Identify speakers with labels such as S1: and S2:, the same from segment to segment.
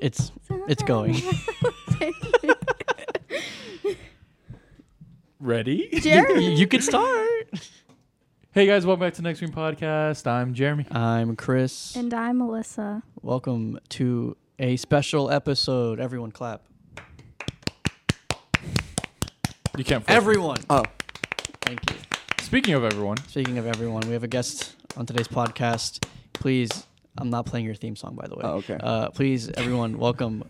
S1: it's it's going.
S2: Ready?
S1: you,
S3: Jared.
S1: you can start.
S2: Hey guys, welcome back to the Next Green Podcast. I'm Jeremy.
S1: I'm Chris.
S3: And I'm Melissa.
S1: Welcome to a special episode. Everyone clap.
S2: You can't. force
S1: Everyone.
S4: Oh,
S1: Thank you.
S2: me. Speaking of everyone,
S1: Speaking of everyone, we have a guest on today's podcast. Please, I'm not playing your theme song by the way.
S4: Oh, okay.
S1: Uh, please, everyone, welcome.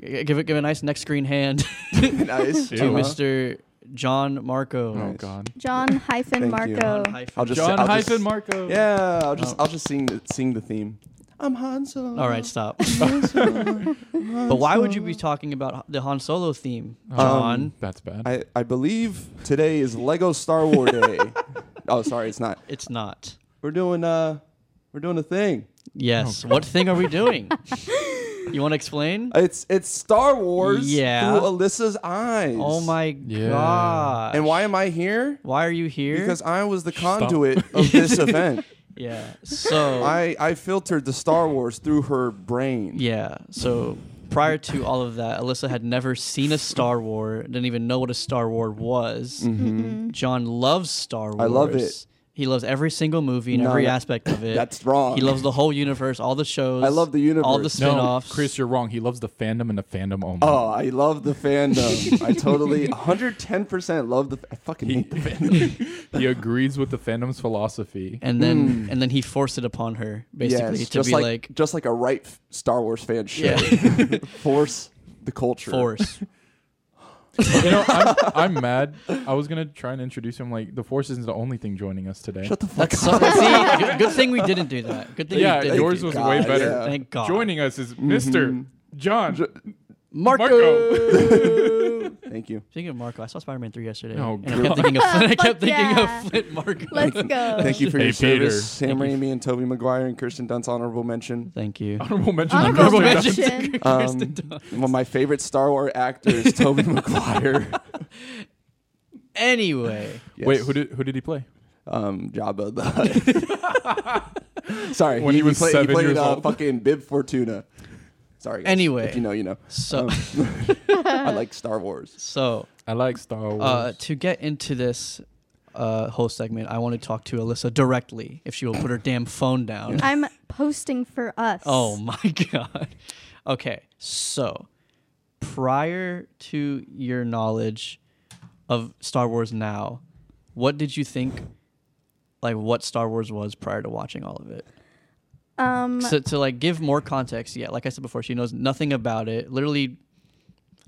S1: G- Give it, give a nice next screen hand
S4: nice.
S1: to
S2: Hello.
S1: Mr. John Marco.
S2: oh
S4: Nice.
S2: god,
S3: John hyphen
S4: you.
S3: Marco.
S1: John hyphen-
S4: I'll just-
S2: John
S4: I'll
S2: hyphen
S4: just-
S2: Marco.
S4: Yeah, I'll just
S1: Oh.
S4: I'll just sing the sing the theme. I'm Han Solo.
S1: All right, stop. but why would you be talking about the Han Solo theme,
S2: Um,
S1: John?
S2: that's bad.
S4: I I believe today is Lego Star Wars Day. oh, sorry, it's not.
S1: it's not.
S4: We're doing uh, we're doing a thing.
S2: Oh,
S1: Yes. what thing are we doing? you want to explain?
S4: It's it's Star Wars.
S1: Yeah.
S4: Through Alyssa's eyes.
S1: oh my
S2: Yeah.
S1: god!
S4: And why am I here?
S1: Why are you here?
S4: Because I was the
S2: Stop.
S4: conduit of this event.
S1: yeah. So
S4: I I filtered the Star Wars through her brain.
S1: yeah. So prior to all of that, Alyssa had never seen a Star War. Didn't even know what a Star War was. John loves Star Wars.
S4: Mm-hmm. I love it.
S1: He loves every single movie and
S4: No,
S1: every
S4: that-
S1: aspect of it.
S4: That's wrong.
S1: He loves the whole universe, all the shows.
S4: I love the
S1: All the
S4: universe.
S2: no,
S1: spin-offs.
S2: Chris, you're wrong. He loves the fandom and the fandom only.
S4: Oh, I love the fandom. I totally 110% love the. I fucking
S2: He,
S4: hate the fandom.
S2: he agrees with the fandom's philosophy.
S1: and then and then he forced it upon her basically
S4: Mm. Yes,
S1: to
S4: just
S1: be like,
S4: just like a right f- Star Wars fan should force the culture.
S1: force.
S2: you know, I'm, I'm mad. I was gonna try and introduce him. Like the force isn't the only thing joining us today.
S4: Shut the fuck
S1: That's so, see, good, good thing we didn't do that. Good thing
S2: yeah,
S1: we didn't.
S2: yours
S1: do
S2: was
S1: that.
S2: way
S4: God,
S2: better.
S4: yeah. Mm-hmm.
S1: Thank God.
S2: Joining us is Mr. John
S1: Marco.
S2: Marco.
S4: up. Thank you.
S1: Speaking of Marco, I saw Spider Man three yesterday.
S2: Oh,
S1: and I kept thinking of Flint. I kept
S3: Fuck
S1: thinking
S3: yeah.
S1: of Flint Marco.
S3: Let's go.
S4: Thank you for
S2: Hey,
S4: your
S2: Peter.
S4: service, Sam Raimi and Toby Maguire and Kirsten Dunst honorable mention.
S1: Thank you.
S2: Honorable mention.
S3: Honorable
S2: Honorable
S3: mention.
S2: mention.
S4: Um, One of my favorite Star Wars actors, Toby Maguire.
S1: Anyway,
S4: Yes.
S2: Wait, who did who did he play?
S4: um, Jabba the Hutt. Sorry,
S2: When he was
S4: played,
S2: seven
S4: played,
S2: years
S4: uh,
S2: old.
S4: Fucking Bib Fortuna. Sorry. guys.
S1: Anyway.
S4: if you know, you know.
S1: so
S2: Oh.
S4: I like Star Wars.
S1: so
S2: I like Star Wars.
S1: uh, to get into this uh, whole segment, I want to talk to Alyssa directly if she will put her damn phone down.
S3: I'm posting for us.
S1: Oh my god. Okay, so prior to your knowledge of Star Wars now, what did you think? Like what Star Wars was prior to watching all of it.
S3: Um,
S1: So to like give more context, yeah, like I said before, she knows nothing about it. Literally,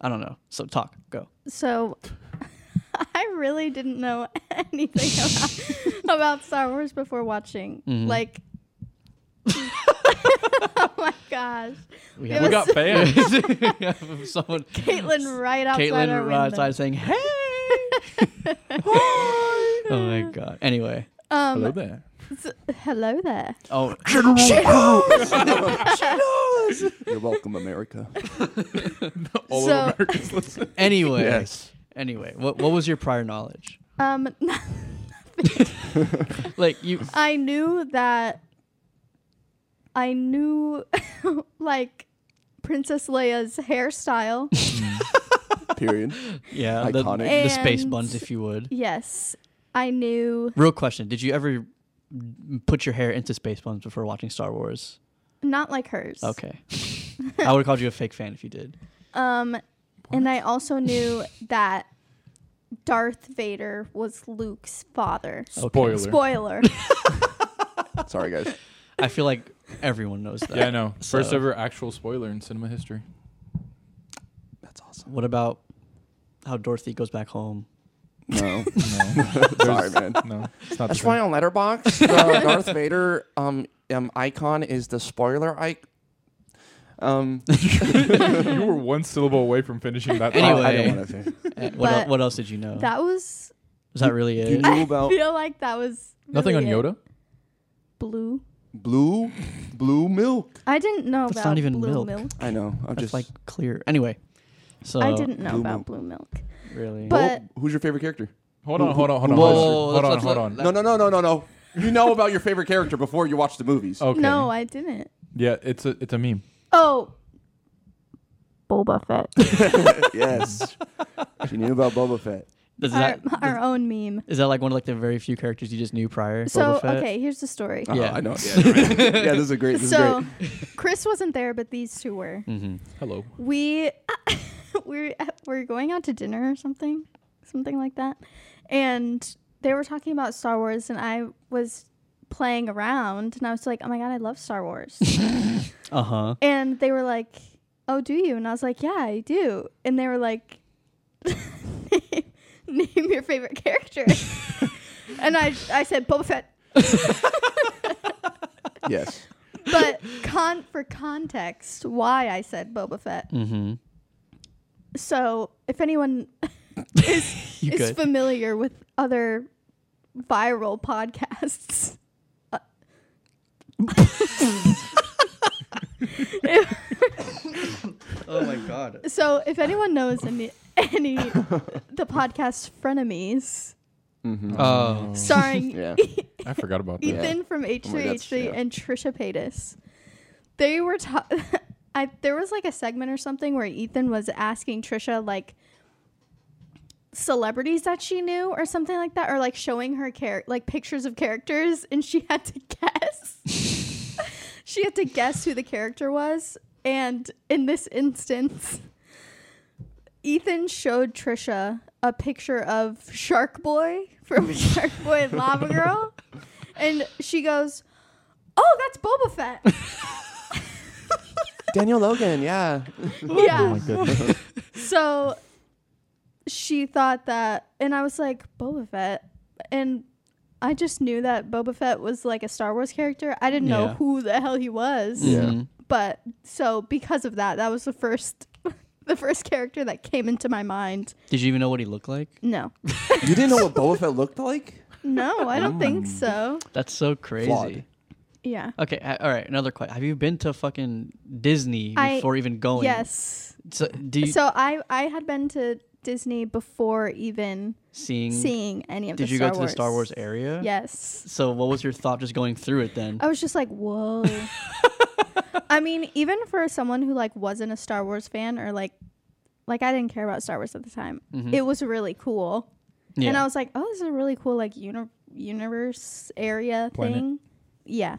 S1: I don't know. So talk, go.
S3: so I really didn't know anything about, about Star Wars before watching.
S1: Mm-hmm.
S3: Like, oh my gosh.
S1: We
S3: have
S2: we got fans.
S1: someone,
S3: Caitlin right outside our
S1: Caitlin,
S3: window.
S1: right outside saying, "Hey!" Oh my god. Anyway,
S3: Um,
S2: Hello there.
S3: s- hello there.
S1: oh,
S4: You're welcome, America.
S2: All
S3: So-
S2: of America's listening.
S1: anyway, anyway, what what was your prior knowledge?
S3: Um,
S1: Like you,
S3: I knew that I knew like Princess Leia's hairstyle.
S4: Period.
S1: yeah, the,
S4: Iconic.
S1: the space
S3: And-
S1: buns, if you would.
S3: yes, I knew
S1: Real question: Did you ever put your hair into space buns before watching Star Wars?
S3: not like hers.
S1: Okay, I would have called you a fake fan if you did.
S3: Um and I also knew that Darth Vader was Luke's father.
S1: Oh,
S2: Spoiler.
S3: Spoiler.
S4: Sorry, guys.
S1: I feel like everyone knows that.
S2: Yeah, I know. First
S1: So-
S2: ever actual spoiler in cinema history.
S4: That's awesome.
S1: What about how Dorothy goes back home?
S4: No.
S2: No,
S4: Sorry, man.
S2: no, it's not.
S4: That's
S2: the
S4: why
S2: same.
S4: on Letterbox, the Darth Vader um, um icon is the spoiler icon. Um,
S2: you were one syllable away from finishing that.
S1: Anyway.
S4: I, I didn't want to say.
S1: Eh, What, el-
S3: But-
S1: what else did you know?
S3: that was
S1: Is that really
S4: You
S1: it?
S4: knew about
S3: feel like that was
S2: nothing on
S3: really it.
S2: Yoda.
S3: Blue.
S4: blue, blue milk.
S3: I didn't know
S1: That's
S3: about
S1: not even
S3: blue
S1: milk. Uh,
S3: milk.
S4: I know. I'm
S1: That's
S4: just
S1: like clear. Anyway, so
S3: I didn't know
S4: Blue
S3: about
S4: milk.
S3: blue milk.
S1: really.
S3: But-
S4: Well, who's your favorite character?
S2: Hold on, hold on, hold on,
S1: Whoa,
S2: hold on,
S1: let's-
S2: hold
S1: let's-
S2: on.
S1: let's-
S4: No, no, no, no, no, no. You know about your favorite character Oh. before you watch the movies.
S2: Okay.
S3: No, I didn't.
S2: Yeah, it's a it's a meme.
S3: Oh, Boba Fett.
S4: yes. she knew about Boba Fett.
S1: Does
S3: our,
S1: that
S3: our own meme.
S1: is that like one of like the very few characters you just knew prior?
S3: So
S1: Boba Fett?
S3: okay, here's the story.
S4: Oh,
S1: Yeah.
S4: I know. Yeah, you're right. yeah, this is a great. This is
S3: so
S4: great.
S3: Chris wasn't there, but these two were.
S1: Mm-hmm.
S2: Hello.
S3: we we're we're going out to dinner or something, something like that, and they were talking about Star Wars, and I was playing around, and I was like, "Oh my god, I love Star Wars,"
S1: Uh huh.
S3: and they were like, "Oh, do you?" And I was like, "Yeah, I do," and they were like, "Name your favorite character," and I I said Boba Fett.
S4: Yes.
S3: But con for context, why I said Boba Fett.
S1: Mm-hmm.
S3: So if anyone
S1: You
S3: is
S1: good?
S3: familiar with other viral podcasts. Uh, if-
S1: oh my god.
S3: so, if anyone knows any, any the podcast Frenemies,
S4: Mm-hmm.
S1: Oh.
S3: starring
S4: Yeah.
S2: Um, I forgot about that.
S4: Yeah.
S3: Ethan from
S4: Oh my God,
S3: H3H3
S4: yeah.
S3: and Trisha Paytas, they were ta- I there was like a segment or something where Ethan was asking Trisha like celebrities that she knew or something like that or like showing her char- like pictures of characters and she had to guess she had to guess who the character was and in this instance Ethan showed Trisha a picture of Shark Boy from Shark Boy and Lava Girl, and she goes, "Oh, that's Boba Fett."
S4: Daniel Logan. Yeah.
S2: Oh
S3: yeah.
S2: my goodness.
S3: So she thought that, and I was like, "Boba Fett," and I just knew that Boba Fett was like a Star Wars character. I didn't know
S1: Yeah.
S3: who the hell he was,
S4: Yeah.
S1: Mm-hmm.
S3: but so because of that, that was the first, the first character that came into my mind.
S1: Did you even know what he looked like?
S3: No,
S4: You didn't know what Boba Fett looked like?
S3: no, I don't
S2: Mm.
S3: think so.
S1: That's so crazy.
S4: Flawed.
S3: Yeah.
S1: Okay, a- all right. Another question. Have you been to fucking Disney
S3: I-
S1: before even
S2: Oh,
S1: going?
S3: Yes.
S1: So, do you
S3: So I I had been to Disney before even
S1: seeing?
S3: seeing any of
S1: did
S3: the
S1: you
S3: Star
S1: go to
S3: Wars.
S1: the Star Wars area?
S3: Yes. Oh,
S1: So, what was your thought just going through it then?
S3: I was just like, "Whoa." I mean, even for someone who like wasn't a Star Wars fan or like like I didn't care about Star Wars at the time. It was really cool.
S1: Mm-hmm. yeah.
S3: And I was like, "Oh, this is a really cool like uni- universe area
S2: Planet.
S3: thing." Yeah.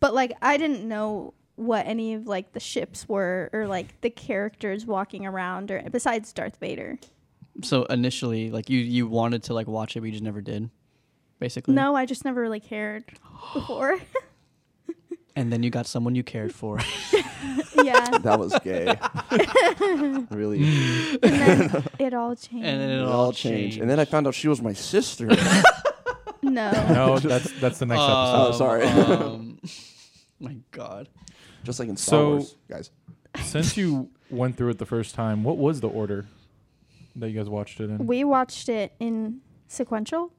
S3: But like I didn't know what any of like the ships were or like the characters walking around or besides Darth Vader.
S1: so initially, like you you wanted to like watch it, but you just never did, basically.
S3: No, I just never really cared before.
S1: And then you got someone you cared for.
S3: yeah.
S4: That was gay. really.
S3: And then it all changed.
S1: and then it,
S4: It
S1: all
S4: all
S1: changed.
S4: changed. And then I found out she was my sister. Uh,
S3: no.
S2: No, that's that's the next
S1: Uh,
S4: Oh, sorry.
S1: um, my God.
S4: Just like in Star
S2: So-
S4: Wars, guys.
S2: episode. Since you went through it the first time, what was the order that you guys watched it in?
S3: We watched it in sequential.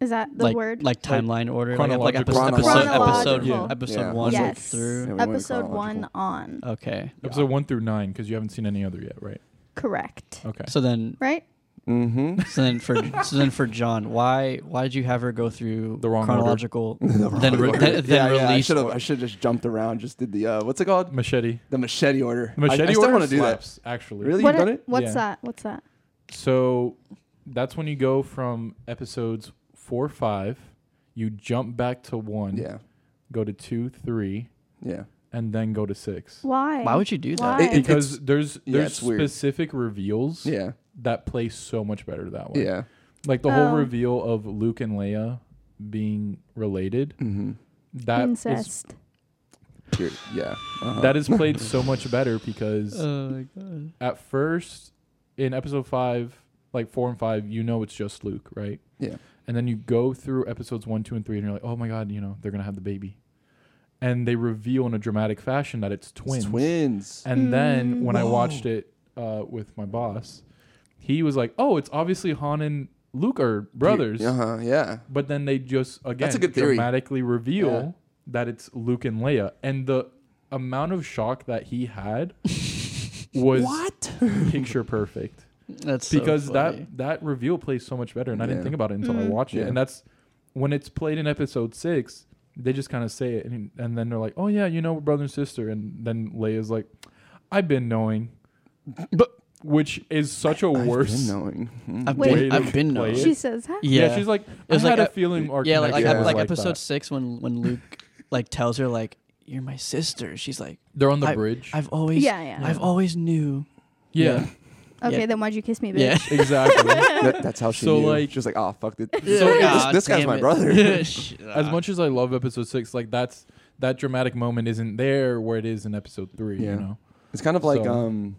S3: Is that the
S1: like
S3: word?
S1: like timeline order, like, like
S2: chronological.
S1: episode episode episode,
S3: Chronological. Yeah.
S1: episode
S4: Yeah.
S1: one
S3: yes.
S1: through.
S4: Yeah, we went
S3: Episode one
S4: chronological.
S3: on.
S1: Okay.
S2: Episode one through nine, because you haven't seen any other yet, right?
S3: Correct.
S2: Okay.
S1: So then
S3: Right?
S4: Mm-hmm.
S1: So then for so then for John, why why did you have her go through
S2: The wrong order.
S1: chronological then re- then, then
S4: yeah, I
S1: release
S4: should have. I should just jumped around. Just did the uh, what's it called?
S2: Machete.
S4: The machete order.
S2: The machete
S4: I, I still
S2: order
S4: want to do that.
S2: slaps, Actually.
S4: Really?
S3: What
S4: You've done
S3: a-
S4: it?
S3: What's
S2: Yeah.
S3: that? What's that?
S2: So that's when you go from episodes four, five, you jump back to one,
S4: Yeah.
S2: go to two, three,
S4: Yeah.
S2: and then go to six.
S3: Why?
S1: Why would you do that?
S3: Why?
S4: It- it-
S2: Because there's
S4: yeah,
S2: there's
S4: it's weird.
S2: specific reveals
S4: Yeah.
S2: that play so much better that way.
S4: Yeah.
S2: Like the whole
S3: Oh.
S2: reveal of Luke and Leia being related.
S4: Mm-hmm.
S2: That is
S3: Incest.
S4: Yeah. Uh-huh.
S2: that is played so much better
S4: Uh,
S2: because
S1: Oh my god.
S2: at first in episode five, like four and five, you know it's just Luke, right?
S4: Yeah.
S2: And then you go through episodes one, two, and three, and you're like, oh my god, you know they're gonna have the baby, and they reveal in a dramatic fashion that it's twins.
S4: It's twins.
S2: And then
S3: Mm.
S2: when I
S4: Whoa.
S2: watched it uh, with my boss, he was like, oh, it's obviously Han and Luke are brothers.
S4: Uh huh. Yeah.
S2: But then they just again
S4: a good theory.
S2: dramatically reveal
S4: Yeah.
S2: that it's Luke and Leia, and the amount of shock that he had was
S4: What?
S2: picture perfect
S1: That's so
S2: because
S1: funny.
S2: that that reveal plays so much better, and I didn't
S4: Yeah.
S2: think about it until I
S3: Mm.
S2: watched it,
S4: Yeah.
S2: and that's when it's played in episode six. They just kind of say it, and, and then they're like, "Oh yeah, you know, we're brother and sister," and then Leia's like, I've been knowing,
S1: But
S2: which is such a
S4: I've
S2: worse.
S4: been knowing. Mhm.
S1: I've
S3: Wait.
S1: been,
S2: Way
S1: I've
S2: to
S1: been
S2: play
S1: known.
S2: it.
S3: She says, huh?
S1: Yeah.
S2: Yeah. she's like, I
S1: was
S2: had
S1: like
S2: a, feeling. Our
S1: yeah, like like,
S2: connection
S1: ep-
S2: was
S1: like
S2: like
S1: episode
S2: that.
S1: six when when Luke like tells her like you're my sister. She's like
S2: They're on the
S1: I-
S2: bridge.
S1: I've always
S3: Yeah, yeah.
S1: I've always knew.
S2: yeah,
S3: Okay,
S1: Yeah.
S3: then why'd you kiss me, bitch?
S1: Yeah.
S2: exactly.
S4: That- that's how she
S2: So,
S4: knew.
S2: like-
S4: she was like, oh fuck this.
S2: Yeah. So-
S1: God
S4: this guy's
S1: damn
S4: my
S1: it.
S4: brother.
S1: Sh-
S2: as much as I love episode six, like that's that dramatic moment isn't there where it is in episode three.
S4: Yeah.
S2: You know,
S4: It's kind of like
S2: So-
S4: um,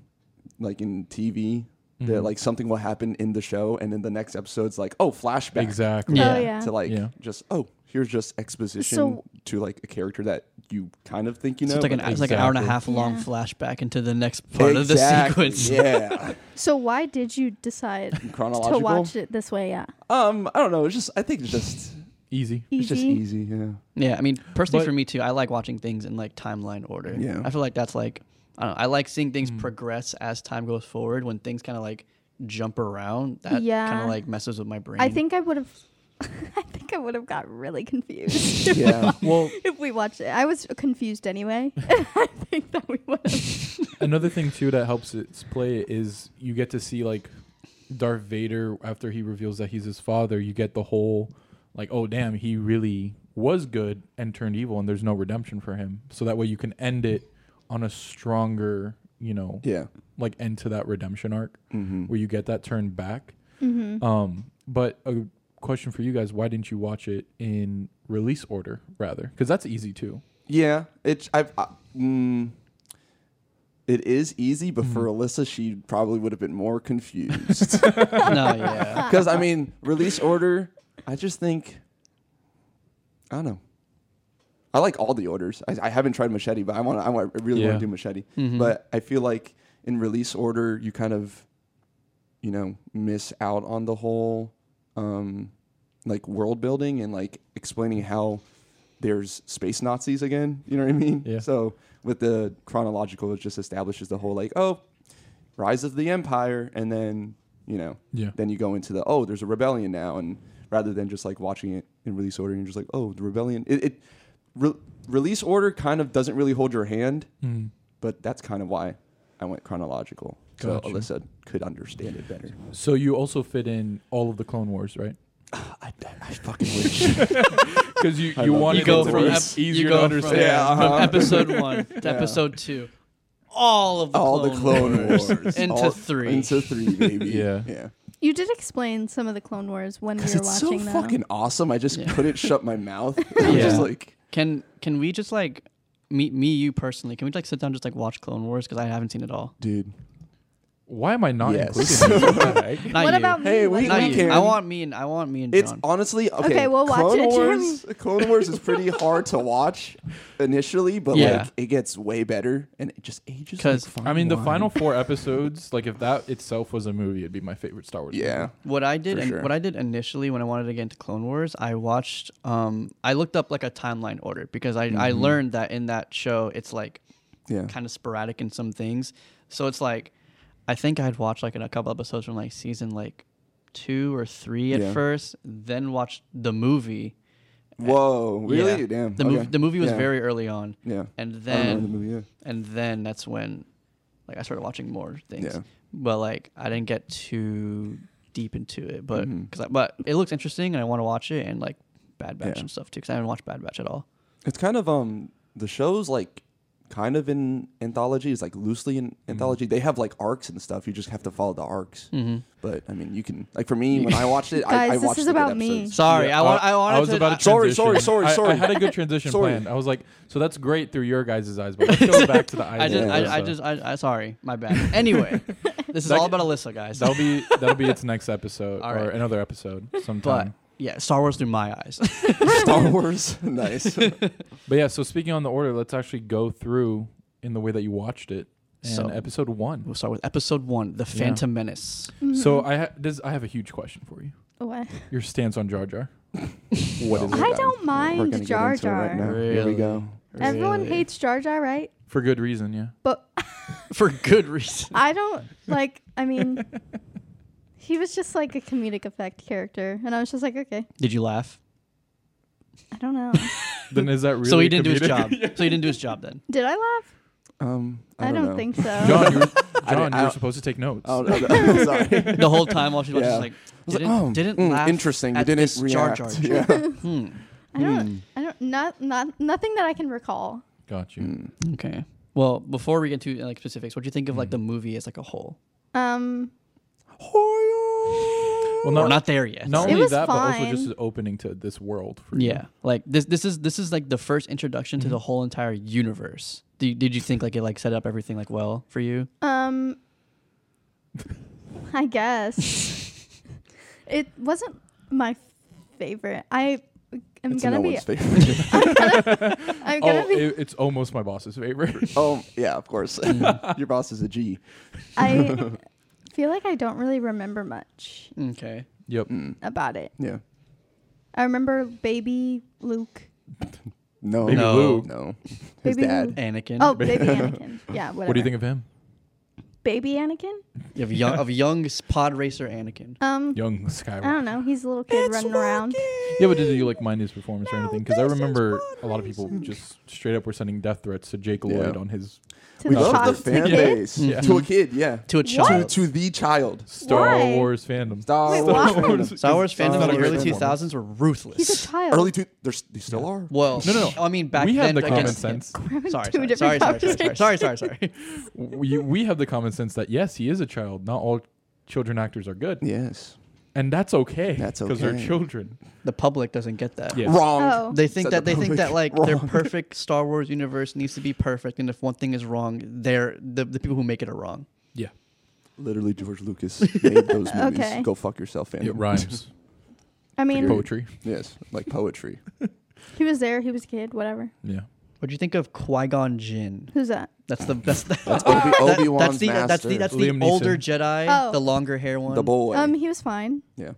S4: like in TV that
S2: Mhm.
S4: like something will happen in the show, and then the next episode's like, oh flashback.
S2: exactly.
S1: Yeah.
S3: Oh yeah.
S4: To like
S2: Yeah.
S4: just oh here's just exposition
S3: So-
S4: to like a character that you kind of think you know.
S1: so it's like an
S4: but-
S1: it's like an hour and a half
S3: Exactly.
S1: long
S3: Yeah.
S1: flashback into the next part
S4: Exactly,
S1: of the sequence.
S4: Yeah.
S3: So why did you decide to
S4: Chronological.
S3: watch it this way? Yeah.
S4: Um, I don't know. It's just I think it's just
S2: Easy.
S3: Easy.
S4: it's just easy. Yeah.
S1: Yeah, I mean, personally
S2: But-
S1: for me too, I like watching things in like timeline order.
S4: Yeah.
S1: I feel like that's like I don't know, I like seeing things
S2: Hmm.
S1: progress as time goes forward. When things kind of like jump around, that kind
S3: Yeah.
S1: of like messes with my brain.
S3: I think I would have. I think I would have got really confused. if we
S4: Yeah.
S3: wa-
S2: Well,
S3: If we watched it, I was confused anyway. I think that we would. have
S2: another thing too that helps it s- play it is you get to see like Darth Vader after he reveals that he's his father. You get the whole like, oh damn, he really was good and turned evil, and there's no redemption for him. So that way you can end it on a stronger, you know,
S4: Yeah.
S2: like end to that redemption arc
S4: Mm-hmm.
S2: where you get that turn back.
S3: hmm
S2: Um, but a question for you guys: Why didn't you watch it in release order rather? Because that's easy too.
S4: Yeah, it's I've I, mm, it is easy, but for
S2: Mm-hmm.
S4: Alyssa, she probably would have been more confused
S1: no, yeah,
S4: because I mean, release order. I just think I don't know. I like all the orders. I, I haven't tried machete, but I want. I, want, I really
S2: Yeah. Mm-hmm.
S4: want to do machete. But I feel like in release order, you kind of, you know, miss out on the whole, um, like world building and like explaining how there's space Nazis again. You know what I mean?
S2: Yeah.
S4: So with the chronological, it just establishes the whole like, oh, rise of the empire, and then you know,
S2: Yeah.
S4: then you go into the oh, there's a rebellion now, and rather than just like watching it in release order, you're just like, oh, the rebellion. It, it re- release order kind of doesn't really hold your hand but that's kind of why I went chronological.
S2: Gotcha.
S4: So Alyssa could understand it better.
S2: So you also fit in all of the Clone Wars, right?
S4: I, I fucking wish.
S2: Because you
S4: I
S2: you
S4: love
S2: wanted
S1: you go
S2: it to
S1: from
S2: be
S1: ep-
S2: ep-
S1: you
S2: easier
S1: go
S2: to
S1: from-
S2: understand.
S4: Yeah,
S1: from
S4: uh-huh.
S1: episode one to episode two, all of the
S4: All the
S1: Clone
S4: Clone
S1: Wars.
S4: Wars.
S1: Into
S4: All-
S1: three.
S4: Into three, baby.
S2: Yeah.
S4: Yeah.
S3: You did explain some of the Clone Wars when we
S4: Because
S3: were
S4: it's so
S3: watching them.
S4: fucking awesome. I just
S1: Yeah.
S4: couldn't shut my mouth. I'm
S1: Yeah.
S4: just like,
S1: Can can we just like me me you personally? Can we like sit down and just like watch Clone Wars because I haven't seen it all.
S4: dude.
S2: Why am I not
S4: Yes.
S2: included? in this? Like,
S1: Not
S3: what
S1: you.
S3: about me?
S4: Hey,
S3: What
S4: we-
S1: Not
S3: about
S1: you.
S3: me?
S4: can.
S1: I want me and I want me and
S4: It's
S1: John.
S4: honestly okay.
S3: Okay, we'll watch
S4: Clone
S3: it,
S4: Wars. Clone Wars is pretty hard to watch initially, but
S1: Yeah.
S4: like it gets way better and it just ages.
S1: 'Cause,
S4: like fine
S2: I mean, the
S4: wine.
S2: final four episodes, like if that itself was a movie, it'd be my favorite Star Wars.
S4: Yeah.
S2: movie.
S1: What I did
S4: For
S1: and
S4: sure.
S1: what I did initially when I wanted to get into Clone Wars, I watched um I looked up like a timeline order because I, I
S4: Mm-hmm.
S1: learned that in that show it's like
S4: Yeah.
S1: kind of sporadic in some things. So it's like I think I'd watched like in a couple episodes from like season like two or three at
S4: Yeah.
S1: first, then watched the movie.
S4: Whoa. Really?
S1: Yeah.
S4: Damn.
S1: The
S4: okay.
S1: movie the movie was
S4: Yeah.
S1: very early on.
S4: Yeah.
S1: And
S4: I don't remember
S1: then
S4: the movie, yeah.
S1: and then that's when like I started watching more things.
S4: Yeah.
S1: But like I didn't get too deep into it, but because but it looks interesting and I want to watch it and like Bad Batch
S4: Yeah.
S1: and stuff too because I haven't watched Bad Batch at all.
S4: It's kind of um the show's like kind of in anthology. It's like loosely in
S1: Mm-hmm.
S4: anthology. They have like arcs and stuff. You just have to follow the arcs.
S1: Mm-hmm.
S4: But I mean, you can like for me when I watched it, I, I
S3: Guys, this
S4: watched
S3: is
S4: the good
S3: about me.
S4: episodes.
S1: Sorry, I want I wanted
S2: I was
S1: to.
S2: about to
S4: Sorry, sorry,
S2: transition.
S4: sorry,
S2: I- I
S4: sorry.
S2: had a good transition
S4: Sorry.
S2: plan. I was like, so that's great through your guys' eyes, but let's go back to the eyes.
S1: I just,
S2: of
S1: I, I
S2: Alyssa.
S1: just, I, I, sorry, my bad. Anyway, this is
S2: That
S1: all
S2: could-
S1: about Alyssa, guys.
S2: That'll be that'll be its next episode
S1: All
S2: or
S1: right.
S2: another episode
S1: But
S2: sometime.
S1: yeah, Star Wars through my eyes.
S4: Star Wars, nice.
S2: But, yeah, so speaking on the order, let's actually go through in the way that you watched it. And
S1: So-
S2: episode one.
S1: we'll start with Episode One, The Phantom Menace.
S3: Mm-hmm.
S2: So I ha- does I have a huge question for you.
S3: Oh, I-
S2: Your stance on Jar Jar.
S4: what is
S3: I don't
S4: We're gonna
S3: mind
S4: get
S3: Jar
S4: into it
S3: Jar.
S4: Right now. Here we
S1: Really?
S4: go.
S3: Everyone
S1: Really?
S3: hates Jar Jar, right?
S2: For good reason, yeah.
S3: But
S1: for good reason.
S3: I don't like. I mean, he was just like a comedic effect character, and I was just like, okay,
S1: Did you laugh?
S3: I don't know.
S2: Then is that really
S1: so he didn't do his
S2: comedic?
S1: job. So he didn't do his job then.
S3: Did I laugh?
S4: Um, I,
S3: I,
S4: don't,
S3: don't
S4: know.
S3: think so.
S2: John, you were, John, you
S4: I don't- I
S2: were
S4: don't-
S2: supposed to take notes.
S4: Oh, no, no, sorry. I
S1: the whole time while she was
S4: Yeah.
S1: just like,
S4: was like,
S1: didn't,
S4: oh,
S1: didn't
S4: mm,
S1: laugh
S4: interesting. You
S1: at
S4: didn't
S1: this Jar
S4: react.
S1: Jar.
S4: Yeah.
S1: Hmm.
S3: I don't. I don't. Not. Not. Nothing that I can recall.
S2: Got you.
S1: Hmm.
S4: Mm.
S1: Okay. Well, before we get into like specifics, what do you think of like the movie as like a whole?
S3: Um.
S2: Well,
S1: We're
S2: not,
S1: not there yet.
S2: not
S3: It
S2: only
S3: was
S2: that, but also
S3: fine.
S2: just the opening to this world. For you.
S1: yeah. Like this. This is this is like the first introduction to the whole entire universe. Do you, did you think like it like set up everything like well for you?
S3: Um. I guess it wasn't my favorite. I. I'm
S4: It's
S3: gonna
S4: no
S3: be.
S4: one's favorite.
S3: I'm
S2: Oh,
S3: gonna be.
S2: it- it's almost my boss's favorite.
S4: oh, yeah, of course.
S3: Hmm.
S4: Your boss is a G.
S3: I feel like I don't really remember much
S1: Okay.
S2: yep.
S4: Mm,
S3: about it.
S4: yeah.
S3: I remember baby Luke.
S4: No.
S2: Baby
S1: No.
S2: Luke.
S4: No. His
S3: Baby
S4: dad.
S3: Luke.
S1: Anakin.
S3: Oh, baby Anakin. Yeah. Whatever.
S2: What do you think of him?
S3: Baby Anakin.
S1: Of young of young s- pod racer Anakin.
S3: Um.
S2: Young
S3: I
S2: Skywalker.
S3: don't know. He's a little kid running around.
S2: Yeah, but did you like mind his performance or
S4: No,
S2: anything? Because I
S4: this is
S2: remember
S4: pod
S2: a lot of people just straight up were sending death threats to Jake Lloyd
S4: Yeah.
S2: on his
S3: To
S4: we
S3: the
S4: love the
S3: child- to
S4: fan
S3: kids?
S4: base.
S2: Yeah.
S4: To a kid, yeah.
S1: To a
S4: To,
S1: child.
S4: to the child.
S2: Star
S3: Why?
S2: Wars fandom.
S4: Star
S3: Wait,
S4: Wars.
S3: why?
S4: fandom.
S1: Star Wars
S4: Star
S1: fandom in the
S4: Wars
S1: early
S4: fandom.
S1: two thousands were ruthless.
S3: He's a child.
S4: Early two. There's, they still are.
S1: well,
S2: No, no, no.
S1: I mean, back
S2: We had
S1: then
S2: the common
S1: against him.
S2: sense.
S3: We're having two
S1: Sorry, sorry, sorry,
S3: different
S1: sorry, sorry,
S3: conversations.
S1: sorry, sorry, sorry.
S2: we we have the common sense that yes, he is a child. Not all children actors are good,
S4: Yes.
S2: and that's okay.
S4: That's
S2: they're
S4: okay.
S2: children.
S1: The public doesn't get that.
S2: Yeah.
S4: Wrong.
S3: Oh.
S1: They think
S4: Said
S1: that
S4: the
S1: they think that like
S4: public.
S1: their
S4: Wrong.
S1: perfect Star Wars universe needs to be perfect, and if one thing is wrong, they're the, the people who make it are wrong.
S2: Yeah,
S4: Literally, George Lucas made those movies.
S3: Okay.
S4: Go fuck yourself, fandom.
S2: it rhymes.
S3: I mean,
S2: Poetry.
S4: yes, like poetry.
S3: he was there. He was a kid. Whatever.
S2: Yeah.
S1: What do you think of Qui Gon Jinn?
S3: Who's that?
S1: That's the that's the,
S4: That's Obi-
S1: Oh, that-
S4: Obi-Wan's
S1: that's the
S4: master.
S1: that's the that's the
S2: Liam
S1: older
S2: Neeson.
S1: Jedi,
S3: Oh.
S1: the longer hair one.
S4: the boy.
S3: Um, he was fine.
S4: yeah.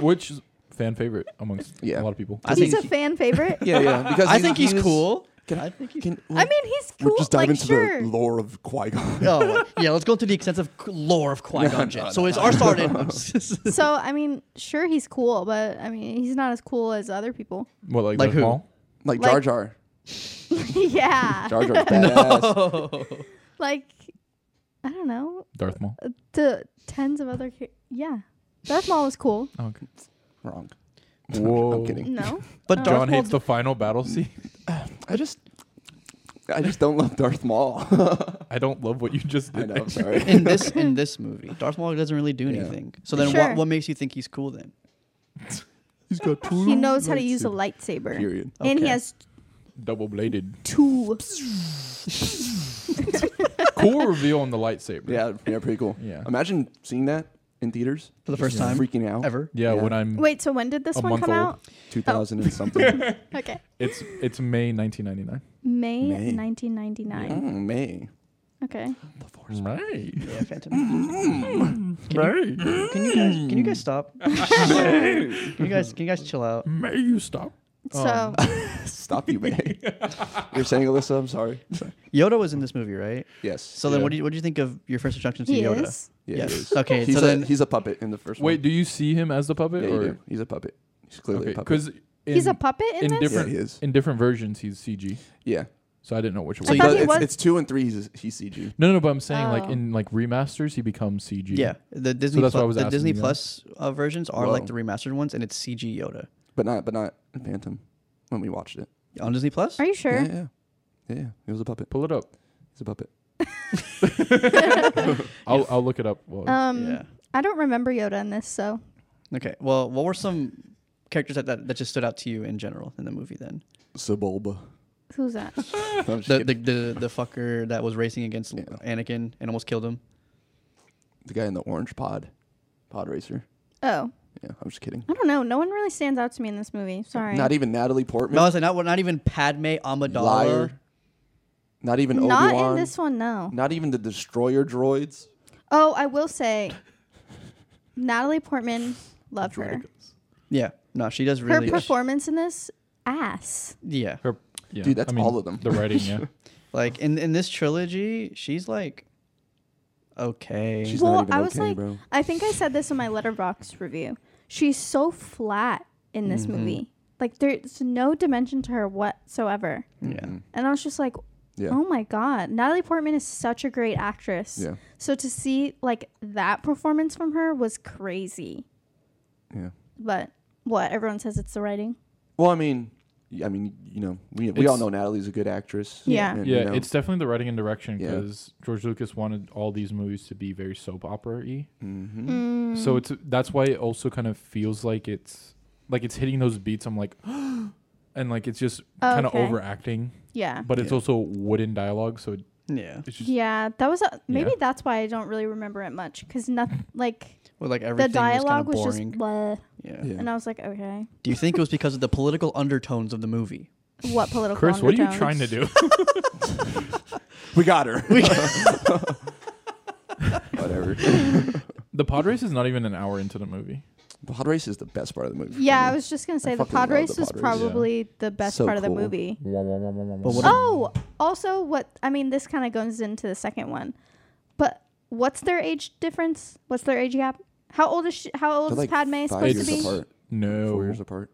S2: Which is fan favorite amongst
S4: Yeah.
S2: a lot of people.
S1: I
S3: he's
S1: think
S3: a
S1: he-
S3: fan favorite.
S4: Yeah, yeah. Because
S1: I
S4: he-
S1: think
S4: he
S1: he's
S4: was-
S1: cool.
S4: Can
S1: I
S4: I?
S1: think he's
S4: Can,
S3: I mean, he's
S4: we're
S3: cool.
S4: just diving
S3: like,
S4: into
S3: sure.
S4: the lore of Qui Gon.
S1: Oh yeah, let's go into the extensive c- lore of Qui Gon Jinn. so it's our started.
S3: so I mean, sure, he's cool, but I mean, he's not as cool as other people.
S2: What like,
S1: Like
S2: Les
S1: who?
S2: Paul?
S4: Like
S3: Like-
S4: Jar Jar.
S3: yeah.
S4: Jar Jar's badass.
S3: Like, I don't know,
S2: Darth Maul.
S3: Uh, the tens of other. Ca- yeah, Darth Maul was cool.
S2: Oh, okay.
S4: Wrong.
S2: Whoa.
S4: I'm kidding.
S3: No,
S1: but Darth
S2: John
S1: Maul
S2: hates the final battle scene.
S4: I just, I just don't love Darth Maul.
S2: I don't love what you just
S4: I
S2: did.
S4: know. I'm sorry.
S1: in this in this movie, Darth Maul doesn't really do
S4: Yeah.
S1: anything. So then,
S3: Sure.
S1: what what makes you think he's cool then?
S4: He's got two.
S3: he knows how to use a lightsaber,
S4: Period.
S3: and he
S1: Okay.
S3: has
S2: Double bladed.
S3: two.
S2: cool reveal on the lightsaber.
S4: Yeah, yeah, pretty cool.
S2: Yeah.
S4: Imagine seeing that in theaters
S1: For the first
S4: Just
S1: time
S4: Freaking out.
S1: ever.
S2: Yeah,
S4: Yeah.
S2: when I'm
S3: Wait, so when did this
S2: A
S3: one
S2: month
S3: come
S2: old.
S3: out?
S4: 2000 and something.
S3: Okay,
S2: it's it's May 1999.
S3: May,
S4: May.
S3: 1999.
S4: Mm, May.
S3: Okay.
S4: The Force.
S2: May.
S1: Yeah, Phantom.
S2: May.
S1: Can you guys can you guys stop? can you guys can you guys chill out?
S2: May you stop.
S3: So
S4: Stop you, May. You're saying Alyssa. I'm sorry.
S1: Yoda was in this movie, right?
S4: Yes.
S1: So then,
S2: Yeah.
S1: what do you what do you think of your first introduction to
S3: he
S1: Yoda?
S3: is.
S4: yeah,
S1: yes.
S4: he is.
S1: Okay.
S4: He's
S1: so
S4: a,
S1: then
S4: he's a puppet in the first
S2: Wait,
S4: one.
S2: do you see him as the puppet
S4: yeah, you
S2: or
S4: do. he's a puppet. He's clearly
S2: okay?
S4: a puppet.
S2: Because
S3: He's a puppet in,
S2: in
S3: this.
S2: different-
S4: Yeah, he is.
S2: in different versions he's CG,
S4: Yeah.
S2: so I didn't know which
S1: So
S2: one.
S1: you-
S3: thought
S4: But
S3: he
S4: it's,
S3: was-
S4: it's two and three. He's, he's CG.
S2: no, no, no, but I'm saying like
S3: Oh.
S2: in like remasters he becomes CG.
S1: yeah, the Disney
S2: that's why I
S1: Plus,
S2: was
S1: the
S2: asking
S1: Disney
S2: you.
S1: Plus uh, versions are like
S4: Whoa.
S1: the remastered ones, and it's CG Yoda
S4: But not, but not in Phantom. When we watched it.
S1: on Disney Plus.
S3: Are you sure?
S4: Yeah, yeah. Yeah, yeah. He was a puppet.
S2: pull it up.
S4: He's a puppet.
S2: I'll I'll look it up. Well,
S3: Um,
S1: Yeah.
S3: I don't remember Yoda in this, so
S1: Okay. Well, what were some characters that, that, that just stood out to you in general in the movie then?
S4: Sebulba.
S3: who's that?
S4: I'm just
S1: The
S4: kidding.
S1: the, the the fucker that was racing against
S4: Yeah.
S1: Anakin and almost killed him.
S4: the guy in the orange pod, pod racer.
S3: Oh,
S4: Yeah, I'm just kidding.
S3: I don't know. No one really stands out to me in this movie. Sorry.
S4: Not even Natalie Portman.
S1: No, I was like, not not even Padme Amidala.
S4: liar. Not even Obi
S3: Not
S4: Wan.
S3: in this one, no.
S4: Not even the destroyer droids.
S3: Oh, I will say, Natalie Portman, love her.
S2: Droidicas.
S1: Yeah. No, she does
S3: Her
S1: really.
S3: performance in this, ass.
S1: yeah.
S2: Her- yeah,
S4: Dude, that's
S2: I mean,
S4: all of them.
S2: The writing, yeah.
S1: Like in in this trilogy, she's like okay.
S4: She's
S3: well,
S4: not even
S3: I was
S4: okay,
S3: like,
S4: bro.
S3: I think I said this in my letterbox review. She's so flat in
S4: Mm-hmm.
S3: this movie. Like there's no dimension to her whatsoever.
S1: yeah.
S3: And I was just like,
S4: Yeah.
S3: Oh my god, Natalie Portman is such a great actress.
S4: Yeah.
S3: So to see like that performance from her was crazy.
S4: Yeah.
S3: But what everyone says it's the writing.
S4: Well, I mean, y- I mean, you know, we, we all
S2: It's-
S4: know Natalie's a good actress.
S3: Yeah.
S4: and, you
S2: Yeah,
S4: know,
S2: it's definitely the writing and direction
S4: Yeah.
S2: because George Lucas wanted all these movies to be very soap opera y.
S4: mhm.
S3: Mm,
S2: So it's that's why it also kind of feels like it's like it's hitting those beats. I'm like, and like it's just kind of
S3: Okay.
S2: overacting,
S3: Yeah.
S2: but it's
S4: Yeah.
S2: also wooden dialogue. So it,
S1: Yeah.
S2: it's just
S3: Yeah, that was a, maybe
S2: Yeah.
S3: that's why I don't really remember it much cuz nothing like
S1: Well, like
S3: the
S1: everything
S3: dialogue
S1: was,
S3: was,
S1: kind of
S3: just
S1: boring.
S3: bleh.
S1: yeah.
S4: Yeah.
S3: and uh, I was like, okay,
S1: Do you think it was because of the political undertones of the movie?
S3: what political
S2: Chris, what are you
S3: undertones?
S2: trying to do?
S4: We got her. Whatever.
S2: the pod race is not even an hour into the movie.
S4: The pod race is the best part of the movie. for
S3: Yeah,
S4: me.
S3: I was just gonna say the
S4: fucking
S3: pod
S4: love
S3: race
S4: the
S3: was
S4: pod race.
S3: probably the best
S4: So
S3: part of the
S4: cool.
S3: movie.
S1: But what-
S3: Oh, also, what I mean, this kind of goes into the second one, but what's their age difference? What's their age gap? How old is she, how old
S4: They're
S3: is
S4: like
S3: Padme
S4: five
S3: supposed to
S4: years
S3: be?
S4: apart, four
S2: no, Oh
S4: years apart.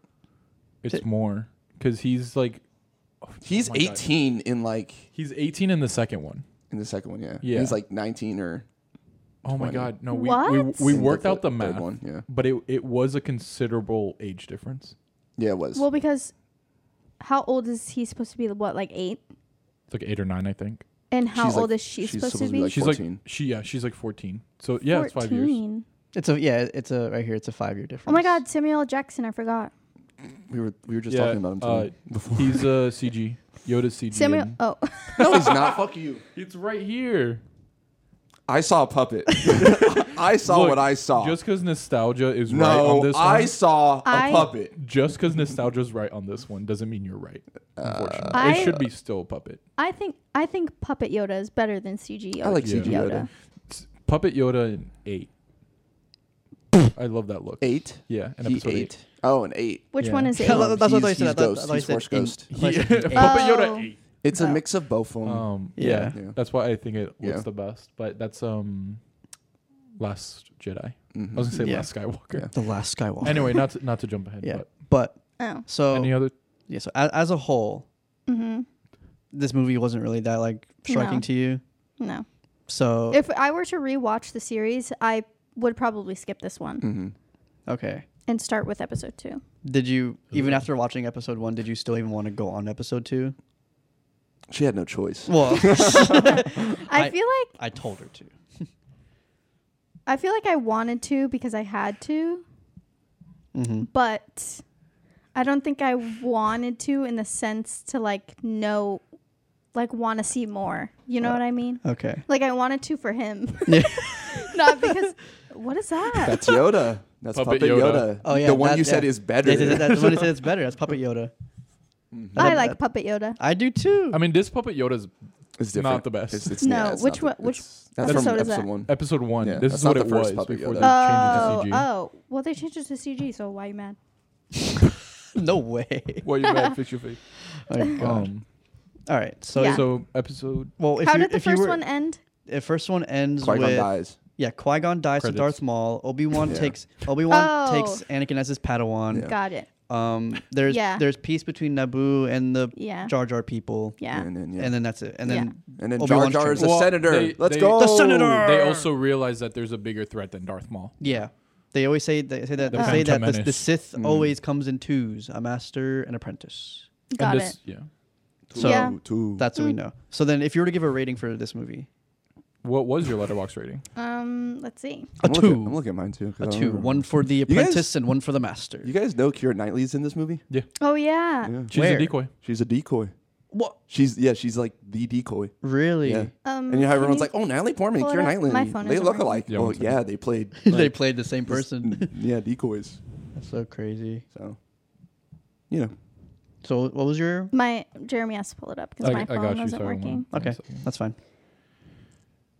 S2: it's more because he's like oh,
S4: He's
S2: my God.
S4: 18 in like
S2: he's 18 in the second one.
S4: in the second one. Yeah.
S2: Yeah.
S4: He's like 19 or
S2: Oh my
S4: 20.
S2: god, no, we
S3: What?
S2: we, we
S4: In the
S2: worked out
S4: thir-
S2: the
S4: third
S2: math,
S4: one, yeah.
S2: but it it was a considerable age difference.
S4: yeah, it was.
S3: Well, because how old is he supposed to be? What, like eight?
S2: It's like eight or nine, I think.
S3: And how
S4: She's like-
S3: old is she
S4: she's
S3: supposed,
S4: supposed
S3: to be?
S4: like,
S2: she's
S4: 14.
S2: like she yeah she's like 14 so yeah it's five years
S3: 14.
S1: It's a yeah. It's a right here. It's a five year difference.
S3: Oh my God, Samuel L. Jackson, I forgot.
S4: we were we were just
S2: Yeah, uh,
S4: talking about him today before.
S2: he's a cg yoda's cg
S3: Samuel,
S2: in-
S3: oh,
S4: no, he's not. Fuck you.
S2: it's right here
S4: I saw a puppet. I saw
S2: Look,
S4: what I saw.
S2: just because nostalgia is right
S4: Ah. no,
S2: on this
S4: I
S2: one
S4: saw a
S3: I-
S4: puppet.
S2: just because nostalgia's right on this one doesn't mean you're right
S4: Uh,
S2: unfortunately
S3: I-
S2: it should be still a puppet
S3: I think I think Puppet Yoda is better than CG Yoda.
S4: I like
S2: Yeah.
S4: CG Yoda.
S3: Yoda.
S2: S- puppet yoda in eight i love that look
S4: Eight.
S2: yeah in
S4: He
S2: episode eight,
S4: Oh, an eight.
S3: Which
S2: Yeah.
S3: one is it?
S1: Yeah, that- that's what I
S4: He's-
S1: thought you said.
S4: he's
S1: I thought-
S4: Ghost.
S1: I thought you
S4: He's
S1: said
S4: Force
S1: in-
S4: Ghost.
S1: I thought you
S2: He-
S1: said
S2: puppet
S1: eight.
S2: yoda
S3: Oh.
S2: eight
S4: It's
S3: Oh.
S4: a mix of both of them.
S2: um
S1: Yeah.
S2: yeah.
S4: Yeah.
S2: that's why i think it looks
S4: Yeah.
S2: the best but that's um last jedi i
S4: Mm-hmm.
S2: was gonna say
S1: Yeah.
S2: last skywalker
S4: Yeah.
S1: The last Skywalker.
S2: anyway, not to, not to jump ahead.
S1: yeah,
S2: But
S1: but
S3: Oh,
S1: so
S2: any other?
S1: yeah. So as, as a whole,
S3: mm-hmm.
S1: this movie wasn't really that like striking
S3: No.
S1: to you.
S3: no.
S4: Oh.
S1: So
S3: If I were to rewatch the series, I would probably skip this one
S4: hmm
S1: okay.
S3: and start with episode two.
S1: Did you even
S2: Ooh.
S1: after watching episode one? Did you still even want to go on episode two?
S4: She had no choice.
S1: Well,
S3: I,
S1: I-
S3: feel like
S1: I told her to.
S3: I feel like I wanted to because I had to,
S1: Mm-hmm.
S3: but I don't think I wanted to in the sense to like know, like want to see more. You
S4: Uh,
S3: know what I mean?
S1: Okay.
S3: Like I wanted to for him,
S1: Yeah.
S3: not because. What is that?
S4: That's Yoda. That's
S2: Puppet
S4: Puppet,
S2: Yoda.
S4: Yoda.
S1: Oh yeah.
S4: The one
S1: that-
S4: you said
S1: yeah.
S4: is better.
S1: Yeah, that- that's when it said it's better. That's Puppet Yoda.
S3: I
S4: Mm-hmm.
S1: that-
S3: like
S1: that-
S3: Puppet Yoda.
S1: I do too.
S2: I mean, this puppet Yoda's
S4: It's different.
S2: Not the best.
S4: It's, it's,
S3: No,
S4: yeah, it's
S3: which
S4: not the-
S3: one- which
S4: it's- that's from
S3: episode is
S4: episode
S3: that?
S4: one.
S2: episode one.
S4: Yeah,
S2: this
S4: that's
S2: is what
S4: not
S2: it
S4: the first
S2: was
S4: Puppet
S2: before they
S4: Yoda.
S3: Oh,
S2: changed it to CG.
S3: oh. Well, they changed it to CG, so why are you mad?
S1: no way.
S2: Well, you bad? Fix your face.
S1: Oh, God.
S2: Um,
S1: All right. So
S3: Yeah.
S2: so episode
S1: well, if
S3: How
S1: you,
S3: did the
S1: if you
S3: first
S1: were,
S3: one end?
S1: The first one ends
S4: Qui Gon
S1: with
S4: dies.
S1: yeah, Qui Gon dies to
S2: Credits.
S1: Darth Maul. Obi Wan
S4: Yeah.
S1: takes Obi Wan
S3: Oh.
S1: takes Anakin as his Padawan.
S4: Yeah.
S3: Got it.
S1: Um, there's
S3: Yeah.
S1: there's peace between Naboo and the
S3: Yeah.
S1: Jar Jar people,
S3: Yeah.
S4: And then yeah.
S1: and then that's it. And then
S4: And then Jar
S1: Obi-Wan's
S4: Jar is a
S1: training.
S2: Well,
S4: senator.
S2: they-
S4: Let's
S2: they-
S4: go.
S1: The senator!
S2: they also realize that there's a bigger threat than Darth Maul.
S1: yeah, they always say they say that
S2: The
S1: they say
S2: Phantom
S1: that the, the
S2: Menace.
S1: Sith
S4: Mm.
S1: always comes in twos, a master and apprentice.
S3: Got
S2: and this,
S3: it.
S2: Yeah.
S4: Two,
S1: So-
S3: Yeah.
S4: two.
S1: That's what we
S3: Mm.
S1: know. So then, if you were to give a rating for this movie,
S2: What was your letterbox rating?
S3: Um, let's see.
S1: a
S4: I'm Looking, I'm
S1: two,
S4: looking at mine too. 'cause
S1: a
S4: I don't
S1: two,
S4: remember.
S1: one for the
S4: guys-
S1: apprentice and one for the master.
S4: You guys know Kira Knightley's in this movie.
S3: Oh yeah.
S4: Yeah.
S2: She's
S1: Where?
S2: a decoy.
S4: She's a decoy.
S1: what?
S4: She's yeah. She's like the decoy.
S1: Really?
S4: Yeah.
S3: Um,
S4: And you know,
S3: can
S4: everyone's
S3: you-
S4: like, "Oh, Natalie Portman,
S3: pull it
S4: Kira
S3: up?
S4: Knightley.
S3: My phone
S4: they
S3: isn't
S4: look
S3: working.
S4: alike."
S2: Yeah,
S4: well,
S2: one second.
S4: yeah, they played.
S1: they
S4: like,
S1: played the same
S4: this-
S1: person.
S4: Mm, yeah, decoys.
S1: That's so crazy.
S4: So, you know,
S1: So what was your?
S3: my Jeremy has to pull it up because my phone wasn't
S2: hold on.
S3: working.
S2: Hold on a
S1: Okay.
S2: second.
S1: That's fine.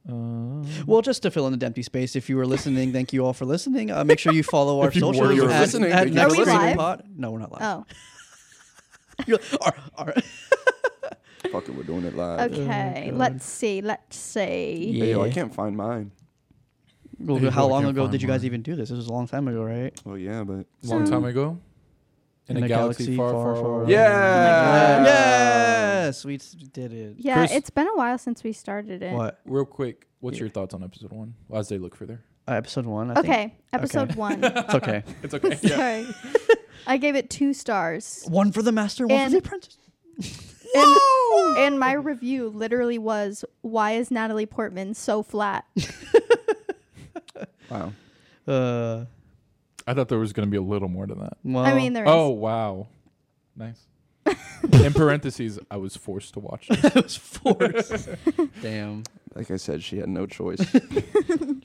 S2: Uh,
S1: Well, just to fill in the empty space, if you were listening, thank you all for listening. Uh, make sure you follow our
S2: If you were,
S1: socials.
S4: you were
S1: at-
S4: listening,
S1: at
S4: thank you
S3: for
S1: Next
S3: listening.
S1: Screen
S3: Are we live?
S1: Pod. No, we're not live.
S3: Oh,
S1: You're- ar- ar-
S4: fuck it, we're doing it live.
S3: okay.
S1: God.
S3: let's see. Let's see.
S1: Yeah.
S4: Hey, yo, I can't find mine.
S1: Well,
S2: Hey,
S1: how
S2: boy, I
S1: long
S2: can't
S1: ago
S2: find
S1: did you guys
S2: mine.
S1: even do this? This was a long time ago, right?
S4: Well, yeah, but
S2: long
S3: So-
S2: time ago, in, a, galaxy, far, far,
S1: far,
S2: far,
S1: far
S2: away.
S1: away.
S4: yeah,
S1: yes. yes, we s- did it.
S3: Yeah,
S2: Chris-
S3: it's been a while since we started it.
S1: What?
S2: Real quick, what's
S1: Yeah.
S2: your thoughts on episode one? As they look for there,
S1: Uh, episode one. I Think.
S3: Okay, episode one.
S1: It's okay.
S2: it's okay.
S3: Sorry, I gave it two stars.
S1: one for the master, one
S3: And-
S1: for the apprentice.
S3: And, and my review literally was, "Why is Natalie Portman so flat?"
S4: Wow.
S1: Uh,
S2: I thought there was gonna be a little more to that.
S1: well,
S3: I mean, there is.
S2: Oh wow, nice. In parentheses, I was forced to watch. This.
S1: it was forced. Damn,
S4: Like I said, she had no choice.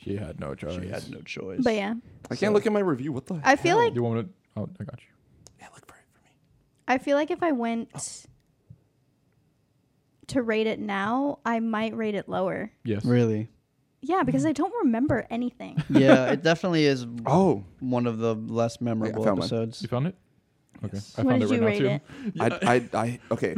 S2: She had no choice.
S1: she had no choice.
S3: but yeah,
S4: I can't look at my review. What the?
S3: I feel
S4: hell?
S2: Do
S3: like
S2: you want me to? Oh, I got you.
S4: Yeah, look for it for me.
S3: I feel like if I went to rate it now, I might rate it lower.
S2: Yes.
S1: really,
S3: Yeah,
S2: Mm.
S3: because I don't remember anything.
S1: yeah, it definitely is
S4: Oh,
S1: one of the less memorable
S4: found mine.
S1: episodes.
S2: You found it? Okay.
S4: Yes.
S2: I
S3: What
S2: found
S3: did
S2: it
S3: you
S2: right now
S3: rate
S4: I, I, I, okay.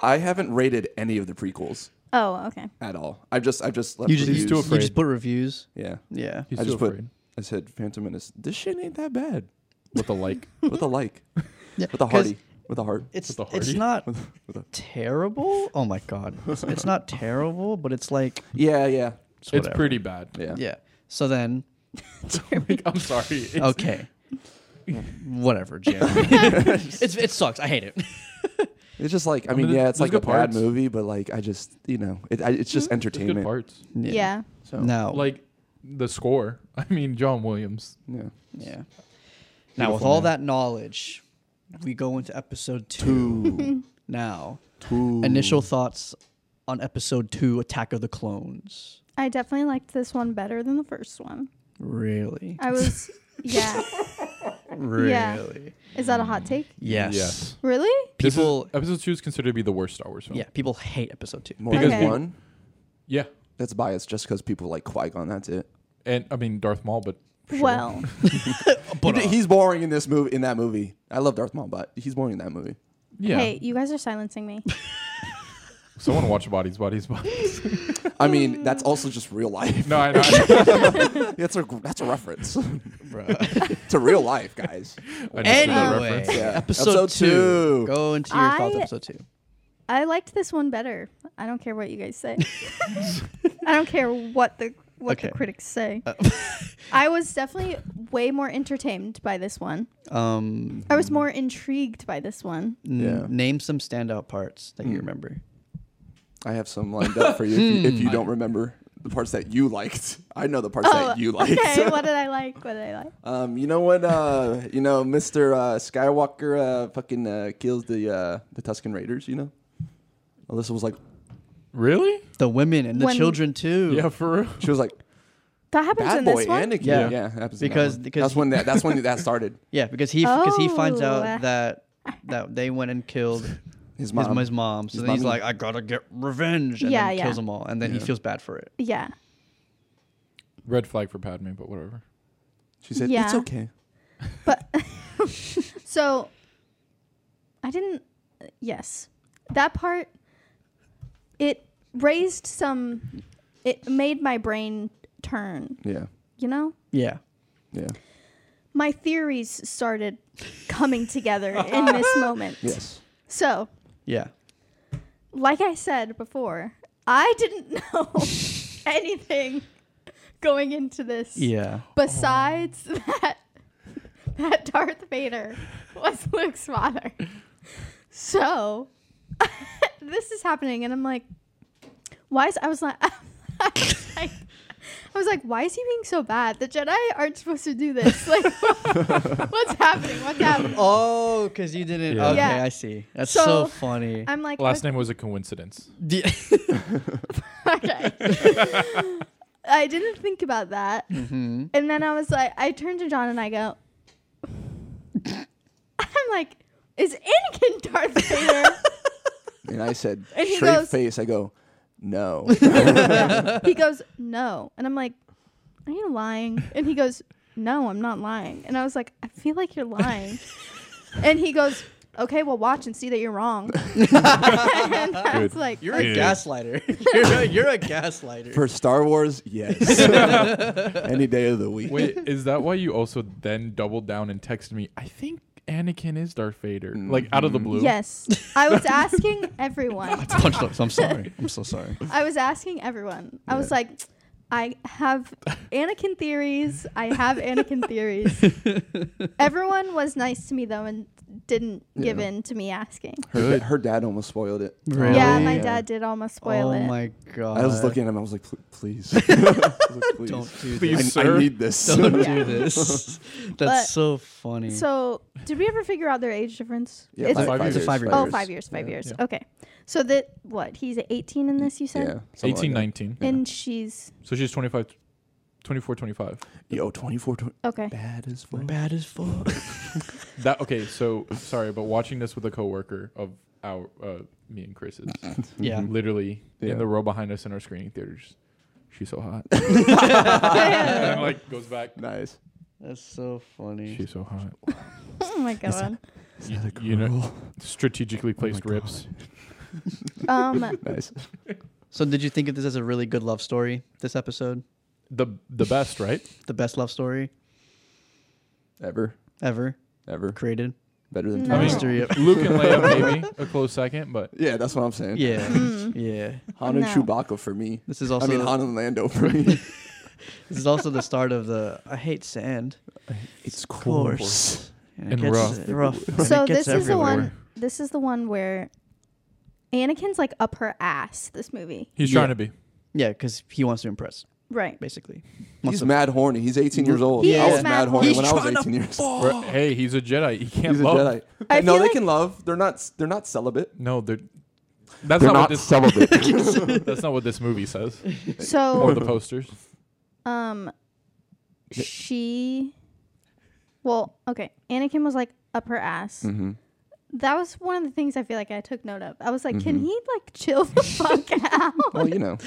S4: I haven't rated any of the prequels
S3: Oh, okay.
S4: at all. I've just, I've just left.
S1: You just,
S2: He's
S4: reviews.
S2: too
S1: you
S2: afraid.
S1: just put reviews.
S4: Yeah,
S1: Yeah,
S2: too. He's
S4: I
S2: too
S4: just put-
S2: afraid.
S4: I said Phantom Menace. This shit ain't that bad.
S2: With the like.
S4: With a like,
S1: yeah.
S4: with a
S1: 'cause
S4: hearty, with a heart.
S1: It's
S2: With the
S1: it's
S2: hearty.
S1: not
S4: with a-
S1: terrible. Oh my god, it's, it's not terrible, but it's like
S4: Yeah, yeah,
S1: it's,
S2: It's
S1: whatever.
S2: pretty bad.
S4: yeah.
S1: Yeah. So then,
S2: Like, I'm sorry. It's,
S1: okay, whatever, Jeremy. it's it sucks. I hate it.
S4: It's just like, I
S2: I
S4: mean,
S2: mean,
S4: yeah, it's
S2: there's
S4: like a
S2: good
S4: bad
S2: parts. Mm,
S4: movie, but like, I just, you know, it, I, it's
S2: there's
S4: just
S2: good
S4: entertainment.
S2: parts.
S3: Yeah.
S4: So
S1: Now,
S2: Like the score. I mean, John Williams.
S4: yeah,
S1: yeah. Now, with
S2: Beautiful
S1: all
S2: man.
S1: that knowledge, we go into episode two now.
S4: two.
S1: Initial thoughts on episode two Attack of the Clones.
S3: I definitely liked this one better than the first one.
S1: Really?
S3: I was, yeah.
S1: Really?
S3: Uh, yeah. Is that a hot take?
S1: Yes.
S2: Yes.
S3: Really?
S2: This is-
S1: People,
S2: episode two is considered to be the worst Star Wars film.
S1: yeah, people hate episode two.
S4: more
S2: Because
S4: than
S3: we-
S4: one.
S2: Yeah.
S4: That's biased, just because people like Qui Gon. That's it.
S2: And I mean Darth Maul, but sure.
S3: Well,
S1: But,
S4: He-
S1: uh,
S4: he's boring in this movie. In that movie, I love Darth Maul, but he's boring in that movie.
S2: yeah.
S3: hey, you guys are silencing me.
S2: Someone watch Bodies, Bodies, Bodies.
S4: I mean, that's also just real life.
S2: no, I, know.
S4: That's a that's a reference
S1: bruh.
S4: to real life, guys.
S2: I just did that
S1: anyway,
S2: reference.
S4: Yeah.
S1: episode,
S4: Episode
S1: two.
S4: two.
S1: Go into your thoughts
S3: I-
S1: on episode two.
S3: I liked this one better. I don't care what you guys say. I don't care what the what
S1: Okay.
S3: the critics say.
S4: Uh,
S3: I was definitely way more entertained by this one.
S1: Um,
S3: I was
S4: Mm.
S3: more intrigued by this one.
S1: n-
S4: Yeah.
S1: Name some standout parts that you remember.
S4: I have some lined up for you if you, if you
S2: Hmm.
S4: don't remember the parts that you liked. I know the parts that you liked.
S3: Oh, okay. what did I like? What did I like?
S4: Um, you know what? Uh, you know, Mister uh, Skywalker uh, fucking uh, kills the uh, the Tusken Raiders. You know, Alyssa was like,
S2: Really?
S1: The women and the
S3: When-
S1: children too.
S2: Yeah, for real.
S4: she was like,
S3: That happens
S4: bad
S3: in
S4: boy
S3: this one.
S4: Anakin.
S1: Yeah.
S4: Yeah, yeah, that happens in that
S1: Because-
S4: one.
S1: because
S4: that's
S1: he-
S4: when that that's when that started.
S1: Yeah, because he because he finds
S3: Oh, uh,
S1: out that that they went and killed
S4: His
S1: his,
S4: mom.
S1: his mom. So
S4: His
S1: then he's
S4: mom-
S1: like, I gotta get revenge, and
S3: Yeah,
S1: then
S3: yeah.
S1: kills them all, and then he feels bad for it.
S3: yeah.
S2: Red flag for Padme, but whatever.
S4: she said,
S3: Yeah.
S4: "It's okay."
S3: But so I didn't. Yes, that part it raised some. It made my brain turn.
S4: Yeah,
S3: You know,
S1: Yeah,
S4: yeah,
S3: my theories started coming together in this moment.
S4: yes.
S3: So,
S1: yeah.
S3: like I said before, I didn't know anything going into this.
S1: Yeah.
S3: Besides that, that Darth Vader was Luke's father. So this is happening, and I'm like, why is I was like, I was like, I was like, why is he being so bad? The Jedi aren't supposed to do this. Like, what's happening? What's happening?
S1: Oh, because you didn't.
S2: Yeah.
S1: Okay,
S3: Yeah.
S1: I see. That's so,
S3: So- uh,
S1: funny.
S3: I'm like,
S2: Last name was a coincidence.
S1: D-
S3: okay. I didn't think about that. And then I was like, I turned to John and I go, I'm like, is Anakin Darth Vader?
S4: And I said,
S3: And he
S4: straight
S3: goes-
S4: face, I go, "No."
S3: he goes, no. And I'm like, are you lying? And he goes, no, I'm not lying. And I was like, I feel like you're lying. and he goes, okay, well, watch and see that you're wrong. and I was
S2: Dude.
S3: like,
S1: you're a
S2: Yeah.
S1: gaslighter. you're, a, you're a gaslighter.
S4: For Star Wars, yes. Any day of the week.
S2: Wait, is that why you also then doubled down and texted me? I think Anakin is Darth Vader, like out of the
S4: Mhm.
S2: blue.
S3: Yes. I was asking everyone.
S1: It's punched up, so I'm sorry. I'm so sorry.
S3: I was asking everyone. I was
S4: Yeah.
S3: like, I have Anakin theories. I have Anakin theories. Everyone was nice to me though and didn't give
S4: Yeah.
S3: in to me asking.
S4: Her, da- her dad almost spoiled it.
S1: Really?
S3: Yeah, my
S1: Yeah.
S3: dad did almost spoil
S1: oh
S3: it.
S1: my god.
S4: I was looking at him. I was like, "Pl- please, I was like, please.
S1: Don't do
S2: Please,
S1: this.
S4: I, I
S2: sir.
S4: need this.
S1: Don't
S3: Yeah.
S1: do this. That's
S3: But-
S1: so funny.
S3: So, did we ever figure out their age difference?
S4: Yeah,
S3: It's-
S1: five It's a five-year.
S3: oh, five years, five
S4: Yeah.
S3: years.
S2: Yeah.
S3: Okay. So that what? He's 18 in this. You
S4: Yeah,
S3: said,
S4: something like
S2: Eighteen,
S4: that.
S2: nineteen.
S4: Yeah.
S3: and she's
S2: So she's 25, 24, 25.
S4: Yo, 24, 20,
S3: okay.
S4: bad as
S1: My
S4: fuck.
S1: bad as fuck.
S2: That okay. So sorry, but watching this with a coworker of our, uh, me and Chris's,
S1: yeah.
S2: Mm-hmm. literally
S4: Yeah.
S2: in the row behind us in our screening theaters, she's so hot. and
S3: Oh
S2: then, like goes back.
S4: Nice.
S1: That's so funny.
S2: She's so hot.
S3: Oh my god.
S2: You, you know, strategically placed rips.
S3: Um,
S4: Nice.
S1: So did you think of this as a really good love story this episode?
S2: The the best, right?
S1: The best love story
S4: Ever,
S1: ever
S4: ever
S1: created?
S4: better than.
S3: No.
S1: A
S2: I mean-
S4: Thomas.
S1: mystery of-
S2: Luke and Leia maybe a close second, but
S4: Yeah, that's what I'm saying.
S1: Yeah.
S3: Mm-hmm.
S1: yeah.
S4: Han and
S3: No.
S4: Chewbacca for me.
S1: This is also
S4: I mean,
S1: the-
S4: Han and Lando for me.
S1: this is also the start of the I hate sand.
S4: it's
S1: coarse. it
S2: And
S1: gets
S2: rough.
S1: rough. and
S3: so
S1: it gets
S3: this is the one.
S1: everywhere.
S3: This is the one where Anakin's like up her ass. This movie,
S2: he's
S1: Yeah.
S2: trying to be.
S1: Yeah, because he wants to impress,
S3: right?
S1: basically. Wants
S4: He's
S1: to-
S4: mad horny. He's 18 years old.
S3: He
S4: I
S3: is
S4: was
S3: mad
S4: mad horny
S1: He's
S4: when I was
S1: trying to
S4: 18 years. old.
S2: Bro, Hey, he's a Jedi. He can't
S4: He's a
S2: love.
S4: Jedi.
S3: I
S4: no,
S3: feel
S4: they
S3: like-
S4: can love. They're not. They're not celibate.
S2: No, they're. That's
S4: they're
S2: not, what
S4: not
S2: this.
S4: celibate.
S2: That's not what this movie says, or
S3: So,
S2: the posters.
S3: um, she, well, okay. Anakin was like up her ass.
S1: Mm.
S4: mm-hmm.
S3: That was one of the things I feel like I took note of. I was like,
S1: Mm-hmm.
S3: can he like chill the fuck out?
S4: Well, you know,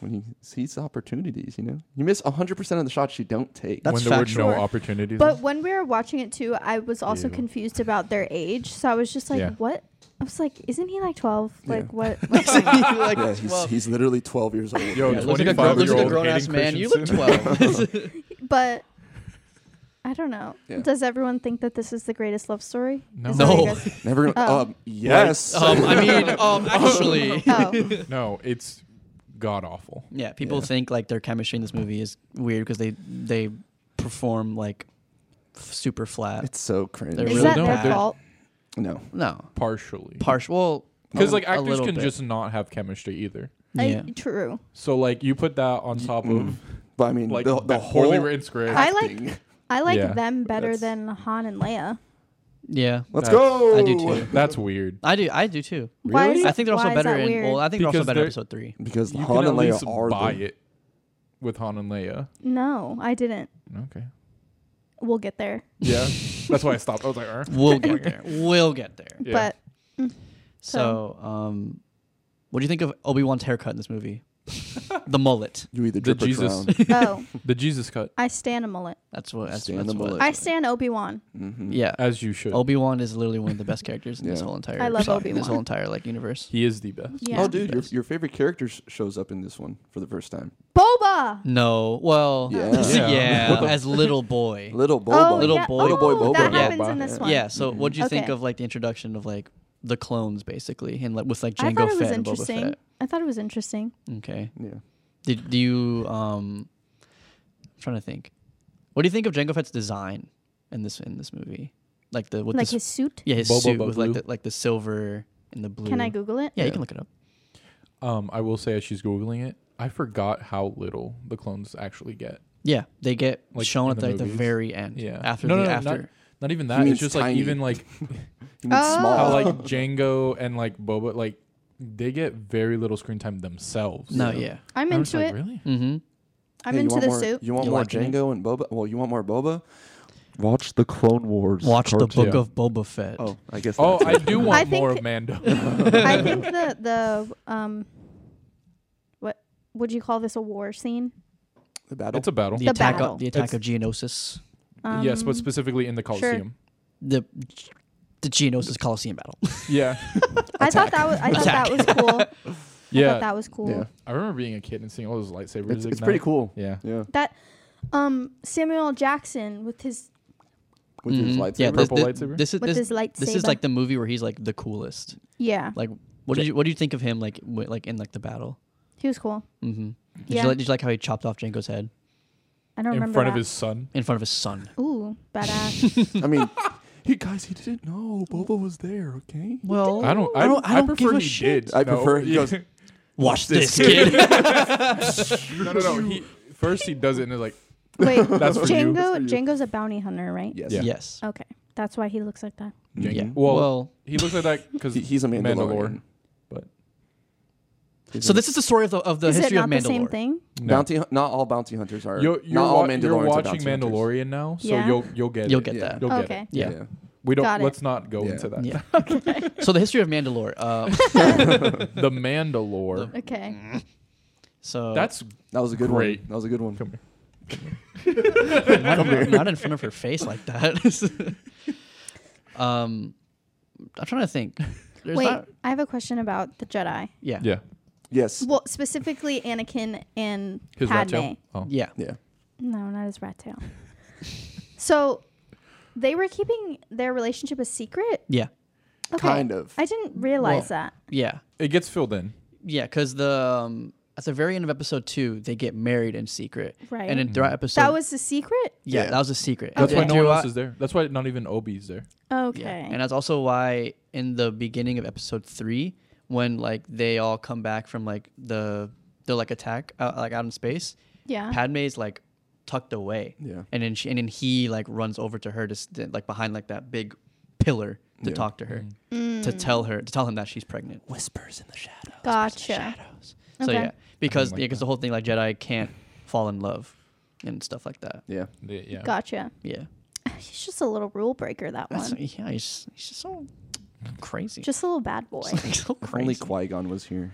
S4: when you seize opportunities, you know, you miss 100 percent of the shots you don't take.
S1: That's
S2: when there
S1: factual.
S2: were no opportunities.
S3: But when we were watching it too, I was also
S2: Yeah.
S3: confused about their age. So I was just like,
S2: Yeah.
S3: what? I was like, isn't he like 12? Like,
S4: Yeah.
S3: what?
S1: Like,
S4: yeah, he's,
S1: well,
S4: he's literally 12 years old.
S2: Yo,
S1: yeah,
S2: a
S1: looks like a grown, looks like a
S2: 25-year-old
S1: grown ass
S2: Hayden
S1: man. You look
S2: Christensen.
S1: twelve.
S3: but I don't know.
S4: Yeah.
S3: Does everyone think that this is the greatest love story?
S2: No.
S3: Is that what you
S1: No.
S3: guys-
S4: Never gonna.
S3: Oh.
S4: Um, yes.
S1: um, I mean, um, actually,
S3: Oh,
S2: no, it's god awful.
S1: yeah. People
S4: Yeah.
S1: think like their chemistry in this movie is weird because they they perform like f- super flat.
S4: it's so cringe.
S1: They
S3: is
S1: really
S3: that
S1: don't.
S3: their
S1: They're-
S3: fault?
S4: no.
S1: no,
S2: Partially,
S1: partial. Well,
S2: because like
S1: a
S2: actors
S1: little
S2: can
S1: bit.
S2: just not have chemistry either.
S3: I-
S1: yeah.
S3: true.
S2: So like you put that on top
S1: mm.
S2: of
S4: But I mean,
S2: like
S4: the, the
S2: that poorly
S4: whole
S2: written script.
S3: I like-
S4: acting.
S3: I like
S2: Yeah.
S3: them better
S4: That's-
S3: than Han and Leia.
S1: Yeah,
S4: Let's
S2: That's-
S4: go.
S1: I do too.
S2: That's weird.
S1: I do. I do too.
S3: Why is
S1: I think they're
S3: why
S1: also
S3: is
S1: better
S3: that
S1: in.
S3: weird?
S1: Well, I think they're also
S2: Because
S1: better in
S2: they're-
S1: episode three.
S4: Because
S2: You
S4: Han
S2: can at
S4: and
S2: least
S4: Leia are
S2: buy
S4: the,
S2: it with Han and Leia.
S3: no, I didn't.
S2: Okay.
S3: We'll get there.
S2: Yeah, that's why I stopped. I was like, "Er."
S1: We'll get there. We'll get there.
S2: Yeah.
S3: But
S1: So, um, what do you think of Obi Wan's haircut in this movie? the mullet.
S4: You either
S2: The
S4: drip or
S2: Jesus.
S4: drown.
S3: oh,
S2: the Jesus cut,
S3: I stand a mullet.
S1: That's what. That's,
S4: Stand
S1: that's
S4: the
S1: what-
S4: mullet.
S3: I stand Obi Wan.
S4: Mhm.
S1: Yeah.
S2: as you should.
S1: Obi Wan is literally one of the best characters in this
S4: Yeah.
S1: whole entire.
S3: I love
S1: saga, in This
S3: Obi-Wan.
S1: whole entire like universe.
S2: he is the best.
S3: Yeah.
S4: Oh, dude, your,
S1: Yes.
S4: your favorite character sh- shows up in this one for the first time.
S3: Boba.
S1: No. Well.
S4: Yeah.
S1: Yeah.
S2: Yeah.
S1: as little boy.
S4: Little Boba.
S3: Oh,
S1: Little
S3: yeah.
S1: boy. Little
S4: boy
S3: Oh, That
S4: Boba.
S3: happens
S2: Boba.
S3: in this
S4: Yeah.
S3: one.
S1: yeah. So, what do you think
S3: Okay.
S1: of like the introduction of like the clones basically, and like with like
S3: I
S1: Jango
S3: thought it was
S1: Fett and Boba
S3: interesting.
S1: Fett?
S3: I thought it was interesting.
S1: Okay.
S4: Yeah.
S1: Did do you um? I'm trying to think. What do you think of Jango Fett's design in this in this movie? Like the with
S3: like
S1: this,
S3: his suit.
S1: yeah his
S2: Boba
S1: suit with like
S2: blue.
S1: the like the silver and the blue.
S3: Can I Google it?
S1: Yeah, you
S4: Yeah.
S1: can look it up.
S2: Um, I will say as she's googling it, I forgot how little the clones actually get.
S1: Yeah, they get
S2: Like,
S1: shown
S2: in
S1: at
S2: the
S1: the, like, the
S2: movies?
S1: very end.
S2: Yeah.
S1: After
S2: No,
S1: the
S2: no, no,
S1: after.
S2: Not even
S4: He
S2: that.
S4: means
S2: It's just like
S4: tiny.
S2: even like
S4: He needs
S3: Oh.
S4: small.
S2: how like Django and like Boba like they get very little screen time themselves.
S1: no,
S2: you know?
S1: yeah.
S3: I'm
S2: I'm just
S3: into
S2: like,
S3: it.
S2: Really?
S1: Mm-hmm.
S3: I'm
S4: Hey, you
S3: into
S4: want
S3: the
S4: more,
S3: suit.
S4: You want
S1: You
S4: more
S1: liking it?
S4: Django and Boba? Well, you want more Boba? Watch the Clone Wars.
S1: Watch the
S4: cartoon.
S1: Book
S2: Yeah.
S1: of Boba Fett.
S4: Oh, I guess.
S2: Oh,
S4: that's
S2: I
S4: it.
S2: do want
S3: I
S2: more
S3: think-
S2: of Mando.
S3: I think the the um, what would you call this? A war scene?
S4: the battle.
S2: it's a battle.
S1: the,
S3: The
S1: attack
S3: battle.
S1: of, the attack
S2: It's-
S1: of Geonosis.
S3: Um,
S2: yes, but specifically in the Coliseum.
S1: The the Geonosis Coliseum battle.
S2: Yeah.
S3: I thought that was I thought that was cool. I
S2: Yeah.
S3: thought that was cool.
S4: Yeah.
S2: I remember being a kid and seeing all those lightsabers.
S4: It's, it's
S2: ignite.
S4: pretty cool.
S2: Yeah.
S4: Yeah.
S3: That um Samuel L. Jackson with his
S4: with his lightsaber.
S1: Mm-hmm. Yeah, this,
S2: Purple
S1: thi-
S2: lightsaber?
S1: this is
S3: With
S1: this,
S3: his lightsaber.
S1: this is like the movie where he's like the coolest.
S3: yeah,
S1: Like, what did you what do you think of him? Like, w- like in like the battle.
S3: he was cool.
S1: Mm-hmm. Did,
S3: Yeah.
S1: you like, did you like how he chopped off Jango's head
S3: I don't
S2: in
S3: remember
S2: front
S3: that.
S2: of his son.
S1: in front of his son?
S3: Ooh, badass.
S4: I mean, he guys, he didn't know Boba was there. Okay.
S1: Well,
S2: I don't. I,
S1: I don't- I don't
S2: prefer
S1: give a
S2: he
S1: shit.
S2: did.
S4: I prefer he goes,
S1: watch this
S4: this
S1: kid.
S2: no, no, no. He, first he does it and it's like
S3: Wait,
S2: That's for you.
S3: Django.
S4: That's for you.
S3: Django's a bounty hunter, right?
S4: yes.
S2: Yeah.
S1: Yes.
S3: Okay, that's why he looks like that.
S2: Jango.
S1: Yeah.
S2: Well,
S1: well
S2: he looks like that because
S4: Mm, He- he's a Mandalorian.
S2: Mandalore. But
S1: So this is the story of the of the
S3: Is it
S1: history
S3: not
S1: of
S3: the
S1: Mandalore.
S3: same thing?
S4: bounty. hu- Not all bounty hunters are.
S2: you're, you're,
S4: not all
S2: wa-
S4: Mandalorians
S2: you're
S4: are
S2: watching
S4: bounty hunters.
S2: Mandalorian now, so
S3: Yeah.
S2: you'll you'll get
S1: You'll
S2: it.
S1: get
S4: Yeah.
S1: that.
S2: You'll get
S3: Okay.
S2: it.
S1: Yeah.
S2: We
S3: Got
S2: don't.
S3: it.
S2: Let's not go
S4: Yeah.
S2: into that.
S1: Yeah. so the history of Mandalore. Uh,
S2: The Mandalore.
S3: Okay.
S2: Mm.
S1: so
S2: That's
S4: That was a good
S2: Great.
S4: one. That was a good one.
S2: Come
S1: not, not in front of her face like that. um, I'm trying to think. There's
S3: Wait,
S1: not-
S3: I have a question about the Jedi.
S1: yeah.
S2: yeah.
S4: Yes.
S3: Well, specifically Anakin and
S2: His
S3: Padme.
S2: rat tail. Oh.
S1: Yeah.
S4: Yeah.
S3: No, not his rat tail. so they were keeping their relationship a secret?
S1: Yeah.
S3: Okay.
S4: Kind of.
S3: I didn't realize that.
S1: Yeah.
S2: It gets filled in.
S1: Yeah, because the um, at the very end of episode two, they get married in secret,
S3: Right.
S1: And then throughout episode,
S3: that was the secret?
S1: yeah,
S4: Mm-hmm. Yeah.
S1: that was a secret.
S2: That's
S1: And
S2: why no one
S1: throughout-
S2: else is there. That's why not even Obi's there.
S3: Okay.
S1: Yeah, and uh, that's also why in the beginning of episode three, when like they all come back from like the they're like attack out, like out in space,
S2: Uh-huh.
S3: yeah.
S1: Padme's like tucked away,
S4: Yeah.
S1: and then she and then he like runs over to her to st- like behind like that big pillar to
S4: Yeah.
S1: talk to her
S2: Mm.
S3: Mm,
S1: to tell her to tell him that she's pregnant. Whispers in the shadows.
S3: Gotcha.
S1: shadows. So
S3: Okay.
S1: yeah, because
S2: like
S1: yeah, because the whole thing like Jedi can't fall in love and stuff like that.
S4: Yeah.
S2: Yeah.
S3: Gotcha.
S1: Yeah,
S3: He's just a little rule breaker, that
S1: That's,
S3: one.
S1: yeah, he's, he's just so crazy.
S3: Just a little bad boy.
S1: so
S4: If only
S1: crazy.
S4: Qui Gon was here.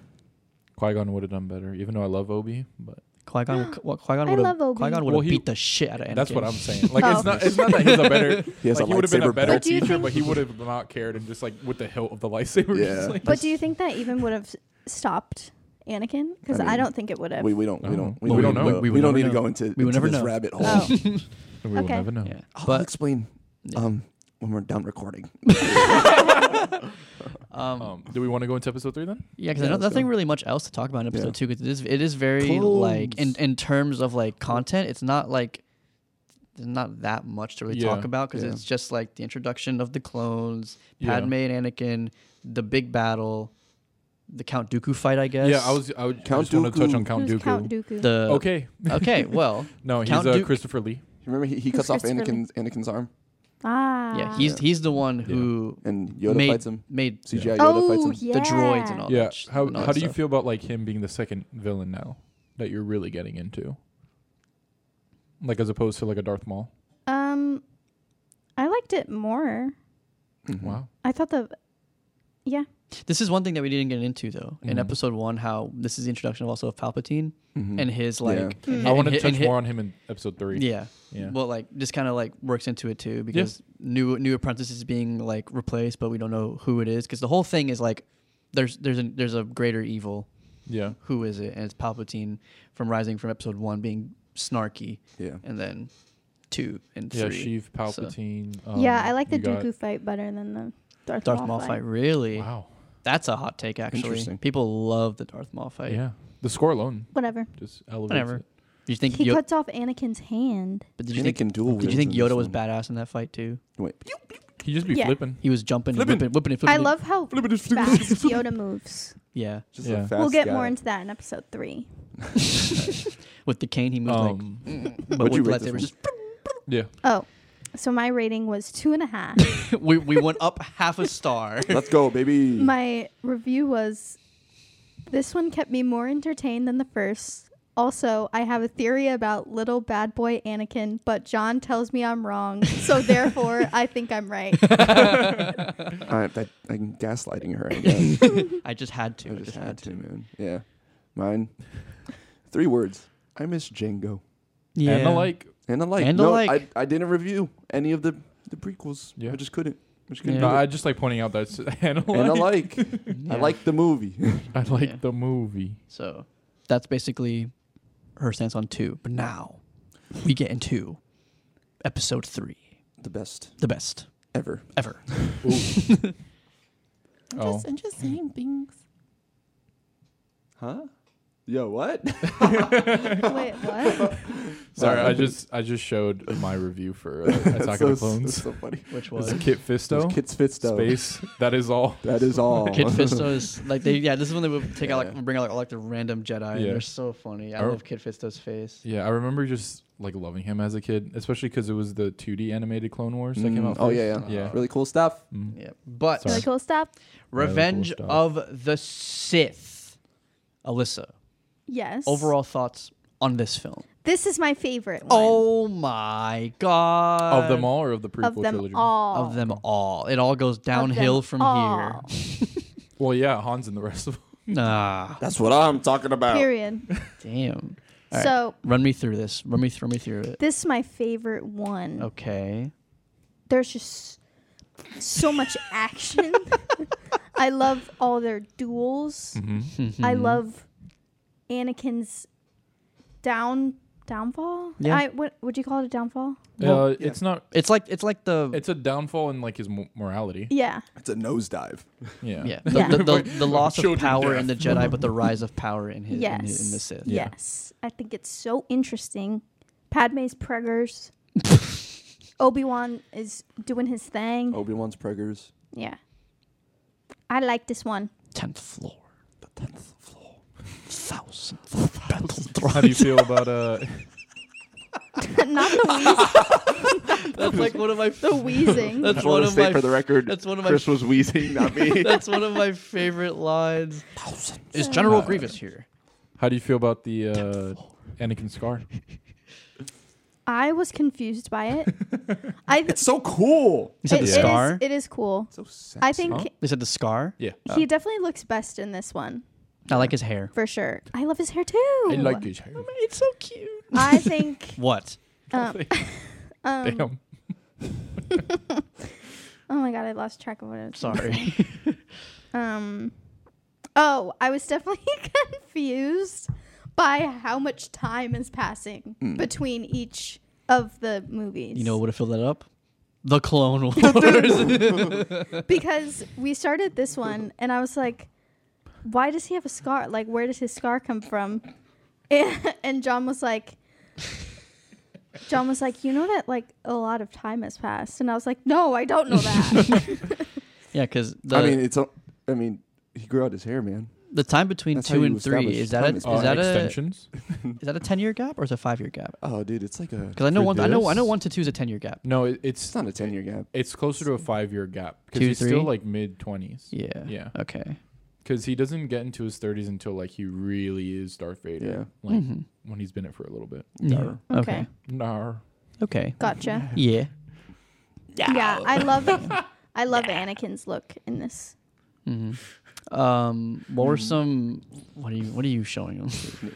S2: Qui Gon would have done better, even though I love Obi. But
S1: Qui Gon would well, Qui Gon
S3: I
S1: would have
S3: love Obi.
S1: Qui Gon would
S2: Well,
S1: have
S2: he-
S1: beat the shit out of Anakin.
S2: that's what I'm saying. Like
S3: Oh.
S2: it's not it's not that he's a better
S4: He has
S2: like,
S4: a
S2: he would have been a
S4: lightsaber
S2: better
S3: But do you
S2: teacher,
S3: think-
S2: but he would have not cared and just like with the hilt of the lightsaber.
S4: Yeah.
S2: just, like-
S3: but do you think that even would have stopped Anakin? Because
S4: I
S3: I,
S4: mean,
S3: don't think it would have.
S4: We, we don't
S2: I
S4: we
S2: don't
S4: don't
S2: know. Uh-huh. We
S4: need
S2: don't
S4: to
S2: know.
S4: go-
S1: We
S4: We,
S1: would
S4: don't
S1: never
S4: need to
S1: know.
S4: go into,
S1: We would
S4: into
S1: never
S4: this
S1: know.
S4: rabbit hole.
S3: oh.
S2: we will
S3: Okay.
S2: never know.
S1: Yeah.
S4: I'll
S1: But
S4: explain um, when we're done recording.
S1: um,
S2: Um, do we want to go into episode three then?
S1: yeah, because
S4: yeah,
S1: I know
S4: let's
S1: nothing
S4: go.
S1: really much else to talk about in episode
S4: Yeah.
S1: two. Because it is it is very like in in terms of like content, it's not like there's not that much to really
S2: Yeah.
S1: talk about because
S4: Yeah.
S1: it's just like the introduction of the clones,
S2: Yeah.
S1: Padme and Anakin, the big battle, the Count Dooku fight, I guess.
S2: Yeah, I was. I, would,
S4: Count
S2: I just want to touch
S4: Dooku.
S2: on Count
S3: Who's
S2: Dooku.
S3: Count Dooku?
S1: the
S2: okay.
S1: okay well
S2: No, he's
S1: Uh, Count
S2: uh,
S1: Dooku-
S2: Christopher Lee.
S4: Remember he, he
S3: Who's
S4: cuts off
S3: Christopher Lee?
S4: Anakin's Anakin's arm
S3: ah.
S1: yeah he's he's the one who
S4: and Yoda
S1: made
S4: fights him.
S1: made
S4: CGI Yoda
S3: oh,
S4: fights him.
S3: yeah.
S1: the droids and all
S2: Yeah.
S1: that. sh-
S2: How
S1: and all
S2: how
S1: that
S2: do you
S1: stuff.
S2: feel about like him being the second villain now that you're really getting into? Like as opposed to like a Darth Maul.
S3: Um, I liked it more.
S4: Mhm.
S2: Wow.
S3: I thought the, yeah,
S1: This is one thing that we didn't get into though in
S2: Mhm.
S1: episode one. How this is the introduction of also of Palpatine
S4: Mhm.
S1: and his like. and
S3: Mm.
S1: hi-
S2: I want
S1: and
S2: to
S1: hi-
S2: touch
S1: and hi-
S2: more on him in episode three.
S1: Yeah.
S2: Yeah.
S1: Well, like just kind of like works into it too because new new apprentices being like replaced, but we don't know who it is because the whole thing is like there's there's a there's a greater evil.
S2: yeah.
S1: Who is it? And it's Palpatine from Rising from episode one being snarky,
S4: yeah.
S1: and then two and
S2: Yeah,
S1: three.
S2: Sheev, Palpatine. um,
S3: yeah. I like the
S2: you got-
S3: Dooku fight better than the Darth,
S1: Darth
S3: Maul,
S1: Maul fight really.
S2: Wow.
S1: That's a hot take actually.
S4: Interesting.
S1: People love the Darth Maul fight.
S2: Yeah. The score alone
S3: Whatever.
S2: just elevates
S1: Whatever.
S2: it.
S1: Do you think
S3: He
S1: Yo-
S3: cuts off Anakin's hand.
S1: but did you think
S4: Anakin
S1: Did
S4: dual
S1: you
S4: wields
S1: think
S4: in this
S1: Yoda was
S4: one.
S1: badass in that fight too?
S4: Wait.
S2: He just be
S3: Yeah.
S2: flipping.
S1: He was jumping, and
S2: Flippin'.
S1: whipping, whipping, and flipping.
S3: I
S1: and-
S3: love how fast Yoda moves.
S1: Yeah,
S4: Just
S2: Yeah.
S4: a fast
S3: we'll get
S4: guy.
S3: more into that in episode three.
S1: with the cane, he moved
S2: Um,
S1: like. But
S4: What'd you
S1: with
S4: rate this
S1: lightsaber,
S4: one?
S1: just
S2: yeah.
S3: Oh, so my rating was two and a half.
S1: we we went up half a star.
S4: Let's go, baby.
S3: my review was this one kept me more entertained than the first. Also, I have a theory about little bad boy Anakin, but John tells me I'm wrong, so therefore I think I'm right.
S4: I, that, I'm gaslighting her. I guess.
S1: I just had to.
S4: I just had to, man. Yeah. Mine. Three words. I miss Django.
S1: Yeah.
S2: And the like.
S4: And I like.
S1: And I
S4: no,
S1: like.
S4: I, I didn't review any of the the prequels.
S2: Yeah.
S4: I just couldn't. I just
S1: Yeah.
S4: couldn't.
S2: No,
S4: do
S2: I
S4: it.
S2: just like pointing out that's and I
S4: And I
S2: like,
S4: like. I like the movie.
S2: I like
S1: Yeah.
S2: the movie.
S1: So, that's basically her stance on two. But now, we get into episode three.
S4: the best
S1: The best
S4: ever.
S1: ever.
S2: Oh.
S4: I'm just saying things. Huh? Yo, what?
S3: Wait, what?
S2: Sorry, I just I just showed my review for uh, Attack
S4: so,
S2: of the Clones.
S4: So funny.
S1: Which
S2: It's
S1: was
S2: Kit Fisto.
S4: Kids fits though.
S2: Space. That is all.
S4: That is all.
S1: Kid Fisto is like they yeah this is when they would take out
S4: Yeah.
S1: like bring out like, all, like the random Jedi and
S2: Yeah.
S1: they're so funny. I
S2: Or-
S1: love Kid Fisto's face.
S2: Yeah, I remember just like loving him as a kid, especially because it was the 2D animated Clone Wars that came
S4: Mm,
S2: out.
S4: oh
S2: first.
S4: yeah, yeah,
S2: yeah.
S4: Really cool stuff.
S2: Mm.
S1: Yeah, but
S2: Sorry.
S3: really cool stuff.
S1: Revenge
S2: stuff.
S1: of the Sith. Alyssa,
S3: Yes.
S1: overall thoughts on this film?
S3: This is my favorite one.
S1: Oh my god!
S2: Of them all or of the prequel
S3: of them
S2: trilogy?
S3: all.
S1: Of them all. It all goes downhill from
S3: all.
S1: here.
S2: Well, yeah, Hans and the rest of them.
S1: Nah,
S4: That's what I'm talking about.
S3: Period.
S1: damn. All right.
S3: So
S1: Run me through this. Run me through me through it.
S3: this is my favorite one.
S1: Oh. Okay.
S3: There's just so much action. I love all their duels.
S1: Mm-hmm.
S3: I love Anakin's down downfall.
S1: Yeah.
S3: I what would you call it a downfall?
S1: Well,
S2: uh, It's not.
S1: It's like it's like the
S2: It's a downfall in like his mo- morality.
S3: Yeah.
S4: It's a nosedive.
S2: Yeah.
S1: yeah the,
S3: Yeah.
S1: The, the, the loss of
S2: Children
S1: power
S2: death.
S1: in the Jedi, but the rise of power in his in
S3: yes.
S1: his- in, the Sith.
S2: Yeah.
S3: Yes. I think it's so interesting. Padme's preggers. Obi Wan is doing his thing.
S1: Oh.
S4: Obi Wan's preggers.
S3: Yeah. I like this one.
S1: Tenth floor,
S4: The tenth floor.
S1: thousandth battle
S2: How do you
S1: thrice.
S2: feel about uh?
S3: Not the wheezing.
S1: That's like one of my
S3: The wheezing.
S1: That's
S4: I just want
S1: one
S4: to
S1: of
S4: state
S1: my
S4: for the record.
S1: that's one of my-
S4: Chris was wheezing, not me.
S1: that's one of my favorite lines. Is General Grievous here?
S2: How do you feel about the uh, Anakin Scar?
S3: I was confused by it. I th-
S4: it's so cool.
S1: You said
S3: it- it
S1: the
S3: is-
S1: scar.
S3: it is cool.
S4: So sexy.
S3: I think
S2: Huh?
S1: They said the scar.
S2: Yeah.
S3: he definitely looks best in this one
S1: I like his hair.
S3: for sure. I love his hair too.
S2: I like his hair.
S1: It's so cute.
S3: I think.
S1: What?
S3: Um, um,
S2: Damn.
S3: oh my god, I lost track of what I was.
S1: Sorry.
S3: Um. Oh, I was definitely confused by how much time is passing
S2: Hmm.
S3: between each of the movies.
S1: you know what would have filled that up? The Clone Wars.
S3: because we started this one and I was like, why does he have a scar? Like, where does his scar come from? And, and John was like, John was like, you know that like a lot of time has passed, and I was like, no, I don't know that.
S1: yeah, because
S4: I mean, it's. A, I mean, he grew out his hair, man.
S1: the time between
S4: That's how
S1: two
S4: you
S1: and three
S4: establish
S1: is that a,
S4: time
S1: is
S4: is
S2: Uh,
S1: that a is
S2: extensions?
S1: that a ten year gap or is it a five year gap?
S4: Oh, dude, it's like a.
S1: Because I know
S2: For
S1: one I know I know
S2: this?
S1: one to two is a ten year gap.
S2: No, it,
S4: It's
S2: it's
S4: not a ten-year gap.
S2: it's closer to a five year gap because
S1: Two,
S2: he's
S1: three?
S2: still like mid twenties.
S1: Yeah.
S2: Yeah,
S1: Okay.
S2: because he doesn't get into his thirties until like he really is Darth Vader. like
S1: Mm-hmm.
S2: when he's been it for a little bit.
S1: Yeah.
S4: Dar.
S1: Mm-hmm. Okay.
S2: Nah.
S1: Okay.
S3: gotcha.
S1: Yeah.
S3: Yeah, I love, I love Anakin's look in this.
S1: Mm-hmm. Um, what
S4: Mm-hmm.
S1: were some? What are you? What are you showing them?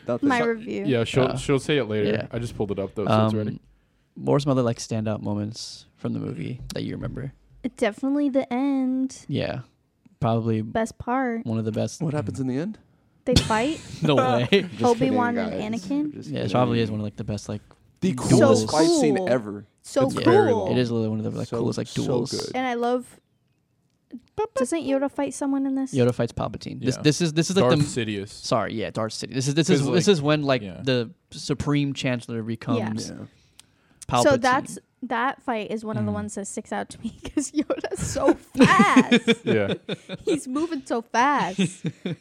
S4: Not this-
S3: My review.
S2: Yeah, she'll
S1: Uh,
S2: she'll say it later.
S1: yeah.
S2: I just pulled it up though, so it's ready.
S1: Um, what were some other like standout moments from the movie that you remember?
S3: Definitely the end.
S1: Yeah, probably
S3: Best part.
S1: one of the best.
S4: What happens in the end?
S3: They fight
S1: No way.
S4: Just
S3: Obi
S4: kidding,
S3: Wan and
S4: guys.
S3: Anakin?
S4: Just
S1: yeah, it
S4: kidding.
S1: probably is one of like the best like.
S4: the
S1: So
S4: coolest fight scene
S3: cool.
S4: ever.
S3: so
S1: yeah,
S3: cool.
S1: It is literally one of the like
S4: So-
S1: coolest like
S4: so
S1: duels.
S4: good.
S3: And I love. Doesn't Yoda fight someone in this?
S1: Yoda fights Palpatine. This
S2: Yeah.
S1: this is this is like
S2: Darth
S1: the.
S2: Sidious.
S1: Sorry, yeah, Darth City. This is this is
S2: 'Cause,
S1: this
S2: like,
S1: is when like
S2: yeah.
S1: the Supreme Chancellor becomes
S4: Yeah.
S1: Palpatine.
S3: So that's that fight is one of the
S2: Mm.
S3: ones that sticks out to me because Yoda's so fast.
S2: yeah,
S3: He's moving so fast,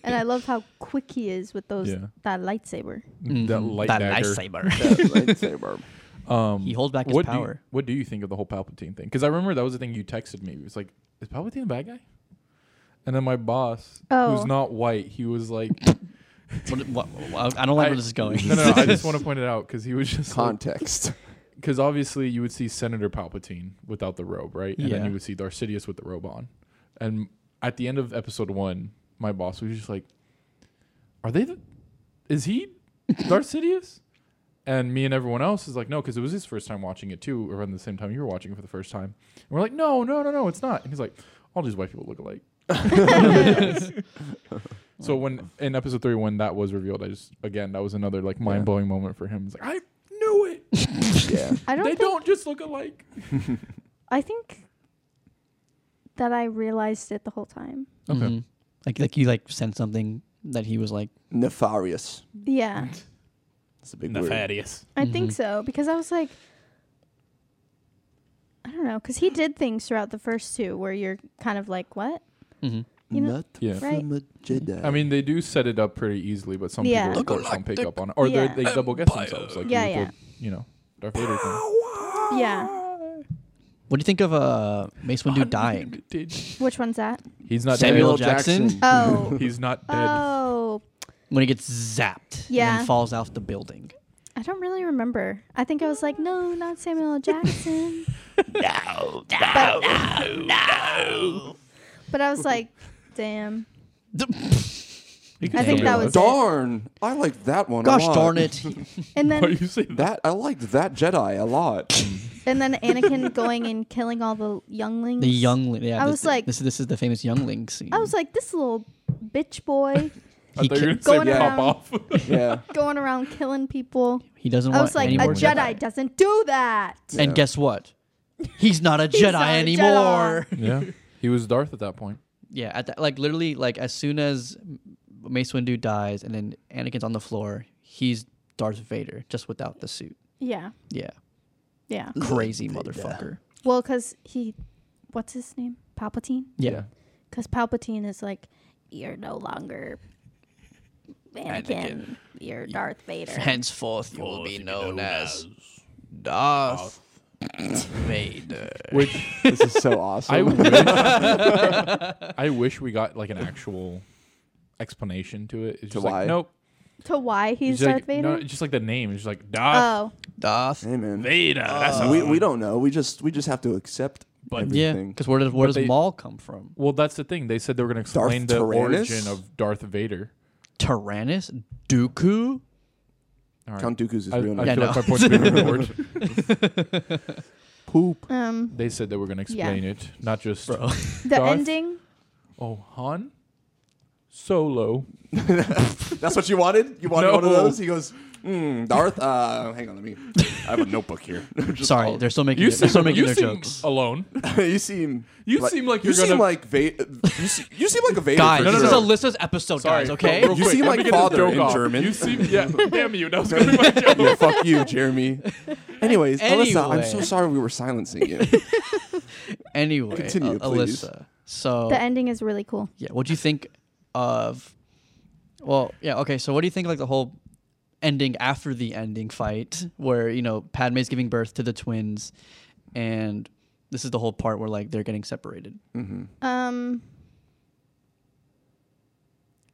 S3: and I love how quick he is with those
S2: Yeah.
S3: that lightsaber.
S2: Mm-hmm. that
S1: Mhm.
S2: light
S1: that
S2: dagger.
S1: lightsaber.
S4: That lightsaber.
S2: Um,
S1: He holds back his
S2: what Do you,
S1: power.
S2: what do you think of the whole Palpatine thing? Because I remember that was the thing you texted me. It was like, is Palpatine the bad guy? And then my boss,
S3: Oh.
S2: who's not white, he was like,
S1: What- what- what- I don't like
S2: I-
S1: where this is going.
S2: No, no, no, I just want to point it out because he was just
S4: Context.
S2: because obviously you would see Senator Palpatine without the robe, right? And
S1: Yeah.
S2: then you would see Darth Sidious with the robe on. And at the end of episode one, my boss was just like, "Are they? The, is he Darth Sidious?" And me and everyone else is like, "No," because it was his first time watching it too, around the same time you were watching it for the first time. And we're like, "No, no, no, no, it's not." And he's like, "All these white people look alike." so when in episode three, when that was revealed, I just again that was another like mind blowing moment for him. He's like, "I knew it."
S4: yeah.
S3: I don't
S2: they
S3: think
S2: don't just look alike.
S3: I think that I realized it the whole time.
S2: Okay.
S1: Mhm. Like like you like sent something that he was like
S4: Nefarious.
S3: Yeah,
S4: That's a big word.
S2: Nefarious.
S3: I think
S1: Mhm.
S3: so because I was like, I don't know, because he did things throughout the first two where you're kind of like, what?
S1: mhm.
S3: You know-
S4: Not
S2: Yeah.
S4: from
S3: Right.
S4: a Jedi.
S2: I mean, they do set it up pretty easily, but some
S3: Yeah.
S2: people of course, don't pick up on it, or
S3: Yeah.
S2: they they double guess themselves, like
S3: Yeah,
S2: you,
S3: yeah.
S2: did, you know, Darth Vader thing.
S3: Yeah.
S1: What do you think of uh Mace Windu dying?
S3: Which one's that?
S2: He's not
S1: Samuel
S2: dead.
S1: Jackson?
S3: Oh.
S2: He's not dead.
S3: Oh,
S1: When he gets zapped and
S3: Yeah.
S1: then falls off the building.
S3: I don't really remember. I think I was like, no, not Samuel L. Jackson.
S1: No,
S3: but, but I was like, damn. I think that was it.
S4: Darn. I like that one. a
S1: Gosh
S4: lot.
S1: darn it.
S3: And
S2: Why do
S3: then
S2: you say that?
S4: That I liked that Jedi a lot.
S3: and then Anakin going and killing all the younglings.
S1: The youngling. Yeah,
S3: I
S1: this,
S3: was like-
S1: this, this is the famous youngling scene.
S3: I was like, this little bitch boy
S2: I
S1: He
S2: thought you were
S1: ca-
S2: going
S3: going
S2: to say pop
S3: around-
S2: off.
S4: Yeah.
S3: going around killing people.
S1: he doesn't
S3: I
S1: want
S3: was like,
S1: any
S3: a
S1: more
S3: Jedi, doesn't do that.
S1: And
S4: Yeah.
S1: guess what? He's not a Jedi
S3: not a
S1: anymore.
S2: yeah, he was Darth at that point.
S1: Yeah, at that, like literally, like as soon as Mace Windu dies and then Anakin's on the floor, he's Darth Vader just without the suit.
S3: Yeah,
S1: Yeah,
S3: yeah.
S1: crazy motherfucker.
S3: Well, because he, what's his name? Palpatine.
S1: Yeah.
S3: Because Palpatine is like, you're no longer Anakin. You're Darth Vader.
S1: Henceforth, you will be known as Darth Vader.
S2: Which
S4: This is so
S2: I
S4: awesome.
S2: wish, I wish we got like an actual explanation to it. It's just
S4: why?
S2: like nope.
S3: to why he's
S2: It's
S3: Darth
S2: like,
S3: Vader?
S2: No, it's just like the name. It's just like Darth
S3: oh,
S1: Darth.
S4: hey man.
S2: Vader. That's how
S4: we, we don't know. We just we just have to accept
S2: But-
S1: Yeah,
S4: everything.
S1: because where does where does
S2: they-
S1: Maul come from?
S2: Well, that's the thing. They said they were going to explain the
S4: Tyrannus?
S2: origin of Darth Vader.
S1: Tyrannus, Dooku.
S2: All right.
S4: Count Dooku's his
S2: I, I
S4: real
S2: feel
S4: name.
S1: Yeah,
S2: like
S1: no.
S2: my point's been ignored.
S4: Poop.
S3: um,
S2: They said they were going to explain it, not just
S1: Bro.
S3: the
S2: Darth-
S3: ending.
S2: oh Han Solo.
S4: That's what you wanted? You wanted
S2: No.
S4: one of those? He goes, mm, Darth, uh, hang on, let me. I have a notebook here. Just
S1: Sorry,
S4: all-
S1: they're still making
S2: You
S1: their, they're
S2: seem,
S1: still making
S2: you
S1: their
S2: seem
S1: jokes.
S2: alone.
S4: you seem.
S2: You seem like
S4: you
S2: you're
S4: seem
S2: gonna-
S4: like Vader. You, se- you seem like a Vader.
S1: Guys,
S4: for
S2: No, no,
S1: this
S4: sure.
S2: no.
S1: is Alyssa's episode, guys.
S2: Sorry.
S1: Okay.
S2: No, real
S4: You
S2: quick,
S4: seem
S2: let
S4: like
S2: me get this
S4: father
S2: joke
S4: in
S2: off.
S4: German.
S2: You seem yeah. damn you. That was going to be my joke.
S4: yeah, fuck you, Jeremy. Anyways, Alyssa, I'm
S1: Anyway.
S4: so sorry we were silencing you.
S1: anyway,
S4: Continue,
S1: Al-
S4: please.
S1: Alyssa. So
S2: Oh.
S3: The ending is really cool.
S1: Yeah. What do you think of? Well, yeah. Okay. So, what do you think like the whole ending after the ending fight, where you know Padme's giving birth to the twins, and this is the whole part where like they're getting separated.
S3: Um,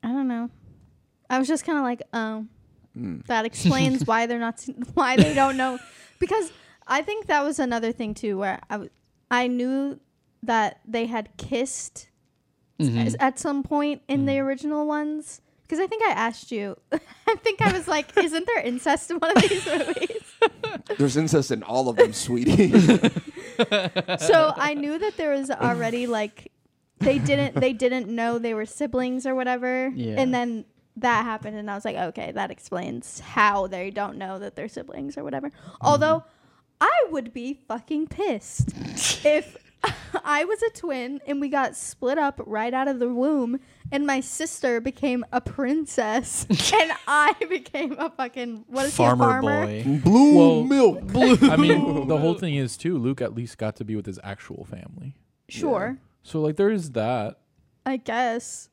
S3: I don't know. I was just kind of like, oh,
S2: Hmm.
S3: that explains why they're not, why they don't know, because I think that was another thing too, where I, w- I knew that they had kissed
S2: Mm-hmm.
S3: s- at some point in the original ones, because I think I asked you, I think I was like, isn't there incest in one of these movies?
S4: There's incest in all of them, sweetie.
S3: so I knew that there was already like they didn't they didn't know they were siblings or whatever.
S1: Yeah.
S3: And then that happened and I was like, okay, that explains how they don't know that they're siblings or whatever.
S1: Mm-hmm.
S3: Although I would be fucking pissed if I was a twin and we got split up right out of the womb and my sister became a princess and I became a fucking what is
S1: farmer,
S3: he a farmer?
S1: boy.
S4: Blue
S2: Well-
S4: milk.
S2: I mean, the whole thing is too. Luke at least got to be with his actual family.
S3: Sure.
S2: So like, there is that.
S3: I guess.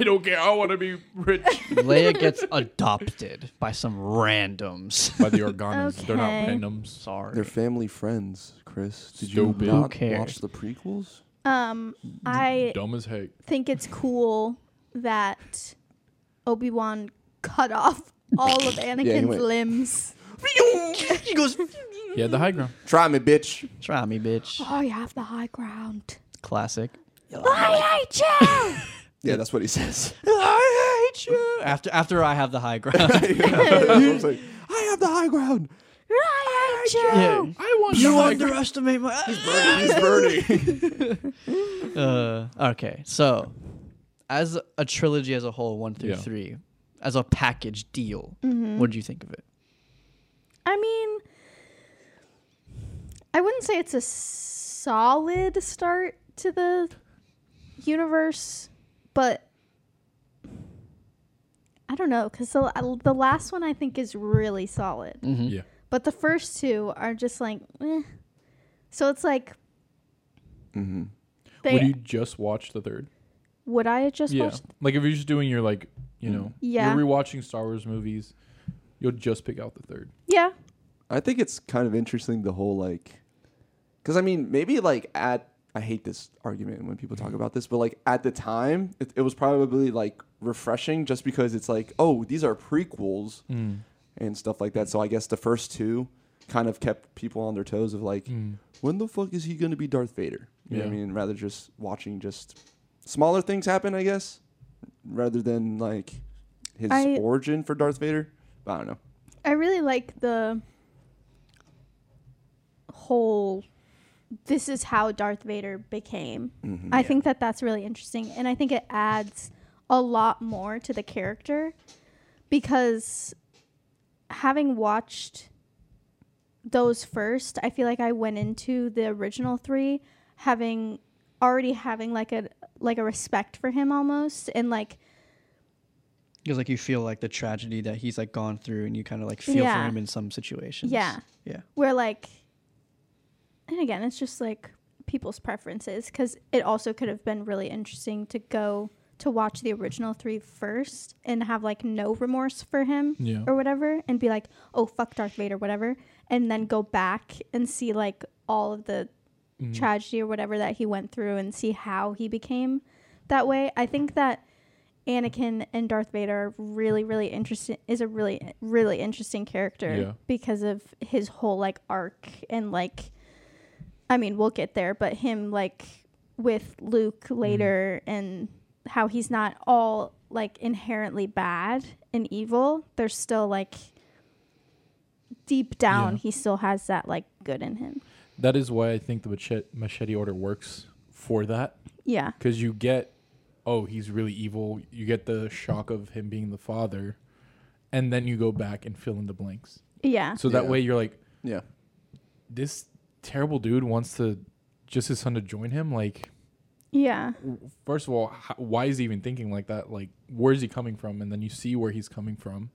S2: I don't care. I want to be rich
S1: Leia gets adopted by some randoms.
S2: by the Organas. They're not
S3: Okay.
S2: randoms.
S1: Sorry.
S4: They're family friends, Chris. Did
S2: Stupid.
S4: you
S2: Who
S4: not
S1: cares?
S4: watch the prequels?
S3: Um I
S2: Dumb as heck.
S3: think it's cool that Obi Wan cut off all of Anakin's
S4: went-
S3: limbs.
S1: he goes,
S2: He had the high ground.
S4: Try me, bitch.
S1: "Try me, bitch."
S3: Oh, you have the high ground.
S1: Classic.
S3: I hate you.
S4: Yeah, that's what he says.
S1: I hate you. After after I have the high ground.
S4: I was like, I have the high ground.
S3: I hate you.
S1: Yeah.
S2: I want
S1: You underestimate my.
S4: He's burning.
S1: Uh, okay, so as a trilogy as a whole, one through
S2: Yeah.
S1: three, as a package
S3: Mm-hmm.
S1: deal, what did you think of it?
S3: I mean, I I wouldn't say it's a solid start to the universe, but I don't know because the the last one I think is really solid,
S1: Mm-hmm.
S2: Yeah.
S3: but the first two are just like, eh. so it's like
S4: hmm
S3: they
S2: Would you just watch the third?
S3: would I have just
S2: yeah.
S3: watched?
S2: Like if you're just doing your like, you know,
S3: Yeah.
S2: you're rewatching Star Wars movies, you'll just pick out the third.
S3: Yeah,
S4: I think it's kind of interesting the whole like, because I mean maybe like at I hate this argument when people talk about this, but like at the time it, it was probably like refreshing just because it's like oh these are prequels and stuff like that. So I guess the first two kind of kept people on their toes of like when the fuck is he gonna be Darth Vader? You know what I
S2: Yeah.
S4: mean? Rather just watching just smaller things happen, I guess, rather than like his
S3: I-
S4: origin for Darth Vader. I don't know.
S3: I really like the whole this is how Darth Vader became. I think that that's really interesting and I think it adds a lot more to the character because having watched those first, I feel like I went into the original 3 having already having like a like a respect for him almost and like
S1: Because like you feel like the tragedy that he's like gone through, and you kind of like feel
S3: Yeah.
S1: for him in some situations.
S3: Yeah.
S1: Yeah.
S3: where like and again it's just like people's preferences because it also could have been really interesting to go to watch the original three first and have like no remorse for him
S2: Yeah.
S3: or whatever and be like oh fuck darth vader whatever and then go back and see like all of the
S2: Mm-hmm.
S3: tragedy or whatever that he went through and see how he became that way i think that anakin and darth vader are really really interesting is a really really interesting character
S2: Yeah.
S3: because of his whole like arc and like i mean we'll get there but him like with luke later and how he's not all like inherently bad and evil there's still like deep down
S2: Yeah.
S3: he still has that like good in him
S2: That is why I think the machete, machete order works for that
S3: yeah
S2: because you get, oh, he's really evil. You get the shock of him being the father, and then you go back and fill in the blanks.
S3: yeah
S2: So that
S4: Yeah.
S2: way you're like,
S4: Yeah.
S2: this terrible dude wants to just his son to join him. Like,
S3: yeah
S2: w- first of all, h- why is he even thinking like that? Like, where is he coming from? And then you see where he's coming from,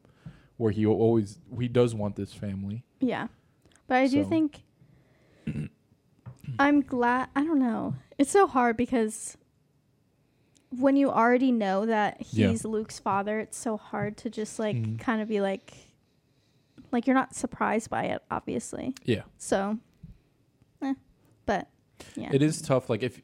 S2: where he always he does want this family.
S3: Yeah. But I do
S2: So-
S3: think I'm glad I don't know. It's so hard because when you already know that
S2: Yeah.
S3: he's Luke's father, it's so hard to just like
S2: Mhm.
S3: kind of be like like you're not surprised by it, obviously.
S2: Yeah,
S3: So eh. but yeah.
S2: it is tough. Like, if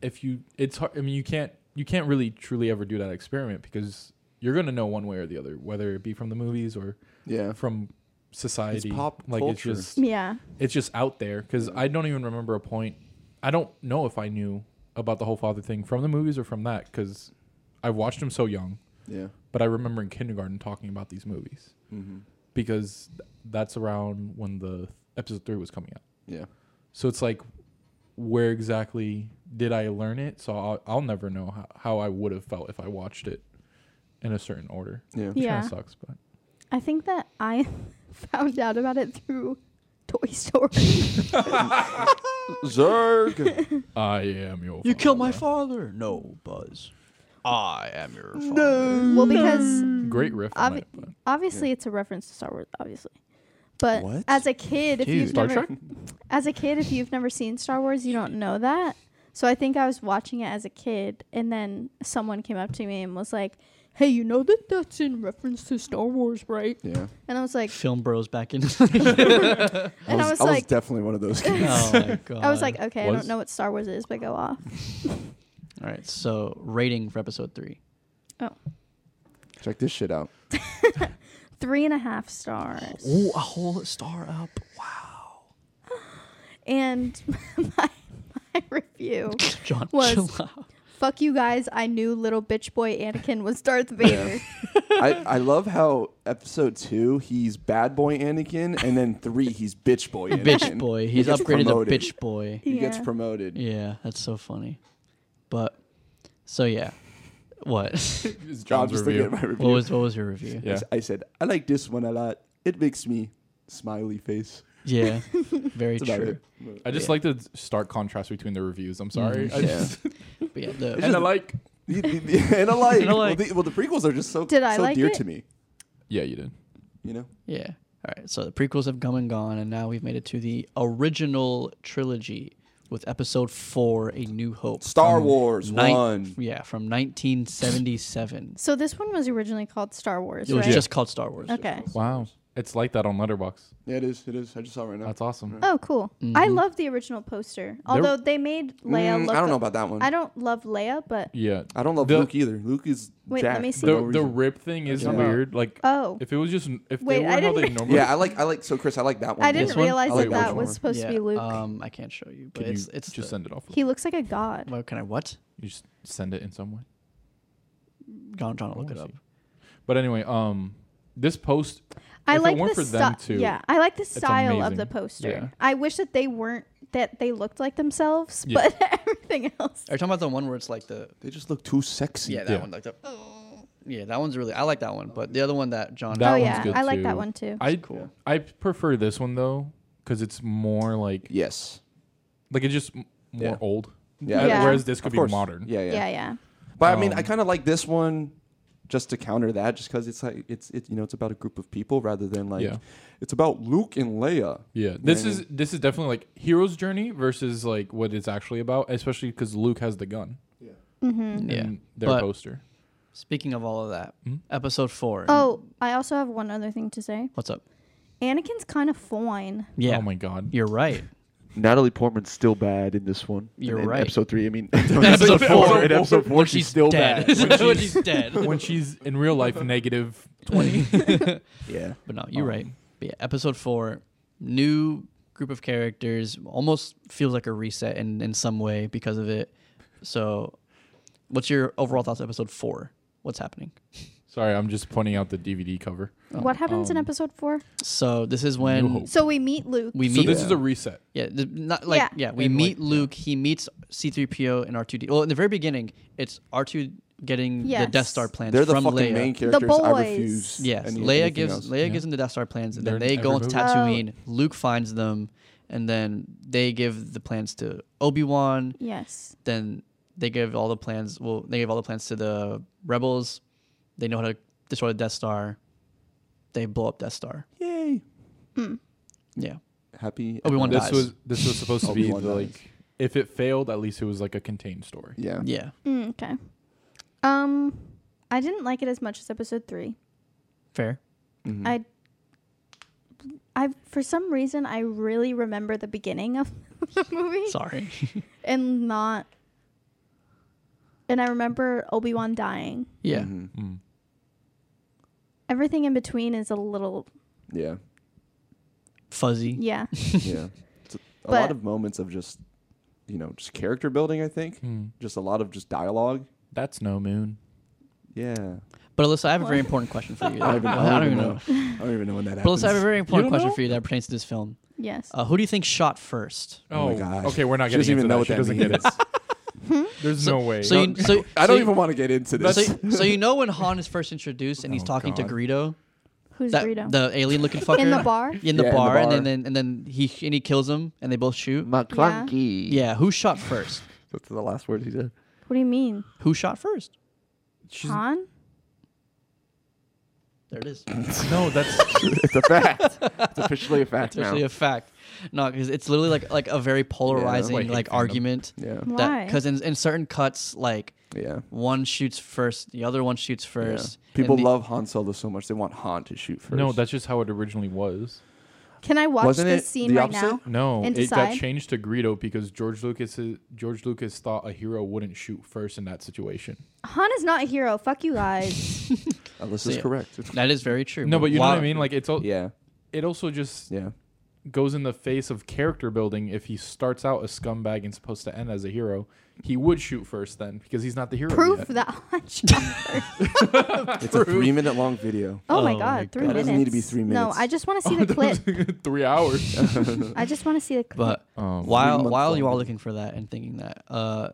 S2: if you, it's hard. I mean, you can't you can't really truly ever do that experiment because you're gonna know one way or the other, whether it be from the movies or
S4: Yeah.
S2: from society.
S4: pop
S2: like
S4: culture.
S2: it's just
S3: yeah.
S2: it's just out there because I don't even remember a point. I don't know if I knew about the whole father thing from the movies or from that because I watched him so young,
S4: Yeah.
S2: but I remember in kindergarten talking about these movies
S4: Mm-hmm.
S2: because th- that's around when the episode three was coming out.
S4: Yeah.
S2: So it's like, where exactly did I learn it? So I'll, I'll never know how, how I would have felt if I watched it in a certain order.
S4: Yeah.
S2: Which
S3: Yeah.
S2: kind of sucks, but
S3: I think that I found out about it through Toy Story.
S4: Zerg.
S2: I am your.
S1: You killed my
S2: father.
S1: father. No, Buzz. I am your father.
S3: well, because
S2: Great riff. on
S3: Obvi-
S2: it, but-
S3: obviously it's a reference to Star Wars, obviously. But
S1: What?
S3: as a kid, if
S1: Dude.
S3: you've
S2: Star
S3: never
S2: Trek?
S3: as a kid, if you've never seen Star Wars, you don't know that. So I think I was watching it as a kid, and then someone came up to me and was like, "Hey, you know that that's in reference to Star Wars, right?"
S4: yeah.
S3: And I was like,
S1: Film bros back in.
S3: and I was, like,
S4: definitely one of those kids.
S1: oh my god.
S3: I was like, okay, I
S2: Was?
S3: don't know what Star Wars is, but go off.
S1: all right. So rating for episode three.
S4: Check this shit out.
S3: Three and a half stars.
S1: Ooh, a whole star up. Wow.
S3: And my my review.
S1: John,
S3: Was-
S1: chill out.
S3: Fuck you guys! I knew little bitch boy Anakin was Darth Vader.
S4: I, I love how episode two he's bad boy Anakin, and then three he's bitch boy Anakin.
S1: Bitch boy. He's
S4: gets
S1: upgraded
S4: promoted.
S1: to bitch boy.
S4: He gets
S3: Yeah.
S4: promoted.
S1: Yeah, that's so funny. But so yeah. What?
S2: It's
S4: I'm
S2: John's
S4: just
S2: review.
S4: looking at my review.
S1: what was what was your review?
S2: Yeah.
S4: I said I like this one a lot. It makes me smiley face.
S1: Yeah, very
S4: That's about
S1: true.
S4: it.
S2: I just
S1: Yeah.
S2: like the stark contrast between the reviews. I'm sorry.
S1: Mhm.
S2: I
S4: Yeah.
S2: just-
S1: But yeah, the-
S2: and I like.
S4: and I like,
S1: And I like-
S4: Well, the, well, the prequels are just so
S3: Did I
S4: so
S3: like
S4: dear
S3: it?
S4: to me.
S2: Yeah, you did.
S4: You know,
S1: yeah. All right, so the prequels have come and gone, and now we've made it to the original trilogy with Episode Four: A New Hope.
S4: Star
S1: from
S4: Wars
S1: nine-
S4: one.
S1: Yeah, from 1977.
S3: So this one was originally called Star Wars,
S1: It was
S3: right?
S1: just called Star Wars.
S3: okay.
S2: Wow, it's like that on Letterbox.
S4: Yeah, it is. It is. I just saw it right now.
S2: That's awesome.
S3: Oh, cool. I
S2: Mm-hmm.
S3: love the original poster. Although they made Leia
S4: Mm,
S3: look
S4: I don't know
S3: a-
S4: about that one.
S3: I don't love Leia, but
S2: Yeah.
S4: I don't love
S2: The-
S4: Luke either. Luke is
S3: Wait, let
S4: jacked
S3: me
S4: for
S3: see.
S2: The
S4: no
S2: the
S4: reason.
S2: rip thing is
S1: Yeah.
S2: weird. Like
S3: oh,
S2: if it was just if
S3: Wait,
S2: they were
S3: I
S2: how they
S3: didn't-
S2: normally.
S4: yeah, I like. I like. So Chris, I like that one.
S3: I didn't
S2: This one?
S3: realize
S4: I
S3: that
S4: like
S3: that
S4: which
S3: was
S4: one?
S3: supposed
S1: Yeah,
S3: to be Luke.
S1: Um, I can't show you, but
S2: Can
S1: it's
S2: you
S1: it's
S2: just
S1: the,
S2: send it off.
S3: he looks like a god.
S1: Well, can I what?
S2: You just send it in some way.
S1: John, John,
S2: I
S1: will look it
S2: wanna
S1: up.
S2: see. But anyway, um, this post.
S3: I
S2: if it
S3: like
S2: weren't
S3: the
S2: for them
S3: style.
S2: too,
S3: yeah, I like the style of the
S2: amazing.
S3: poster.
S2: Yeah.
S3: I wish that they weren't that they looked like themselves,
S2: Yeah.
S3: but everything else.
S1: Are you talking about the one where it's like the
S4: They just look too sexy.
S1: yeah that
S2: Yeah.
S1: one like the yeah that one's really I like that one, but the other one that John
S2: That
S3: oh
S2: one's
S3: yeah,
S2: good
S3: I like that
S2: too.
S3: one too.
S2: I
S1: Cool.
S2: I prefer this one though, because it's more like
S4: Yes.
S2: like it's just m- more
S4: Yeah.
S2: old.
S4: Yeah.
S2: Uh,
S3: Yeah.
S2: Whereas this could
S4: Of
S2: be
S4: course.
S2: modern.
S4: Yeah, yeah.
S3: yeah, yeah.
S4: But I mean, I
S2: Um,
S4: kind of like this one just to counter that, just because it's like it's it, you know it's about a group of people rather than like
S2: Yeah.
S4: it's about Luke and Leia.
S2: Yeah,
S4: what
S2: this
S4: I mean?
S2: is this is definitely like hero's journey versus like what it's actually about, especially because Luke has the gun
S1: yeah.
S2: in their
S1: But-
S2: poster.
S1: Speaking of all of that, episode four.
S3: Oh, I also have one other thing to say.
S1: what's up?
S3: Anakin's kind of fine.
S1: Yeah,
S2: Oh my god.
S1: you're right.
S5: Natalie Portman's still bad in this one.
S1: You're
S5: in, in
S1: right.
S5: Episode three. I mean,
S1: Episode four.
S5: In episode four,
S1: When
S5: she's, still
S1: dead.
S5: bad.
S1: When she's dead.
S2: when she's in real life negative twenty.
S5: yeah.
S1: But no, you're
S2: Um,
S1: right. But yeah, episode four, new group of characters, almost feels like a reset in in some way because of it. So, what's your overall thoughts? on Episode four. What's happening?
S2: Sorry, I'm just pointing out the DVD cover.
S3: what happens in
S2: um,
S3: episode four?
S1: So this is
S2: Hope.
S1: when
S3: So we meet Luke.
S1: we meet.
S2: So this
S4: Yeah.
S2: is a reset.
S1: yeah, th- not like
S3: Yeah.
S1: yeah. we
S2: And, like,
S1: meet Luke. He meets C-3PO and R2D. Well, in the very beginning, it's R2 getting the Death
S3: Yes.
S1: Star plans
S4: They're the
S1: from
S4: fucking
S1: Leia.
S4: main characters. I
S3: boys.
S4: refuse.
S1: Yes,
S4: any-
S1: Leia
S4: anything
S1: gives
S4: else.
S1: Leia
S2: Yeah.
S1: gives them the Death Star plans, and
S2: They're
S1: then
S2: in
S1: they go
S2: every
S1: into
S3: movie. Oh.
S1: Tatooine. Luke finds them, and then they give the plans to Obi Wan.
S3: Yes.
S1: Then they give all the plans. Well, they give all the plans to the rebels. They know how to destroy the Death Star. They blow up Death Star.
S4: Yay.
S2: Hmm.
S1: Yeah,
S4: Happy.
S1: Obi-Wan
S2: This
S1: dies.
S2: was this was supposed to be
S4: Obi-Wan
S2: the,
S4: dies.
S2: like if it failed, at least it was like a contained story.
S4: Yeah.
S1: yeah.
S3: Mm, okay. Um, I didn't like it as much as episode three.
S1: Fair.
S4: Mhm.
S3: I I for some reason I really remember the beginning of the movie
S1: Sorry.
S3: and not and I remember Obi-Wan dying.
S1: yeah.
S5: Mm-hmm.
S4: Mhm.
S2: Mm.
S3: Everything in between is a little
S4: Yeah.
S1: Fuzzy.
S3: yeah.
S4: Yeah. It's a, a
S3: But-
S4: lot of moments of just you know just character building. I think
S2: Mm.
S4: just a lot of just dialogue.
S2: That's no moon.
S4: Yeah.
S1: But Alyssa, I have a very important question for you.
S4: I, even,
S1: I don't even know.
S4: I don't even know when that
S1: But
S4: happens.
S1: Alyssa, I have a very important
S2: don't
S1: question
S2: know?
S1: for you that pertains to this film.
S3: Yes.
S1: Uh, who do you think shot first?
S4: Oh my gosh.
S2: Okay, we're not
S4: she
S2: getting
S4: doesn't
S2: into
S4: even know
S2: that.
S4: what
S2: she
S4: that
S2: doesn't
S4: means.
S2: get it. There's no way.
S1: So you, so
S4: I
S1: so
S4: don't
S1: you-
S4: even want to get into this.
S1: So, so you know when Han is first introduced and he's
S2: Oh,
S1: talking
S2: God.
S1: to Greedo,
S3: Who's
S1: that,
S3: Greedo?
S1: the alien looking fucker
S3: in the bar?
S1: in the
S4: Yeah, in the
S1: bar, and
S4: bar.
S1: then- then and then he and he kills him, and they both shoot.
S5: McClunky.
S1: Yeah, who shot first?
S5: That's the last words he said.
S3: What do you mean?
S1: Who shot first?
S2: She's-
S3: Han?
S1: There it is.
S2: no, that's
S5: It's a fact. it's officially a fact
S1: It's actually
S5: now.
S1: a fact. No, because it's literally like like a very polarizing
S2: Wait, hey,
S1: like
S2: fandom.
S1: argument.
S4: yeah.
S3: Why?
S1: Because in, in certain cuts, like
S4: Yeah.
S1: one shoots first, the other one shoots
S4: Yeah.
S1: first. and
S4: People
S1: the-
S4: love Han Solo so much they want Han to shoot first.
S2: no, that's just how it originally was.
S3: Can I watch
S4: Wasn't
S3: this
S4: it
S3: scene
S4: the
S3: right
S4: opposite?
S3: now?
S2: No,
S3: And
S2: it got
S3: decide?
S2: changed to Greedo because George Lucas George Lucas thought a hero wouldn't shoot first in that situation.
S3: Han is not a hero. Fuck you guys.
S4: Alyssa's
S1: Yeah.
S4: Uh, correct.
S1: That is very true.
S2: No, but you know
S1: Why-
S2: what I mean. Like it's all,
S4: Yeah.
S2: it also just
S4: Yeah.
S2: goes in the face of character building. If he starts out a scumbag and supposed to end as a hero, he would shoot first then because he's not the hero.
S3: Proof
S2: yet.
S3: that Han shot first.
S4: It's a three minute long video.
S3: Oh, my
S1: Oh my
S3: god, three
S4: God.
S3: minutes.
S4: That doesn't need to be three
S3: No,
S4: minutes.
S3: I just want to see the clip.
S2: three hours.
S3: I just want to see the clip.
S1: But
S2: Um,
S1: while
S4: Three-month
S1: while you are
S4: old.
S1: looking for that and thinking that, uh,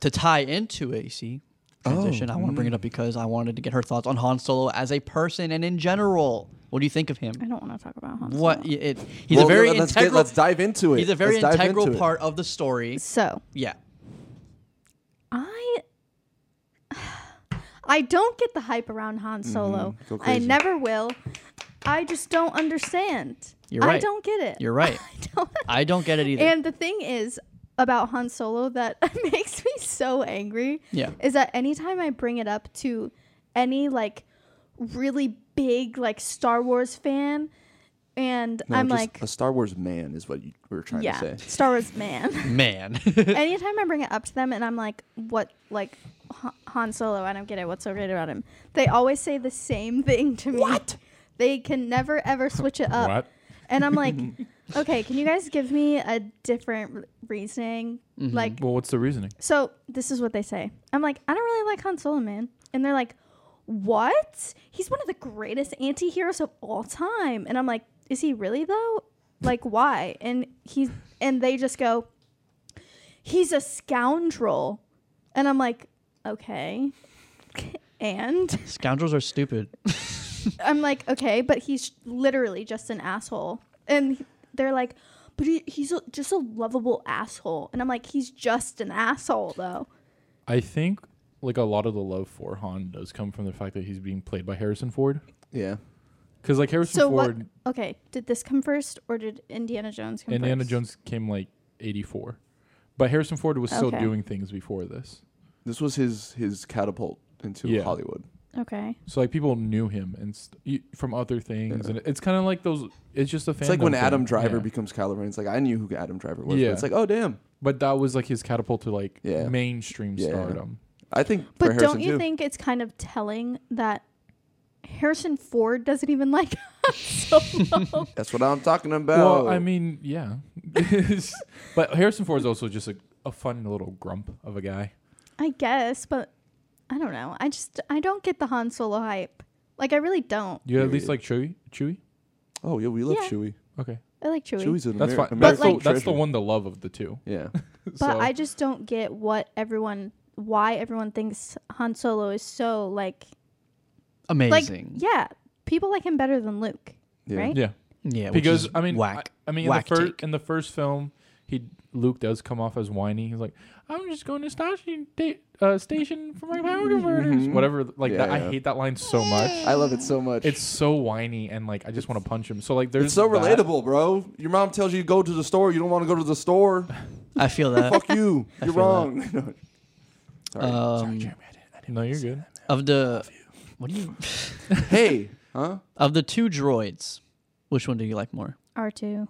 S1: to tie into it, you see
S4: Oh, mm.
S1: transition, I want to bring it up because I wanted to get her thoughts on Han Solo as a person and in general. What do you think of him?
S3: I don't want to talk about Han Solo.
S1: What y- it, he's
S4: Well,
S1: a very
S4: let's
S1: integral.
S4: Get, let's dive into it.
S1: he's a very
S4: Let's dive
S1: integral
S4: into it.
S1: part of the story.
S3: So
S1: Yeah.
S3: I I don't get the hype around Han Solo.
S4: Mm-hmm. Go
S3: I
S4: crazy.
S3: never will. I just don't understand.
S1: You're
S3: I
S1: right.
S3: don't get it.
S1: You're right.
S3: I don't.
S1: I don't get it either.
S3: And the thing is about Han Solo that makes me so angry
S1: yeah.
S3: is that anytime I bring it up to any like really big like Star Wars fan and
S4: No,
S3: I'm
S4: just
S3: like
S4: a Star Wars man is what you were trying
S3: yeah,
S4: to say.
S3: Star Wars man.
S1: Man.
S3: anytime I bring it up to them and I'm like, what, like Han- Han Solo, I don't get it. What's so great about him? They always say the same thing to me. What? They can never ever switch it up.
S2: What?
S3: And I'm like, okay, can you guys give me a different re- reasoning? Like,
S2: Well, what's the reasoning?
S3: so this is what they say. I'm like, I don't really like Han Solo, man. And they're like, what? He's one of the greatest anti heroes of all time. And I'm like, is he really though? Like, why? And he's, and they just go, he's a scoundrel. And I'm like, okay. And
S1: Scoundrels are stupid.
S3: I'm like, okay, but he's literally just an asshole. And he- they're like, but he, he's a, just a lovable asshole. And I'm like, he's just an asshole though.
S2: I think like a lot of the love for Han does come from the fact that he's being played by Harrison Ford.
S4: Yeah.
S2: Because like Harrison
S3: So what?
S2: Ford,
S3: Okay, did this come first, or did Indiana Jones come
S2: Indiana
S3: first?
S2: Jones came like eighty four, but Harrison Ford was still
S3: Okay.
S2: doing things before this.
S4: This was his his catapult into
S2: Yeah.
S4: Hollywood.
S3: Okay,
S2: So like people knew him and st- y- from other things,
S4: Yeah.
S2: and it's kind of like those. It's just a.
S4: It's like
S2: fandom
S4: when
S2: thing.
S4: Adam Driver
S2: Yeah.
S4: becomes Kylo Ren. It's like I knew who Adam Driver was.
S2: Yeah.
S4: But it's like, oh damn.
S2: but that was like his catapult to like
S4: Yeah.
S2: mainstream
S4: Yeah.
S2: stardom.
S4: I think. for
S3: but
S4: Harrison
S3: don't you
S4: too.
S3: think it's kind of telling that Harrison Ford doesn't even like Han Solo?
S4: That's what I'm talking about.
S2: Well, I mean, yeah, but Harrison Ford's also just a, a fun little grump of a guy.
S3: I guess, but I don't know. I just I don't get the Han Solo hype. Like I really don't.
S2: You at least like
S4: Period.
S2: Chewie. Chewie.
S4: oh yeah, we love
S3: Yeah.
S4: Chewie.
S2: Okay,
S3: I like Chewie,
S4: Chewie's an
S2: that's fine.
S4: Ameri- American
S2: That's,
S3: But,
S2: the,
S3: like-
S2: that's the
S4: treasure.
S2: one to love of the two.
S4: Yeah.
S3: but
S2: so,
S3: I just don't get what everyone why everyone thinks Han Solo is so like
S1: Amazing.
S3: like yeah people like him better than Luke.
S4: Yeah.
S3: Right?
S2: yeah,
S1: yeah. which
S2: because
S1: is
S2: I mean,
S1: whack.
S2: I, I mean,
S1: whack
S2: in the first
S1: take.
S2: in the first film, he Luke does come off as whiny. He's like, "I'm just going to station da- uh, station for my power converters,
S4: Mhm.
S2: whatever." Like
S4: Yeah,
S2: that,
S4: yeah.
S2: I hate that line so much.
S4: I love it so much.
S2: It's so whiny, and like I just want to punch him. So like, there's
S4: It's so
S2: that.
S4: relatable, bro. Your mom tells you to go to the store. You don't want to go to the store.
S1: I feel that.
S4: Fuck you.
S1: I
S4: You're
S1: feel that.
S4: wrong. No. Sorry.
S1: um,
S2: No, you're good.
S1: of the what do you
S4: hey, huh?
S1: of the two droids, which one do you like more?
S3: R two.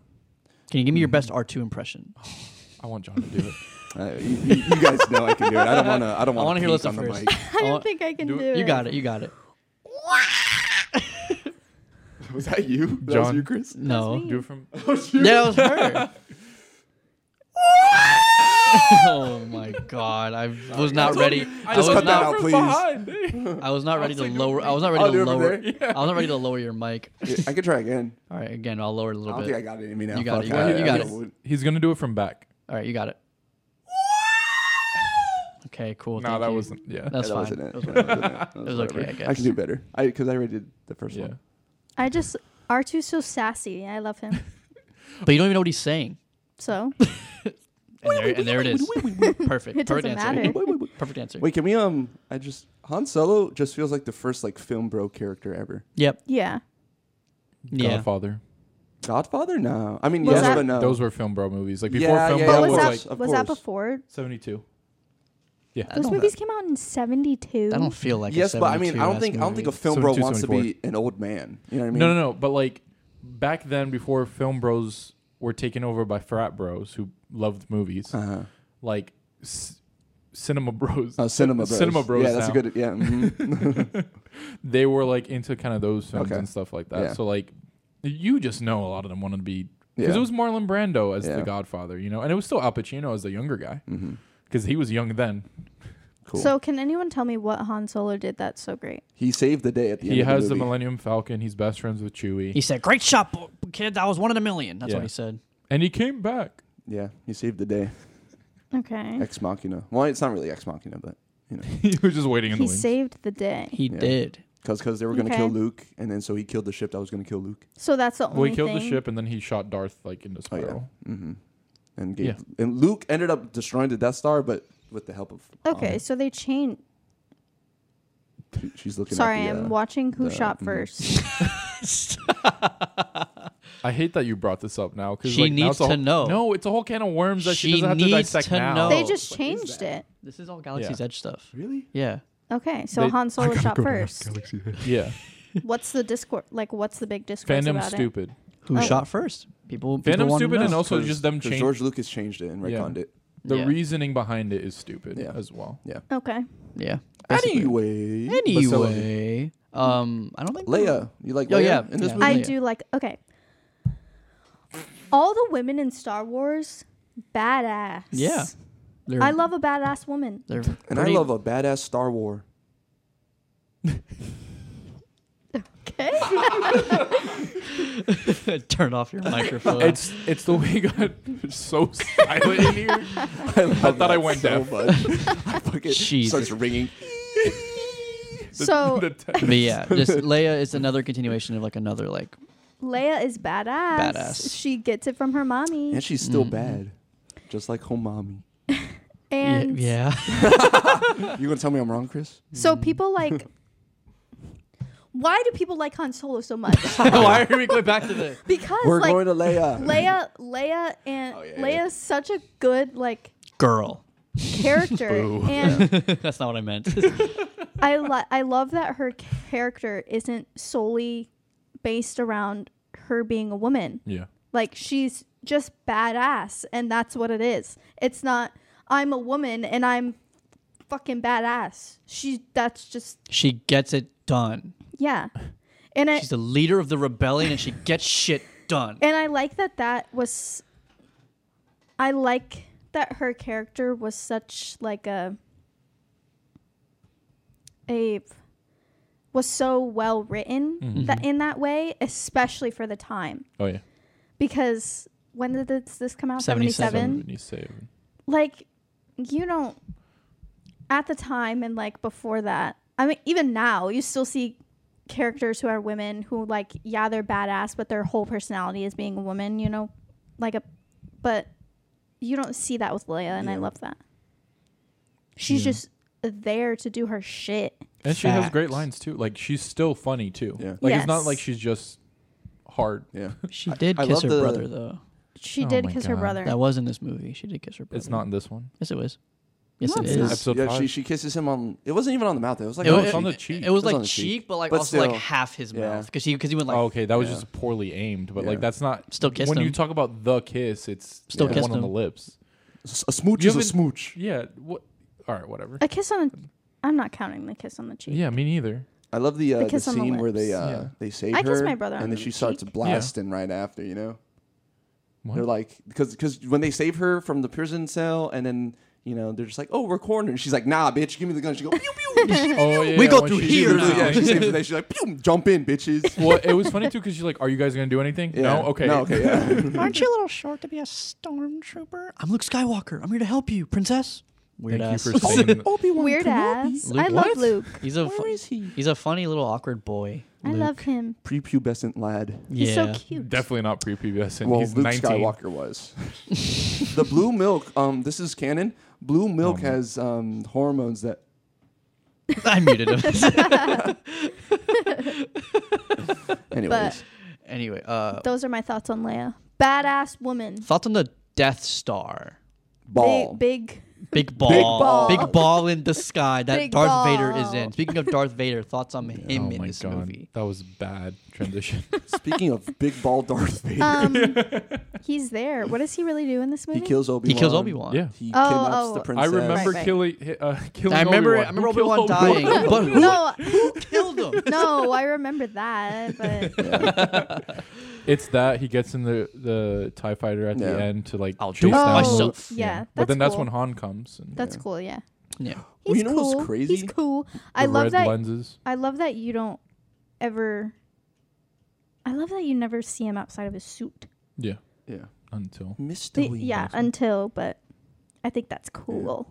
S1: Can you give me your best R two impression?
S2: I want John to do it.
S4: Uh, you, you- you guys know I can do it. I don't want to. I don't
S1: I
S4: want
S1: wanna
S4: to
S1: hear
S4: peek
S1: Lissa
S4: on the
S1: first.
S4: mic.
S3: I don't think I can do,
S2: do it.
S3: it.
S1: You got it. You got it.
S4: Was that you? That was
S2: John.
S4: you, Chris?
S1: No.
S3: me.
S2: do it from.
S1: Yeah, it was her. oh my god! I was not ready. I was
S4: Just cut that
S1: not.
S4: out,
S2: from
S4: please.
S2: behind.
S1: I was not ready to lower. I was not ready to
S4: I'll do it from
S1: lower.
S4: there.
S1: I was not ready to lower your mic.
S4: Yeah, I can try again.
S1: All right, again, I'll lower it a
S4: I
S1: little
S4: don't think I
S1: bit.
S4: got it in me now.
S1: You got it,
S4: Fuck,
S1: you got it,
S4: I-
S1: you got
S4: I
S1: it.
S4: would-
S2: He's gonna do it from back.
S1: All right, you got it. Okay, cool.
S2: no,
S1: thank
S2: that
S1: you.
S2: wasn't. Yeah.
S1: That's
S4: that
S1: fine.
S4: wasn't it.
S1: That was
S4: That wasn't it. That
S1: was okay,
S4: whatever.
S1: I guess.
S4: I can do better. I because I already did the first
S2: yeah.
S4: one.
S3: I just R 2s so sassy. I love him.
S1: But you don't even know what he's saying.
S3: So
S1: And there, and there it is. Perfect.
S3: It
S1: Perfect
S3: doesn't
S1: answer.
S3: matter.
S4: Wait, wait, wait.
S1: Perfect answer.
S4: Wait, can we? Um, I just Han Solo just feels like the first like film bro character ever.
S1: Yep.
S3: yeah,
S1: Yeah.
S2: Godfather.
S4: Godfather? No, I mean
S3: Was
S4: yes,
S3: that-
S4: but no.
S2: Those were film bro movies. Like before
S4: Oh. Yeah,
S2: film
S4: yeah,
S2: bro
S4: yeah,
S3: but
S4: of
S3: was
S2: was
S3: that
S2: like
S4: course, of
S3: was that
S4: course.
S3: before?
S2: seventy two.
S1: I
S3: Those
S1: don't-
S3: movies came out in seventy two.
S1: I don't feel like. a
S4: yes, but I mean, I
S1: 72
S4: don't think I don't
S1: movie.
S4: think a film bro
S2: 72,
S4: wants to be an old man. You know what I mean?
S2: No, no, no. But like back then, before film bros were taken over by frat bros who loved movies,
S4: Uh-huh.
S2: like c- cinema bros.
S4: Oh, cinema bros.
S2: Cinema bros.
S4: Yeah, that's
S2: now.
S4: a good. Yeah. mhm.
S2: they were like into kind of those films
S4: Okay.
S2: and stuff like that.
S4: Yeah.
S2: So like you just know a lot of them wanted to be because
S4: Yeah.
S2: it was Marlon Brando as
S4: Yeah. Mm-hmm.
S2: the Godfather, you know, and it was still Al Pacino as the younger guy because he was young then.
S4: cool.
S3: So can anyone tell me what Han Solo did that's so great?
S4: he saved the day at the
S2: he
S4: end.
S2: has
S4: of
S2: the
S4: the, movie.
S2: Millennium Falcon. He's best friends with Chewie,
S1: He said, "Great shot, bo- kid. That was one in a million. That's what
S2: Yeah.
S1: he said.
S2: and he came back.
S4: yeah, he saved the day.
S3: Okay,
S4: Ex Machina. Well, it's not really Ex Machina, but you know.
S2: he was just waiting in
S3: he
S2: the wings.
S3: saved the day.
S1: He
S4: Yeah.
S1: did.
S4: because because they were going to kill
S3: Okay.
S4: Luke, and then so he killed the ship that was going to kill Luke.
S3: So that's the only
S2: Well, he killed the
S3: thing.
S2: ship and then he shot Darth like into
S4: Oh, yeah.
S2: spiral.
S4: hmm And gave,
S2: Yeah.
S4: and Luke ended up destroying the Death Star, but with the help of um, Han.
S3: Okay, so they changed.
S4: She- she's looking.
S3: Sorry,
S4: at the,
S3: I'm
S4: uh,
S3: watching who
S4: the-
S3: shot
S4: mhm.
S3: first.
S2: I hate that you brought this up now because
S1: She
S2: like, now
S1: needs
S2: it's a whole-
S1: to know.
S2: No, it's a whole can of worms that she,
S1: She
S2: doesn't have to
S1: needs
S2: dissect
S1: to
S2: now.
S1: know.
S3: they
S1: Oh,
S3: just
S4: what is
S3: changed
S4: that?
S3: it.
S1: This is all Galaxy's Edge stuff.
S4: Really?
S1: Yeah.
S3: Okay, so
S2: They-
S3: Han Solo shot first.
S2: Yeah,
S3: what's the discord? Like, what's the big discourse
S2: Phantom
S3: about
S2: stupid.
S1: Who
S3: Oh.
S1: shot first? People. people
S2: Phantom
S1: wanna
S2: stupid
S1: know.
S2: and also just them
S4: 'Cause
S2: change.
S4: George Lucas changed it and
S2: Yeah.
S4: retconned it.
S2: the
S1: Yeah.
S2: reasoning behind it is stupid
S4: Yeah.
S2: as well.
S3: it? Okay,
S1: Yeah.
S2: Basically.
S4: Anyway,
S1: Anyway, um, I don't think
S4: Leia, you like
S1: Oh,
S4: Leia
S1: yeah.
S4: in this
S1: Yeah.
S4: movie?
S3: I
S1: Leia.
S3: do like. Okay, all the women in Star Wars, badass.
S1: Yeah. They're,
S3: I love a badass woman.
S1: They're
S4: and
S1: pretty-
S4: I love a badass Star War.
S3: Okay,
S1: Turn off your microphone.
S2: It's it's the way it got so silent in here.
S4: I, love
S2: thought I
S4: that
S2: went
S4: so
S2: deaf.
S4: much. I fucking
S1: Jesus.
S4: starts ringing.
S2: The-
S3: so
S2: the te-
S1: but yeah, just Leia is another continuation of like another like
S3: Leia is badass.
S1: Badass.
S3: She gets it from her mommy,
S4: And she's still
S2: Mm-hmm.
S1: Mm.
S4: bad, just like Homami.
S3: and
S1: yeah.
S4: You gonna tell me I'm wrong, Chris?
S3: so people like. Why do people like Han Solo so much?
S1: Why are we going back to the?
S3: Because
S4: We're
S3: like
S4: going to Leia.
S3: Leia, Leia, and
S4: Oh, yeah,
S3: Leia's
S4: yeah.
S3: such a good like
S1: Girl.
S3: character,
S2: Boo.
S3: and
S1: That's not what I meant.
S3: I lo- I love that her character isn't solely based around her being a woman.
S2: yeah,
S3: Like she's just badass, and that's what it is. It's not I'm a woman and I'm fucking badass. She that's just
S1: she gets it done.
S3: yeah, and I
S1: She's the leader of the rebellion, and she gets shit done.
S3: and I like that that was I like that her character was such like a a was so well written that in that way, especially for the time.
S2: oh yeah.
S3: Because when did this, this come out?
S1: 77.
S2: Seven.
S3: 77?
S2: You save.
S3: Like you don't at the time and like before that. I mean even now you still see characters who are women who like yeah they're badass but their whole personality is being a woman you know like a but you don't see that with leia and i
S4: Yeah.
S3: love that she's
S2: Yeah.
S3: just there to do her shit
S2: And she has great
S1: Facts.
S2: lines too. Like she's still funny too.
S4: Yeah.
S2: Like it's not
S3: Yes.
S2: like she's just hard.
S4: Yeah.
S1: She did
S4: I
S1: kiss
S4: love
S1: her
S4: the-
S1: brother though.
S3: she
S2: Oh
S3: did
S2: my
S3: kiss her
S2: God.
S3: brother
S1: That was in this movie. She did kiss her brother.
S2: It's not in this one.
S1: Yes, it was. Yes,
S3: No,
S1: it
S3: it's not.
S1: is.
S2: Episode
S4: yeah, she
S2: five.
S4: she kisses him on. It wasn't even on the mouth. It was like
S1: It
S2: No,
S1: was-
S2: it's on the cheek.
S1: It was
S4: It's on
S1: like
S4: the
S1: cheek,
S4: cheek.
S1: but like
S4: But
S1: also like
S4: still-
S1: half his
S4: yeah.
S1: mouth because he because he went like
S2: oh, okay, that was
S4: yeah.
S2: just poorly aimed, but like
S4: Yeah.
S2: that's not
S1: Still kissed
S2: When you
S1: him.
S2: talk about the kiss, it's
S1: Still
S2: the
S1: kissed
S2: one on
S1: him.
S2: the lips.
S4: S- a smooch
S2: You
S4: is a
S2: haven't-
S4: smooch.
S2: Yeah. What? All right. Whatever.
S3: a kiss on the i'm not counting the kiss on the cheek
S2: Yeah. Me neither.
S4: I love the, uh,
S3: The
S4: the,
S3: kiss on the
S4: scene where they
S3: lips.
S4: uh,
S2: Yeah.
S4: they save
S3: I
S4: her,
S3: kissed my brother on
S4: and then
S3: the
S4: she starts
S3: cheek.
S4: blasting right after. You know,
S2: What?
S4: they're like because because when they save her from the prison cell, and then you know they're just like, oh, we're cornered. She's like, nah, bitch, give me the gun. She go, pew, pew.
S2: oh yeah.
S1: We go
S2: when
S1: through
S2: she-
S1: here
S4: Literally,
S1: now.
S4: yeah, she saves the day. She's like, pew, jump in, bitches.
S2: well, it was funny too because you're like, "Are you guys gonna do anything?"
S4: Yeah.
S2: No. Okay.
S4: No, okay. Yeah.
S1: Aren't you a little short to be a stormtrooper? I'm Luke Skywalker. I'm here to help you, princess. Weird
S2: Thank
S1: ass.
S2: you for saying.
S4: Obi Wan
S3: weird ass
S1: Luke
S3: i love
S1: what?
S3: luke
S1: he's a fu-
S4: he?
S1: he's a funny little awkward boy.
S3: i love
S1: Luke.
S3: him
S4: Prepubescent lad.
S3: he's so cute
S2: Definitely not prepubescent.
S4: Well,
S2: He's
S4: Luke
S2: 19.
S4: Skywalker was. the blue milk. Um, this is canon. Blue milk
S2: Um,
S4: has um hormones that
S1: I muted him.
S4: Anyways,
S3: But-
S1: anyway, uh,
S3: those are my thoughts on leia badass woman
S1: thoughts on the Death Star?
S4: ball.
S3: Big, big
S1: Big ball,
S4: ball.
S1: Big ball in the sky that
S3: Big
S1: Darth Vader is
S3: ball.
S1: in. Speaking of Darth Vader, thoughts on him
S2: Oh
S1: in
S2: my
S1: this
S2: god,
S1: movie?
S2: that was bad transition.
S4: Speaking of big ball Darth Vader,
S3: Um, he's there. What does he really do in this movie?
S4: he kills Obi.
S1: He kills Obi Wan.
S2: yeah,
S4: He
S3: Oh,
S4: kidnaps
S3: oh.
S4: the
S3: I
S2: I
S4: princess.
S2: remember
S3: Right, right.
S2: killing uh, killing.
S1: I remember.
S2: Obi-Wan.
S1: I remember
S2: Who
S1: Obi Wan
S2: killed
S1: dying, but who
S3: No,
S1: killed him?
S3: no, I remember that, but
S2: It's that he gets in the the Tie Fighter at
S4: Yeah.
S2: the end to like
S1: I'll do
S2: chase
S1: it
S2: down
S1: myself.
S2: Luke.
S3: Oh, Yeah, that's
S2: but then that's
S3: cool.
S2: when Han comes. And
S3: that's
S4: Yeah.
S3: cool. Yeah,
S1: Yeah.
S4: Well,
S3: he's
S4: you know what's
S3: cool. He's
S4: crazy?
S3: cool. I
S2: the
S3: love
S2: red
S3: that.
S2: lenses.
S3: I love that you don't ever. I love that you never see him outside of his suit.
S2: Yeah,
S4: Yeah,
S2: until
S4: Mr.
S3: The-
S4: Wing.
S3: yeah,
S2: doesn't.
S3: until but I think that's cool.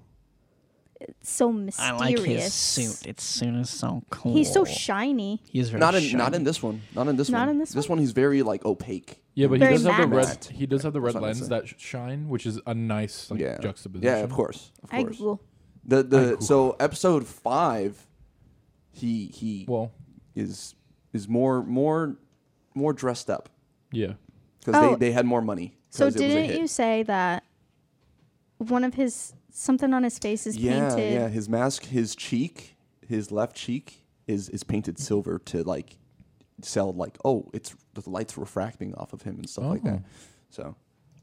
S3: so mysterious.
S1: I like his suit. Its suit is so cool.
S3: He's so shiny.
S1: He is very
S4: Not in
S1: shiny.
S4: not in this one. Not in this
S3: Not
S4: one.
S3: in this
S4: This
S3: one?
S4: one he's very like opaque.
S2: Yeah, but he
S3: Very
S2: does have the red.
S3: matte.
S2: He does have the red
S4: That's what I'm
S2: lens that sh- shine, which is a nice like,
S4: yeah.
S2: juxtaposition.
S4: Yeah, of course. Of
S3: I
S4: course.
S3: Google.
S4: The the
S2: Cool.
S4: so episode five, he he
S2: Well,
S4: is is more more more dressed up
S2: yeah.
S4: because
S3: Oh.
S4: they, they had more money.
S3: So
S4: 'cause it was a
S3: didn't
S4: hit.
S3: you say that one of his something on his face is
S4: yeah,
S3: painted?
S4: yeah. His mask, his cheek, his left cheek is is painted silver to like sell like oh it's the light's refracting off of him and stuff like
S1: Oh.
S4: that. So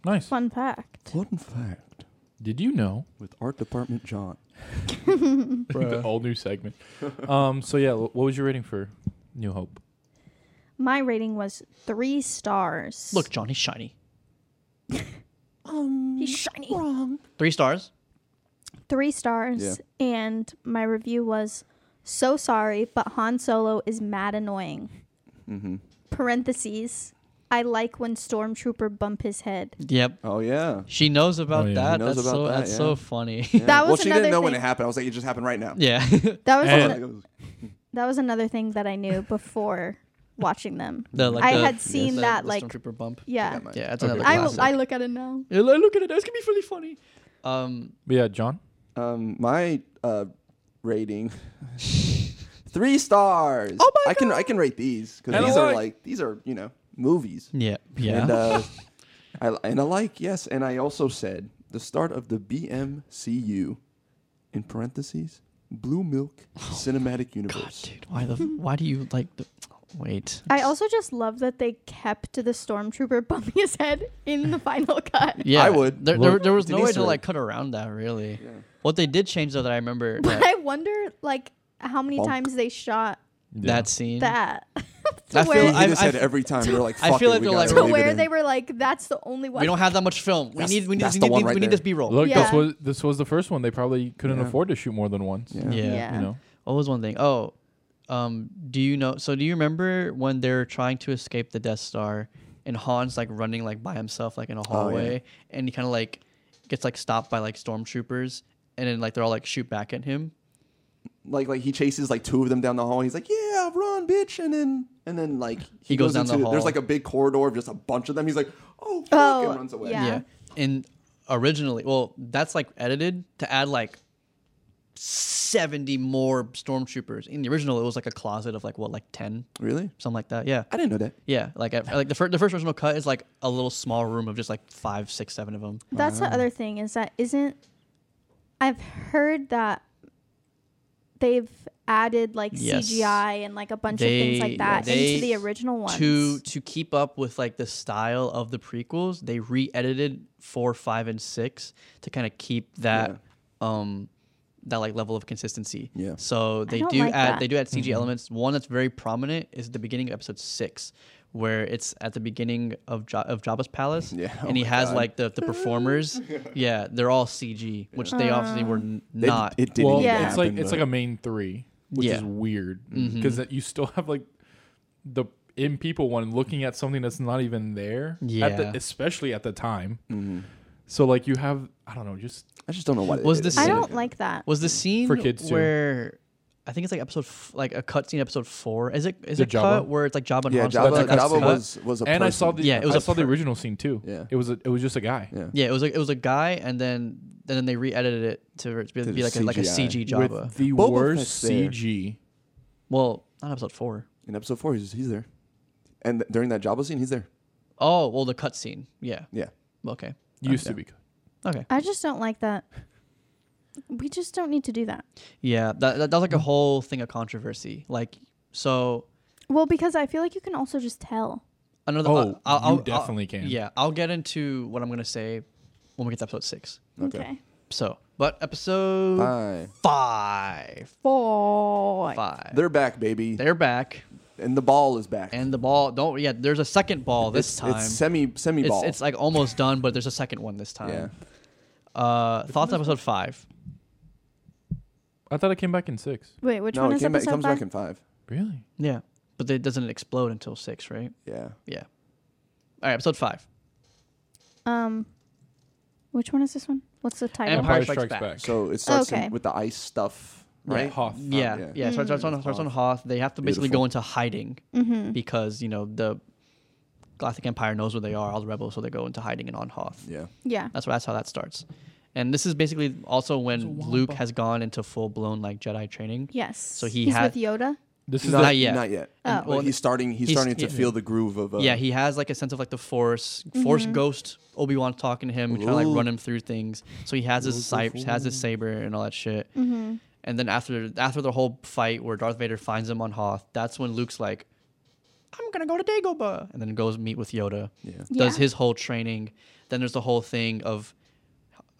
S2: Nice.
S3: Fun fact.
S4: fun fact
S2: Did you know?
S4: with art department John.
S2: the all new segment. um. So yeah, wh- what was your rating for New Hope?
S3: My rating was three stars.
S1: Look, John, he's shiny.
S3: he's shiny.
S1: Three stars.
S3: Three stars.
S4: Yeah.
S3: And my review was so sorry, but Han Solo is mad annoying.
S4: Mm-hmm.
S3: Parentheses. I like when Stormtrooper bump his head.
S1: Yep.
S4: Oh yeah.
S1: She knows about
S2: yeah.
S1: that.
S4: She knows
S1: that's
S4: about
S1: so
S4: that,
S1: that's
S4: yeah.
S1: so funny.
S3: That
S4: well,
S3: was
S4: she
S3: another
S4: didn't know
S3: thing.
S4: when it happened. I was like, it just happened right now.
S1: yeah.
S3: That was
S2: And-
S3: ano- that was another thing that I knew before watching them.
S1: The, like,
S3: I
S1: the-
S3: had seen
S1: the-
S3: that
S1: the
S3: like
S1: Stormtrooper bump.
S3: yeah.
S1: Yeah, that's
S2: Okay.
S1: another
S3: I,
S1: classic.
S3: I look at it now.
S1: Yeah, like, look at it. That's gonna be really funny. Um,
S2: But yeah, John.
S4: Um, my uh, rating three stars.
S1: Oh my
S4: I can I can rate these because
S2: And
S4: these
S2: I
S4: are
S2: like-
S4: like these are you know movies.
S1: yeah, yeah.
S4: And uh, I and I like yes, and I also said the start of the BMCU, in parentheses, Blue Milk Cinematic
S1: Oh God,
S4: Universe.
S1: dude, why the? Why do you like the? Wait.
S3: I also just love that they kept the stormtrooper bumping his head in the final cut.
S1: Yeah,
S4: I would.
S1: There, there,
S4: Look,
S1: there was
S4: it's
S1: no
S4: an
S1: way
S4: Easter
S1: to
S4: egg.
S1: like cut around that, really. What they did change though, that I remember
S3: But
S1: that,
S3: I wonder like how many
S4: Bonk.
S3: times they shot
S1: that scene.
S3: that. to
S1: I feel
S3: where,
S4: He
S1: I-
S4: hit his
S1: I-
S4: head every time. They're like,
S1: I
S4: Fuck
S1: feel
S4: it,
S1: like
S4: we
S1: they're
S4: gotta
S1: like-
S3: to
S4: leave it
S3: where
S4: in."
S3: they were like, that's the only one.
S1: we don't have that much film. We
S4: That's-
S1: need we need,
S4: that's
S1: we
S4: the
S1: need,
S4: one
S1: we
S4: right
S1: need
S4: there.
S1: this B roll.
S2: Look, this
S3: Yeah.
S2: was this was the first one. They probably couldn't
S4: Yeah.
S2: afford to shoot more than once.
S4: Yeah.
S1: Yeah.
S2: You know.
S1: What was one thing? Oh, um, do you know? So do you remember when they're trying to escape the Death Star, and Han's like running like by himself like
S4: Oh,
S1: in a hallway, and he kind of like gets like stopped by like stormtroopers, and then like they're all like shoot back at him.
S4: like like he chases like two of them down the hall. He's like, "Yeah, run, bitch!" And then and then like he,
S1: goes down the
S4: into, There's
S1: hall.
S4: like a big corridor of just a bunch of them. He's like, "Oh, fuck,"
S3: Oh,
S4: and runs away.
S3: yeah.
S1: Yeah. And originally, well, that's like edited to add like 70 more stormtroopers. In the original, it was like a closet of like what, like 10,
S4: Really?
S1: something like that. Yeah.
S4: I didn't know that.
S1: Yeah. Like at, like the first the first original cut is like a little small room of just like five, six, seven of them.
S3: That's the other thing is that isn't. I've heard that they've added like
S1: Yes.
S3: CGI and like a bunch of things
S1: They-
S3: like that
S1: they-
S3: into the original ones.
S1: To to keep up with like the style of the prequels, they re-edited 4, 5 and 6 to kind of keep that um that like level of consistency.
S4: Yeah. Mm-hmm.
S1: So they
S3: don't
S1: do
S3: like
S1: add
S3: that.
S1: they do add CG elements. One that's very prominent is the beginning of episode 6 where it's at the beginning of jo- of Jabba's palace
S4: Yeah, oh
S1: and he
S4: my
S1: has
S4: God.
S1: like the the performers. yeah, they're all CG, which they
S3: Uh.
S1: obviously were n-
S4: They-
S1: not.
S4: It didn't.
S2: Well,
S4: even
S3: Yeah.
S2: it's like
S4: happen,
S2: it's
S4: but-
S2: like a main three, which
S1: Yeah. Mm-hmm.
S2: is weird because that you still have like the in people one looking at something that's not even there. At
S1: Yeah.
S2: the, especially at the time. So like you have I don't know just
S4: I just don't know what it
S1: Was
S4: is.
S1: this-
S3: I
S1: Yeah.
S3: don't like that.
S1: Was the scene
S2: Mm, For kids, too.
S1: where I think it's like episode f- like a cutscene episode four? Is it is
S2: The
S1: it cut
S2: Jabba?
S1: where it's like Jabba and
S4: Yeah,
S1: Han
S4: Jabba,
S1: Solo?
S2: That's a
S4: Jabba
S2: cutscene.
S4: was was a
S2: and
S4: person.
S2: I saw the
S1: Yeah, it was
S2: I
S1: a
S2: saw the
S1: per-
S2: original scene too.
S4: Yeah.
S2: It was a, it was just a guy.
S4: Yeah.
S1: Yeah, it was like it was a guy, and then and then they re-edited it to be, be like a, like a
S4: CGI.
S1: CG Jabba.
S2: With the
S4: Boba
S2: worst
S4: Fett's there.
S2: CG.
S1: well, not episode four.
S4: in episode four. He's he's there, and th- during that Jabba scene, he's there.
S1: Oh well, the cutscene. Yeah.
S4: Yeah.
S1: Okay.
S2: Used to be.
S1: Okay.
S3: I just don't like that. We just don't need to do that.
S1: Yeah, that, that that was like a whole thing of controversy. Like, so
S3: Well, because I feel like you can also just tell.
S1: another.
S2: Oh,
S1: I'll, I'll,
S2: you definitely can.
S1: Yeah, I'll get into what I'm gonna say when we get to episode six.
S4: Okay.
S1: So, but episode
S4: Hi.
S1: five,
S3: Boy.
S1: five.
S4: They're back, baby,
S1: They're back,
S4: and the ball is back.
S1: and the ball. Don't yeah. There's a second ball this
S4: it's,
S1: time.
S4: it's semi semi
S1: It's-
S4: ball.
S1: it's like almost done, but there's a second one this
S4: yeah.
S1: time. Uh, thoughts on episode five?
S2: I thought it came back in six.
S3: Wait, which
S4: No,
S3: one
S4: it,
S3: is
S4: came back, it
S3: episode
S4: comes
S3: five?
S4: back in five.
S2: Really?
S1: Yeah, but they doesn't explode until six, right?
S4: Yeah.
S1: Yeah. All right, episode five.
S3: um, Which one is this one? What's the title?
S1: Empire Strikes Back.
S4: So it starts in-
S3: Okay.
S4: with the ice stuff,
S2: right?
S4: right?
S2: Hoth.
S1: Yeah, yeah.
S4: yeah.
S1: So it starts on starts on Hoth. They have to basically
S4: Beautiful.
S1: go into hiding because you know the Galactic Empire knows where they are, all the rebels, so they go into hiding and on Hoth.
S4: Yeah.
S3: Yeah.
S1: That's why that's how that starts. And this is basically also when Luke has gone into full blown like Jedi training.
S3: Yes.
S1: So he
S3: He's
S1: had-
S3: with Yoda.
S2: This is
S1: Not
S2: the,
S1: yet.
S4: Not yet.
S3: Oh.
S4: But he's starting. He's,
S1: He's-
S4: starting to
S1: yeah.
S4: feel the groove of. Uh,
S1: yeah, he has like a sense of like the Force, Force
S3: Mm-hmm.
S1: Ghost Obi Wan talking to him, trying to like
S4: Ooh.
S1: run him through things. So he has his sipes, has his saber, and all that shit.
S3: Mm-hmm.
S1: And then after after the whole fight where Darth Vader finds him on Hoth, that's when Luke's like, "I'm gonna go to Dagobah," and then goes meet with Yoda.
S4: Yeah.
S1: Does
S3: Yeah.
S1: his whole training. Then there's the whole thing of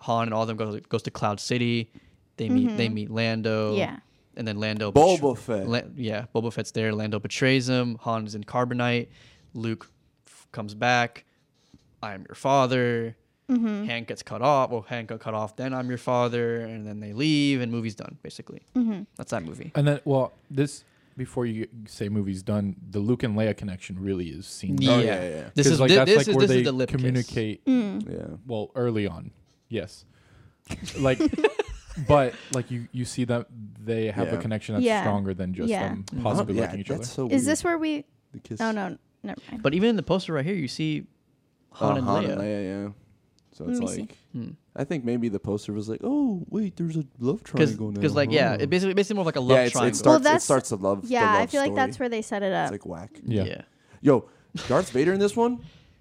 S1: Han and all of them goes goes to Cloud City. They meet they meet Lando.
S3: Mm-hmm. Yeah.
S1: And then Lando
S4: Boba Fett.
S1: La- yeah, Boba Fett's there. Lando betrays him. Han is in carbonite. Luke f- comes back. I am your father.
S4: Mm-hmm.
S1: Hank gets cut off. Well, Hank got cut off. Then I'm your father, and then they leave, and movie's done. Basically,
S4: Mm-hmm.
S1: that's that movie.
S2: and then well, this before you say movie's done, the Luke and Leia connection really is seen.
S1: Yeah.
S4: Oh, yeah, yeah.
S1: This is
S2: like
S1: thi-
S2: that's
S1: this
S2: like
S1: is
S2: where
S1: this
S2: they
S1: is the lip kiss.
S2: communicate.
S3: Mm.
S4: Yeah.
S2: Well, early on, yes, like, but like you you see that they have a
S4: Yeah. Oh,
S2: connection that's
S3: Yeah.
S2: stronger than just
S3: Yeah.
S2: them
S1: Mm-hmm.
S2: possibly
S4: yeah,
S2: liking each
S4: that's
S2: other.
S4: so
S3: Is
S4: weird.
S3: this where we?
S4: the kiss?
S3: Oh no, never mind.
S1: But even in the poster right here, you see Han
S4: Uh,
S1: and
S4: Han
S1: Leia. Hmm.
S4: and Leia. Yeah. So it's
S3: me see.
S4: like, I think maybe the poster was like, oh wait, there's a love
S1: Because,
S4: triangle now.
S1: like, yeah,
S4: Oh.
S1: it basically, basically more of like a love
S4: yeah, it's, it
S1: triangle.
S4: starts.
S3: Well,
S4: it
S3: that's-
S4: starts the love. the
S3: yeah, I
S4: love
S3: feel like
S4: story.
S3: that's where they set it
S4: it's
S3: up.
S4: like whack.
S2: Yeah.
S4: Yo, Darth Vader in this one,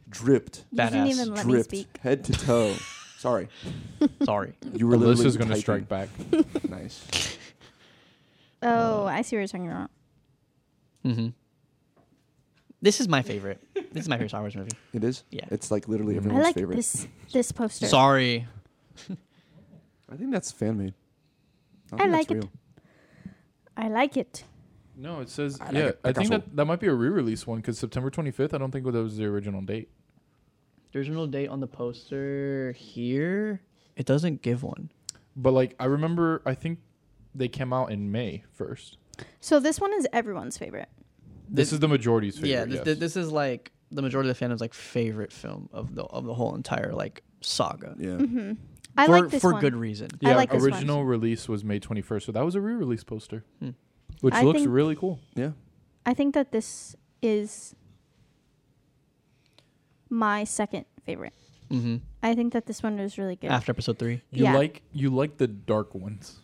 S4: dripped,
S3: you didn't
S1: badass
S3: even let me
S4: dripped,
S3: speak.
S4: head to toe. Sorry,
S1: Sorry.
S4: you were
S2: Alyssa's gonna
S4: literally typing.
S2: strike back.
S4: Nice. Uh,
S3: Oh, I see what you're talking about.
S1: hmm This is my favorite. This is my favorite Star Wars movie.
S4: It is.
S1: Yeah.
S4: It's like literally
S3: I
S4: everyone's
S3: like
S4: favorite.
S3: this this poster.
S1: Sorry.
S4: I think that's fan made.
S3: I like it. I like it.
S2: No, it says
S4: I like
S2: yeah.
S4: it.
S2: I
S4: Like
S2: think
S4: also-
S2: that that might be a re-release one because September 25th. I don't think that was the original date.
S1: The original date on the poster here, it doesn't give one.
S2: But like I remember, I think they came out in May first.
S3: So this one is everyone's favorite.
S2: This,
S1: This-
S2: is the majority's favorite.
S1: yeah, th-
S2: yes.
S1: th- this is like the majority of the fandom's like favorite film of the of the whole entire like saga.
S4: Yeah.
S3: Mm. Mm-hmm. I
S1: for
S3: like this
S1: for
S3: one.
S1: good reason.
S3: I
S2: yeah.
S3: like this one.
S2: original release was May 21st, so that was a re-release poster,
S1: Hmm.
S2: which
S3: I
S2: looks
S3: think-
S2: really cool.
S4: Yeah.
S3: I think that this is my second favorite.
S1: hmm
S3: I think that this one is really good.
S1: After episode three,
S2: You
S3: Yeah.
S2: like you like the dark ones.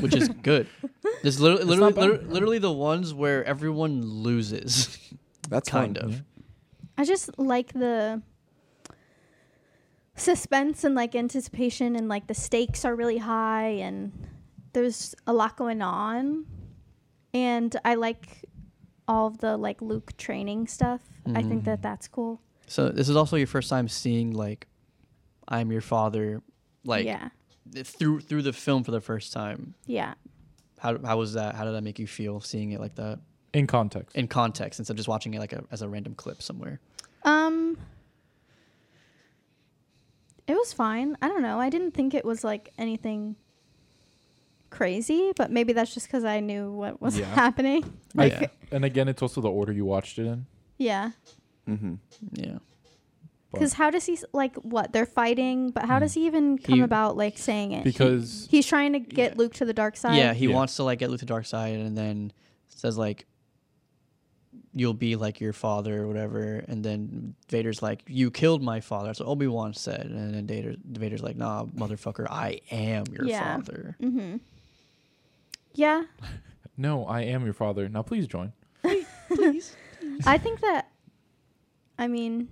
S1: which is good. This is literally literally,
S2: not bad.
S1: literally literally the ones where everyone loses,
S4: That's
S1: kind
S4: fun.
S1: of.
S3: I just like the suspense and like anticipation and like the stakes are really high and there's a lot going on. And I like all of the like Luke training stuff. I think that that's cool.
S1: So this is also your first time seeing like, I'm your father, like
S3: yeah.
S1: th- through through the film for the first time.
S3: Yeah.
S1: How how was that? How did that make you feel seeing it like that
S2: In context,
S1: in context instead of just watching it like a, as a random clip somewhere?
S3: Um It was fine. I don't know. I didn't think it was like anything crazy, but maybe that's just cuz I knew what was
S2: Yeah.
S3: happening.
S2: I-
S1: Yeah.
S2: and again, it's also the order you watched it in.
S3: Yeah.
S4: Mm-hmm.
S1: Yeah.
S2: But-
S3: Because how does he s- like what they're fighting? But how does he even come
S1: He-
S3: about like saying it?
S2: Because
S3: he's trying to get Luke to the dark side.
S1: Yeah, he
S2: Yeah.
S1: wants to like get Luke to the dark side, and then says like, "You'll be like your father or whatever." And then Vader's like, "You killed my father." That's what Obi Wan said, and then Vader, Vader's like, "Nah, motherfucker, I am your
S3: Yeah.
S1: father."
S3: Mm-hmm. Yeah,
S2: no, I am your father. Now please join.
S3: I think that. I mean,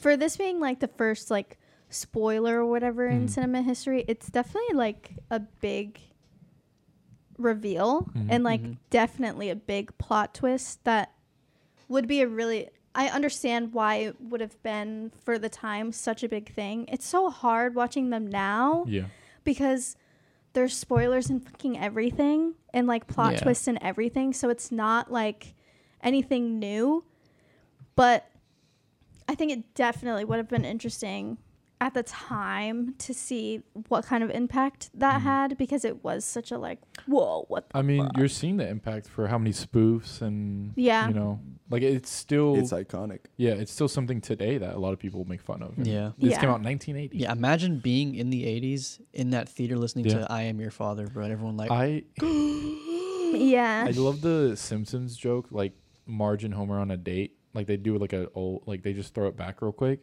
S3: for this being like the first like spoiler or whatever in
S2: Mhm.
S3: cinema history, it's definitely like a big reveal and like
S1: Mhm.
S3: definitely a big plot twist that would be a really I understand why it would have been for the time such a big thing. It's so hard watching them now
S2: Yeah.
S3: because there's spoilers and fucking everything and like plot
S1: Yeah.
S3: twists and everything so it's not like anything new but i think it definitely would have been interesting at the time to see what kind of impact that had because it was such a like whoa what the
S2: I mean,
S3: fuck?
S2: you're seeing the impact for how many spoofs and
S3: Yeah.
S2: you know Like it's still
S4: It's iconic.
S2: yeah, it's still something today that a lot of people make fun of.
S4: Mm-hmm.
S2: And
S1: Yeah.
S2: This
S3: Yeah.
S2: came out in 1980.
S1: Yeah, imagine being in the 80s in that theater listening
S2: Yeah.
S1: to I Am Your Father, bro. and Everyone like,
S2: I
S3: Yeah.
S2: I love the Simpsons joke, like Marge and Homer on a date. Like they do like a old, like they just throw it back real quick,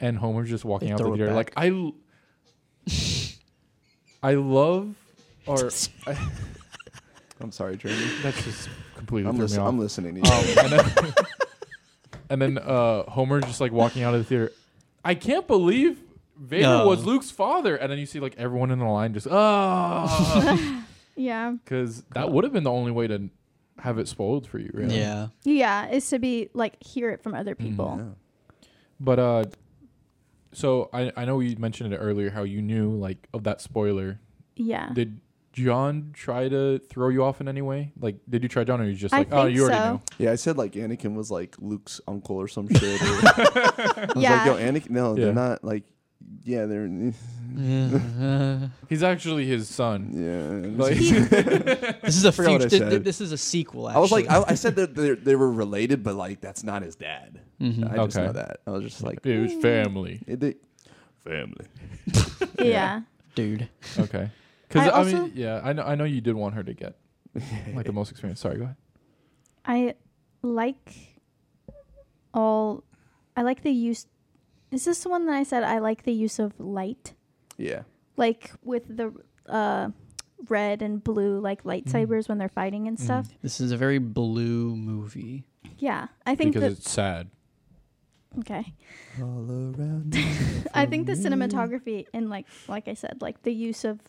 S2: and Homer's just walking
S1: They
S2: out the
S1: throw it
S2: door. Like I, l- I love, or I,
S4: I'm sorry, Jeremy.
S2: that's just completely
S4: I'm,
S2: threw
S4: listen-
S2: me off.
S4: I'm listening to you.
S2: Um, and then, and then uh, Homer's just like walking out of the theater. I can't believe Vader
S1: No.
S2: was Luke's father, and then you see like everyone in the line just ah,
S3: Yeah.
S2: because that would have been the only way to have it spoiled for you, really.
S1: yeah.
S3: Yeah. Is to be like hear it from other
S1: Oh.
S3: people.
S4: Yeah.
S2: But uh so I I know you mentioned it earlier how you knew like of that spoiler.
S3: Yeah.
S2: Did John try to throw you off in any way? Like did you try John or you just
S3: I
S2: like oh
S3: think
S2: you already
S3: so.
S2: know?
S4: Yeah, I said like Anakin was like Luke's uncle or some shit. Or, I was
S3: Yeah.
S4: like, yo, Anakin. No,
S2: Yeah.
S4: they're not like. Yeah, they're.
S1: Yeah.
S2: He's actually his son.
S4: Yeah.
S2: Like-
S1: this is a
S4: forgot what I
S1: future. This,
S4: said.
S1: this is a sequel. Actually.
S4: I was like, I, I said that they're- they were related, but like that's not his dad.
S1: Mhm.
S4: I just
S2: Okay.
S4: know that. I was just like,
S2: It
S3: Mm.
S2: was family.
S4: it, they, family.
S3: yeah.
S1: dude.
S2: Okay. Cuz I,
S3: I also-
S2: mean yeah, I know I know you did want her to get like the most experience. Sorry, go ahead.
S3: I like all. I like the use. Is this the one that I said I like the use of light?
S4: Yeah.
S3: Like with the uh, red and blue, like lightsabers when they're fighting and stuff.
S1: This is a very blue movie.
S3: Yeah. I think
S2: Because
S3: that.
S2: it's sad.
S3: Okay.
S4: All around.
S3: I think the cinematography and like like I said, like the use of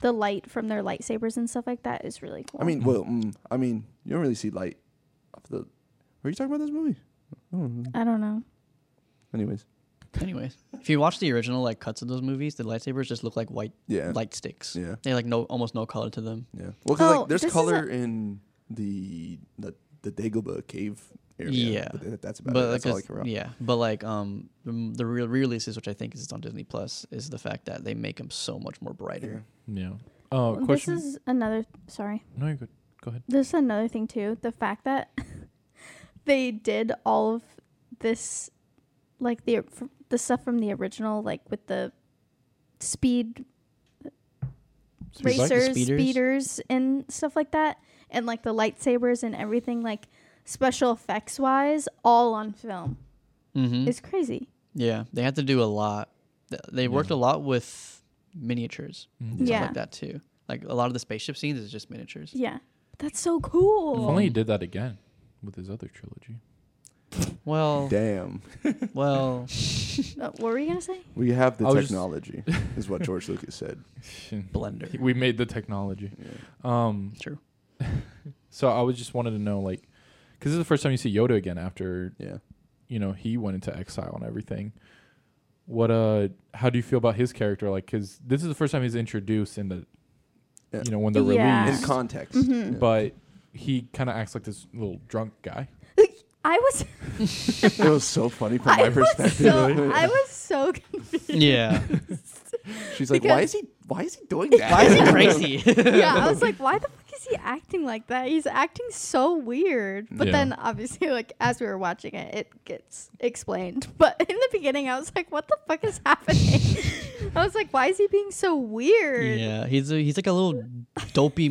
S3: the light from their lightsabers and stuff like that is really cool.
S4: I mean, well, mm, I mean, you don't really see light. Off the, were you talking about this movie? I don't know.
S3: I don't know.
S4: Anyways,
S1: Anyways, if you watch the original like cuts of those movies, the lightsabers just look like white
S4: yeah,
S1: light sticks.
S4: yeah,
S1: They like no almost no color to them.
S4: yeah. Well, 'cause,
S3: Oh,
S4: like there's
S3: this is
S4: color in the the the Dagobah cave area.
S1: Yeah.
S4: but th- that's about
S1: But
S4: it.
S1: like,
S4: That's all I
S1: it's-
S4: can remember.
S1: yeah, but like um the, m- the real releases, which I think is on Disney Plus, is the fact that they make them so much more brighter.
S2: Yeah. Uh,
S3: Well,
S2: question.
S3: This is another sorry.
S2: no, you're good. Go ahead.
S3: This is another thing too. The fact that they did all of this, like the fr- the stuff from the original, like with the speed
S2: Speed bike?
S3: racers,
S1: Speeders?
S3: speeders. and stuff like that, and like the lightsabers and everything, like special effects wise, all on film.
S1: Mm-hmm.
S3: It's crazy.
S1: Yeah, they had to do a lot. Th- They worked a lot with miniatures,
S2: Mhm.
S1: stuff
S3: Yeah.
S1: like that too. Like a lot of the spaceship scenes is just miniatures.
S3: Yeah. That's so
S2: If
S3: cool.
S2: only he did that again with his other trilogy.
S1: Well,
S4: Damn,
S1: well,
S3: Uh, what were you going to say?
S4: we have the
S2: I was just-
S4: technology, is what George Lucas said.
S1: Blender.
S2: we made the technology.
S4: Yeah.
S2: Um,
S1: True.
S2: so I was just wanted to know, like, because this is the first time you see Yoda again after
S4: Yeah.
S2: you know he went into exile and everything. What uh, how do you feel about his character? Like, because this is the first time he's introduced in the,
S4: Yeah.
S2: you know, when they're
S3: Yeah.
S4: in
S2: released,
S4: context.
S3: Mhm.
S4: Yeah.
S2: but he kind of acts like this little drunk guy.
S3: I was
S4: it was so funny from
S3: I
S4: my
S3: was
S4: perspective.
S3: so I was so
S1: Yeah.
S4: She's like, why is he? Why is he doing that?
S1: Why is he crazy?
S3: yeah, I was like, why the fuck is he acting like that? He's acting so weird. But
S2: Yeah.
S3: then obviously, like as we were watching it, it gets explained. But in the beginning, I was like, what the fuck is happening? I was like, why is he being so weird?
S1: yeah, he's a, he's like a little dopey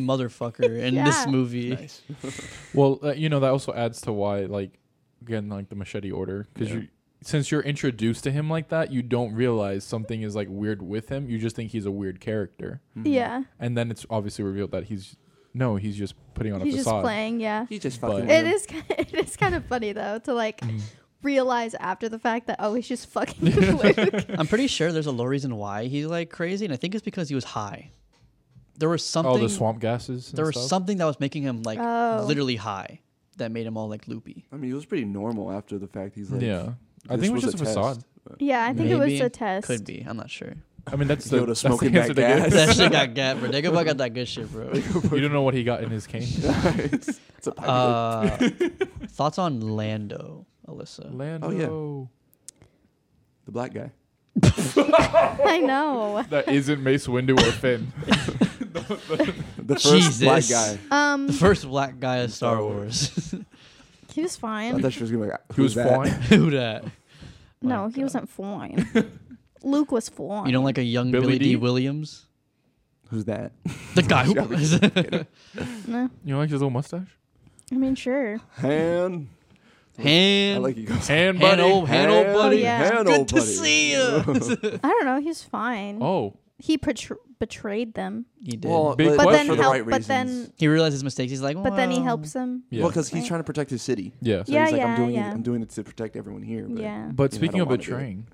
S1: motherfucker in this
S3: Yeah.
S1: movie.
S2: Well, uh, you know that also adds to why, like, again, like the machete order, because
S4: Yeah.
S2: you since you're introduced to him like that, you don't realize something is like weird with him. You just think he's a weird character,
S3: Yeah.
S2: and then it's obviously revealed that he's no, he's just putting on a
S3: He's just
S2: facade.
S3: playing. Yeah.
S4: He's just
S2: But-
S4: fucking.
S2: fucking
S3: It is ki- it is kind of funny though to like realize after the fact that oh he's just fucking Luke.
S1: I'm pretty sure there's a low reason why he's like crazy, and I think it's because he was high. There was something.
S2: All Oh, the swamp gases. And
S1: there was
S2: stuff.
S1: something that was making him like
S3: Oh.
S1: literally high, that made him all like loopy.
S4: I mean, it was pretty normal after the fact. He's like,
S2: yeah, I
S4: this
S2: think it was, just a
S4: test.
S2: facade.
S3: yeah, I think
S1: Maybe.
S3: it was a test.
S1: Could be. I'm not sure.
S2: I mean, that's the
S4: Yoda
S2: that's
S4: smoking
S2: the
S4: that
S2: answer they gave.
S1: that shit got gat, bro. Dagobah got that good shit, bro.
S2: you don't know what he got in his cane.
S4: it's, it's a popular-
S1: Uh, thoughts on Lando, Alyssa?
S2: Lando.
S4: the black guy.
S3: I know.
S2: That isn't Mace Windu or Finn.
S4: The first black
S1: Jesus.
S4: guy.
S3: Um
S1: The first black guy of Star
S4: Star
S1: Wars.
S3: He was
S4: I
S3: fine.
S4: thought she was gonna be like,
S2: He was
S4: "Who's that?"
S2: fine.
S1: Who dat?
S3: no,
S1: my
S3: he wasn't fine. Luke was fine.
S1: You don't like a young
S2: Billy
S1: Billy, D.
S2: D?
S1: Williams?
S4: Who's that?
S1: The guy who
S4: Shall we-
S1: plays.
S3: No,
S2: You like his little mustache?
S3: I mean, sure.
S4: Han. I
S1: hand,
S4: like you
S2: And
S4: guys.
S1: hand,
S2: buddy.
S1: old, hand, old
S4: Han,
S1: buddy.
S3: yeah.
S4: Han,
S1: Good
S4: old
S1: to
S4: buddy.
S1: see you.
S3: I don't know. He's fine.
S2: Oh,
S3: He betr- betrayed them,
S1: he did.
S4: Well,
S2: Big
S4: but,
S3: but
S2: Well,
S3: then
S4: for the
S3: help.
S4: right
S3: but
S4: reasons.
S3: then,
S1: he realized his mistakes. He's like,
S3: but then he
S1: "Well."
S3: helps them.
S2: yeah.
S4: well, because he's
S3: Right.
S4: trying to protect his city.
S2: yeah.
S4: So
S3: Yeah,
S4: he's like,
S3: yeah,
S4: I'm doing
S3: yeah.
S4: it. I'm doing it to protect everyone here. But
S3: Yeah.
S2: But
S4: You know, I
S2: speaking
S4: don't
S2: of
S4: wanna do it.
S2: betraying,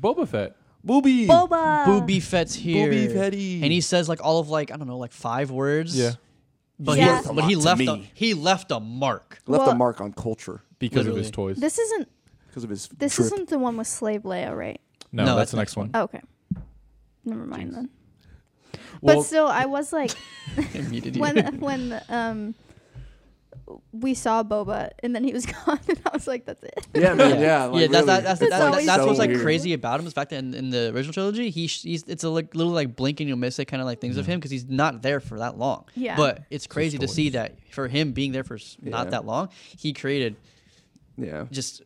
S2: Boba Fett.
S4: Booby.
S3: Boba.
S1: Booby Fett's here.
S4: Booby Fetty.
S1: And he says like all of like I don't know like five words.
S2: Yeah.
S1: But
S3: Yeah.
S1: he
S4: Worth a
S1: but he
S4: lot
S1: left
S4: to
S1: a,
S4: me.
S1: he left a mark.
S4: left
S3: Well-
S4: a mark on culture
S2: Because of
S1: Literally.
S2: his toys.
S3: This isn't.
S4: because of his.
S3: This
S4: trip.
S3: isn't the one with slave Leia, right?
S2: no,
S1: No, that's
S2: that's the next one.
S3: Oh, okay. Never mind then.
S2: Well,
S3: but still, I was like,
S1: Immediately.
S3: when when um we saw Boba and then he was gone, and I was like, that's it.
S4: Yeah, man.
S1: yeah,
S4: Yeah. like,
S1: that,
S4: really,
S1: that, that's,
S4: it's
S1: that,
S4: like
S1: that, that's
S4: so
S1: what's like
S4: weird.
S1: crazy about him is the fact that in, in the original trilogy he sh- he's it's a like, little like blink and you'll miss it kind of like things of him because he's not there for that long.
S3: Yeah.
S1: But it's crazy to
S2: toys.
S1: see that for him being there for s
S4: Yeah.
S1: not that long, he created
S4: Yeah.
S1: just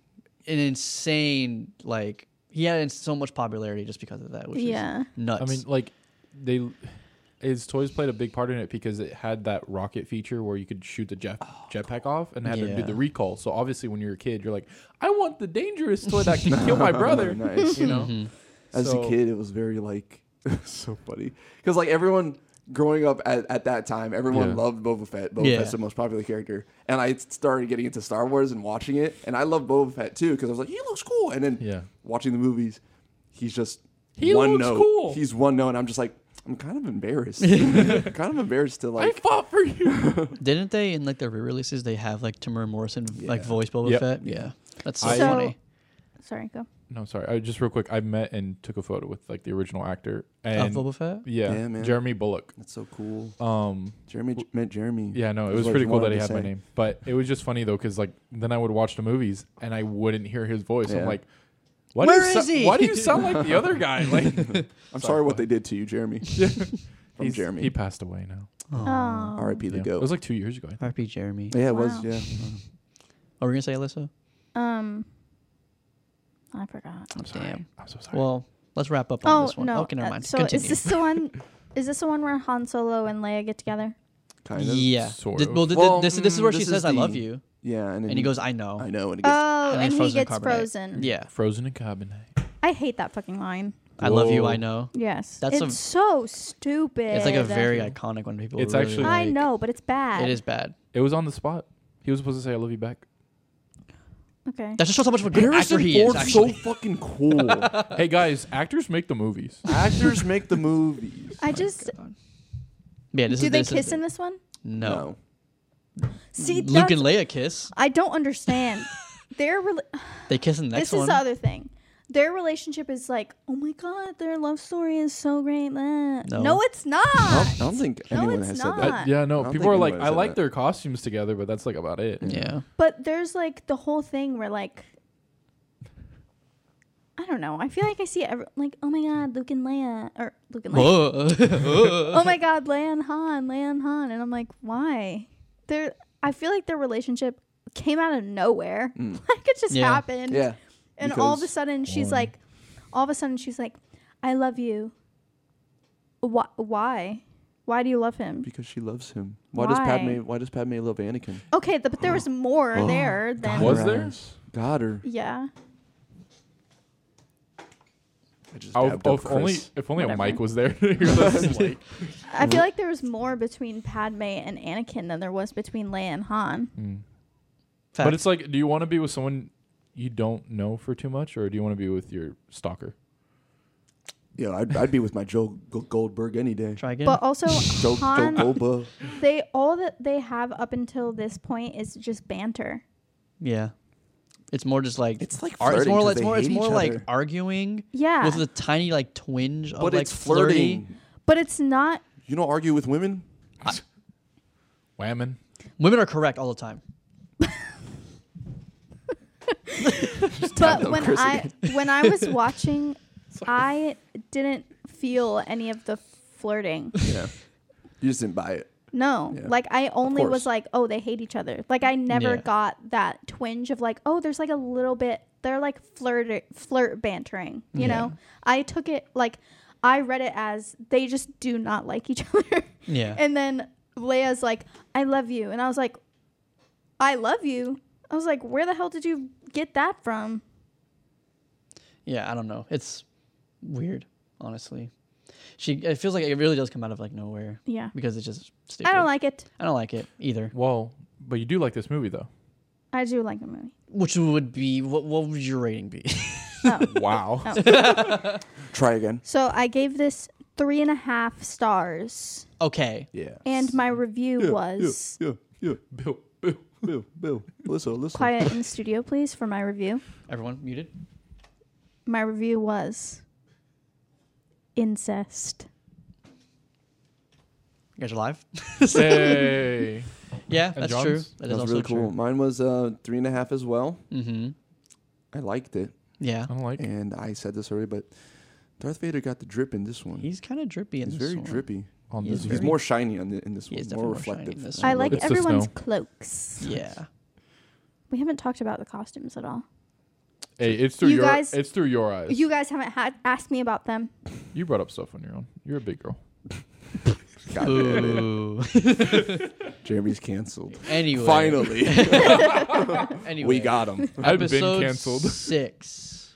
S1: an insane like he had so much popularity just because of that, which
S3: Yeah.
S1: is nuts.
S2: I mean, like they, his toys played a big part in it because it had that rocket feature where you could shoot the jet
S4: Oh,
S2: jetpack off and had to do
S1: Yeah.
S2: the recall. So obviously, when you're a kid, you're like, I want the dangerous toy that can kill my brother.
S4: Oh, Nice.
S2: You know,
S1: Mm-hmm.
S4: As
S2: So-
S4: a kid, it was very like so funny because like everyone growing up at, at that time, everyone
S2: Yeah.
S4: loved Boba Fett. Boba
S1: Yeah.
S4: Fett's the most popular character, and I started getting into Star Wars and watching it, and I love Boba Fett too because I was like, he looks cool, and then
S2: Yeah.
S4: watching the movies, he's just
S2: He
S4: one
S2: looks
S4: note.
S2: cool.
S4: He's one note, and I'm just like, I'm kind of embarrassed. kind of embarrassed to
S2: I
S4: like.
S2: fought for you.
S1: Didn't they in like their re-releases they have like Tamara Morrison like
S4: Yeah.
S1: voice Boba
S2: Yep.
S1: Fett? Yeah, that's so
S2: I-
S3: So-
S1: funny.
S3: Sorry, go.
S2: no, sorry. I just real quick. I met and took a photo with like the original actor
S1: Of
S2: and
S1: Boba Fett.
S2: yeah,
S4: Yeah, man.
S2: Jeremy Bullock.
S4: That's so cool.
S2: Um,
S4: Jeremy j- met Jeremy.
S2: Yeah, no, it
S4: That's
S2: was
S4: what
S2: pretty
S4: you
S2: cool that
S4: wanted
S2: he had
S4: to
S2: my
S4: say.
S2: name. But it was just funny though, because like then I would watch the movies and I wouldn't hear his voice. I'm
S4: Yeah.
S2: like, why do
S1: Where
S2: you sou-
S1: is he?
S2: Why do you sound like the other guy? Like
S4: I'm sorry what they did to you, Jeremy. From
S2: he's-
S4: Jeremy.
S2: He passed away now.
S3: Oh.
S4: R.I.P. the
S2: Yeah.
S4: goat.
S2: It was like two years ago. I think.
S1: R.P. Jeremy.
S4: yeah, it
S3: Wow.
S4: was. Yeah.
S1: Are we gonna say Alyssa?
S3: Um, I forgot.
S2: I'm sorry.
S1: Damn.
S2: I'm so sorry.
S1: Well, let's wrap up on
S3: Oh
S1: this one.
S3: no.
S1: okay, never
S3: uh,
S1: mind.
S3: so
S1: Continue.
S3: is this the one? Is this the one where Han Solo and Leia get together?
S4: Kind of.
S1: yeah.
S2: Sort
S1: Th-
S2: of.
S1: well, th- th-
S4: Well,
S1: this, this is where
S4: mm,
S1: she
S4: this
S1: says,
S4: is
S1: "I love
S4: the-
S1: you,"
S4: Yeah, and, then
S1: and he goes, "I know."
S4: I know, and he gets
S3: Oh,
S1: And
S3: and,
S1: it's
S3: he
S1: frozen
S3: gets
S1: carbonate.
S3: frozen.
S1: Yeah.
S2: Frozen in carbonite.
S3: I hate that fucking line.
S1: I love you.
S2: Whoa.
S1: I know.
S3: Yes.
S1: That's
S3: That's
S1: a-
S3: it's so stupid.
S1: It's like a very iconic one. People.
S2: It's
S1: really
S2: actually-
S1: like.
S3: I
S2: like-
S3: know, but it's bad.
S1: It is bad.
S2: It was on the spot. He was supposed to say, "I love you" back.
S3: Okay.
S1: That just shows how much of a good actor he is. Actually.
S4: so fucking cool.
S2: hey guys, actors make the movies.
S4: Actors make the movies.
S3: I just
S1: yeah. This
S3: do
S1: is
S3: they
S1: this
S3: kiss
S1: is,
S3: in this one?
S1: No.
S3: See,
S1: Luke
S3: that's,
S1: and Leia kiss.
S3: I don't understand. Their rela-
S1: They kiss in the next
S3: this is
S1: one.
S3: the other thing. Their relationship is like, oh my god, their love story is so great. No,
S1: No.
S3: no it's
S4: I don't, I
S3: not.
S4: don't think
S3: No,
S4: anyone
S3: it's
S4: has
S2: I-
S4: said that.
S3: not.
S2: yeah, no.
S4: I don't
S2: People
S4: think
S2: are like,
S4: anyone
S2: I
S4: said
S2: like
S4: that.
S2: their costumes together, but that's like about it.
S1: yeah.
S3: But there's like the whole thing where like, I don't know. I feel like I see every, like, oh my god, Luke and Leia, or Luke and Leia.
S1: Whoa.
S3: oh my god, Leia and Han, Leia and Han, and I'm like, why? They're I feel like their relationship came out of nowhere. like it just
S1: Yeah.
S3: happened.
S4: Mm. Yeah.
S3: And all of a
S4: because-
S3: sudden she's like, all of a sudden she's like, I love you. Why? Why? Why do you love him?
S4: Because she loves him. Why, does
S3: Why?
S4: Padme? Why does Padme love Anakin?
S3: Okay, th- but there was more
S4: Oh,
S3: there than
S2: Was
S4: Her
S2: there?
S4: ass. Got her.
S3: yeah.
S4: I just
S2: Oh,
S4: dabbed
S2: oh,
S4: up
S2: if only
S4: Chris.
S2: if only a
S3: Whatever.
S2: mic was there. to hear this, like,
S3: I feel like there was more between Padme and Anakin than there was between Leia and Han.
S2: But it's like, do you want to be with someone you don't know for too much, or do you want to be with your stalker?
S4: Yeah, I'd, I'd be with my Joe G- Goldberg any day.
S1: try again.
S3: But also
S4: Joe, Joe
S3: Han,
S4: Goldberg.
S3: they all that they have up until this point is just banter.
S1: Yeah. It's more just like
S4: It's like
S1: ar- it's more
S4: flirting 'cause
S1: like it's
S4: they
S1: more, it's
S4: hate
S1: more
S4: each
S1: like
S4: other.
S1: arguing
S3: Yeah.
S1: with a tiny like twinge of
S4: But
S1: like
S4: it's flirting.
S1: flirty.
S3: But it's not.
S4: You don't argue with women.
S2: Whammon.
S1: Women are correct all the time.
S3: But
S4: up
S3: when
S4: Chris
S3: I when I was watching, I didn't feel any of the flirting.
S4: Yeah. You just didn't buy it.
S3: No,
S4: Yeah.
S3: like I only was
S4: course.
S3: like, oh, they hate each other. Like I never
S1: Yeah.
S3: got that twinge of like, oh, there's like a little bit. They're like flirt flirt bantering. You
S1: Yeah.
S3: know, I took it like I read it as they just do not like each other.
S1: Yeah.
S3: and then Leia's like, I love you, and I was like, I love you. I was like, where the hell did you get that from?
S1: yeah, I don't know. It's weird, honestly. She it feels like it really does come out of like nowhere
S3: Yeah,
S1: because it's just stupid.
S3: I don't like it.
S1: I don't like it either.
S2: Well, but you do like this movie though.
S3: I do like the movie.
S1: Which would be what what would your rating be?
S2: Wow.
S4: Try again.
S3: Oh, So I gave this three and a half stars,
S1: okay.
S2: Yeah.
S3: and my review was.
S4: yeah, yeah, Bill, Bill, Bill, Bill. Listen, listen.
S3: quiet in the studio, please, for my review.
S1: Everyone muted?
S3: My review was incest.
S1: You guys are live?
S2: Hey.
S1: yeah,
S2: And
S1: that's
S2: John's?
S1: true.
S4: That
S1: That is
S4: was
S1: also
S4: really cool. Mine was uh, three and a half as well.
S1: true. Mm-hmm.
S4: I liked it,
S1: Yeah.
S2: I
S4: Oh.
S2: don't like it.
S4: and I said this already, but Darth Vader got the drip in this one. He's,
S1: He's kind of drippy in this
S4: very
S1: one.
S4: drippy.
S2: on
S1: He is
S2: this
S1: very-
S4: He's more shiny on the, in this
S1: He
S4: one,
S1: is definitely
S4: more
S1: more shiny
S4: reflective.
S1: in this
S3: I
S1: one.
S3: like
S2: It's the
S3: everyone's
S2: snow.
S3: cloaks.
S1: Yeah.
S3: We haven't talked about the costumes at all.
S2: Hey, it's through
S3: You
S2: your
S3: guys-
S2: it's through your eyes.
S3: You guys haven't ha- asked me about them.
S2: You brought up stuff on your own. You're a big girl.
S4: God damn it.
S1: Ooh.
S4: Jeremy's canceled.
S1: anyway.
S4: Finally,
S1: Anyway.
S4: we got him.
S2: I've been
S1: Episode
S2: canceled.
S1: Six.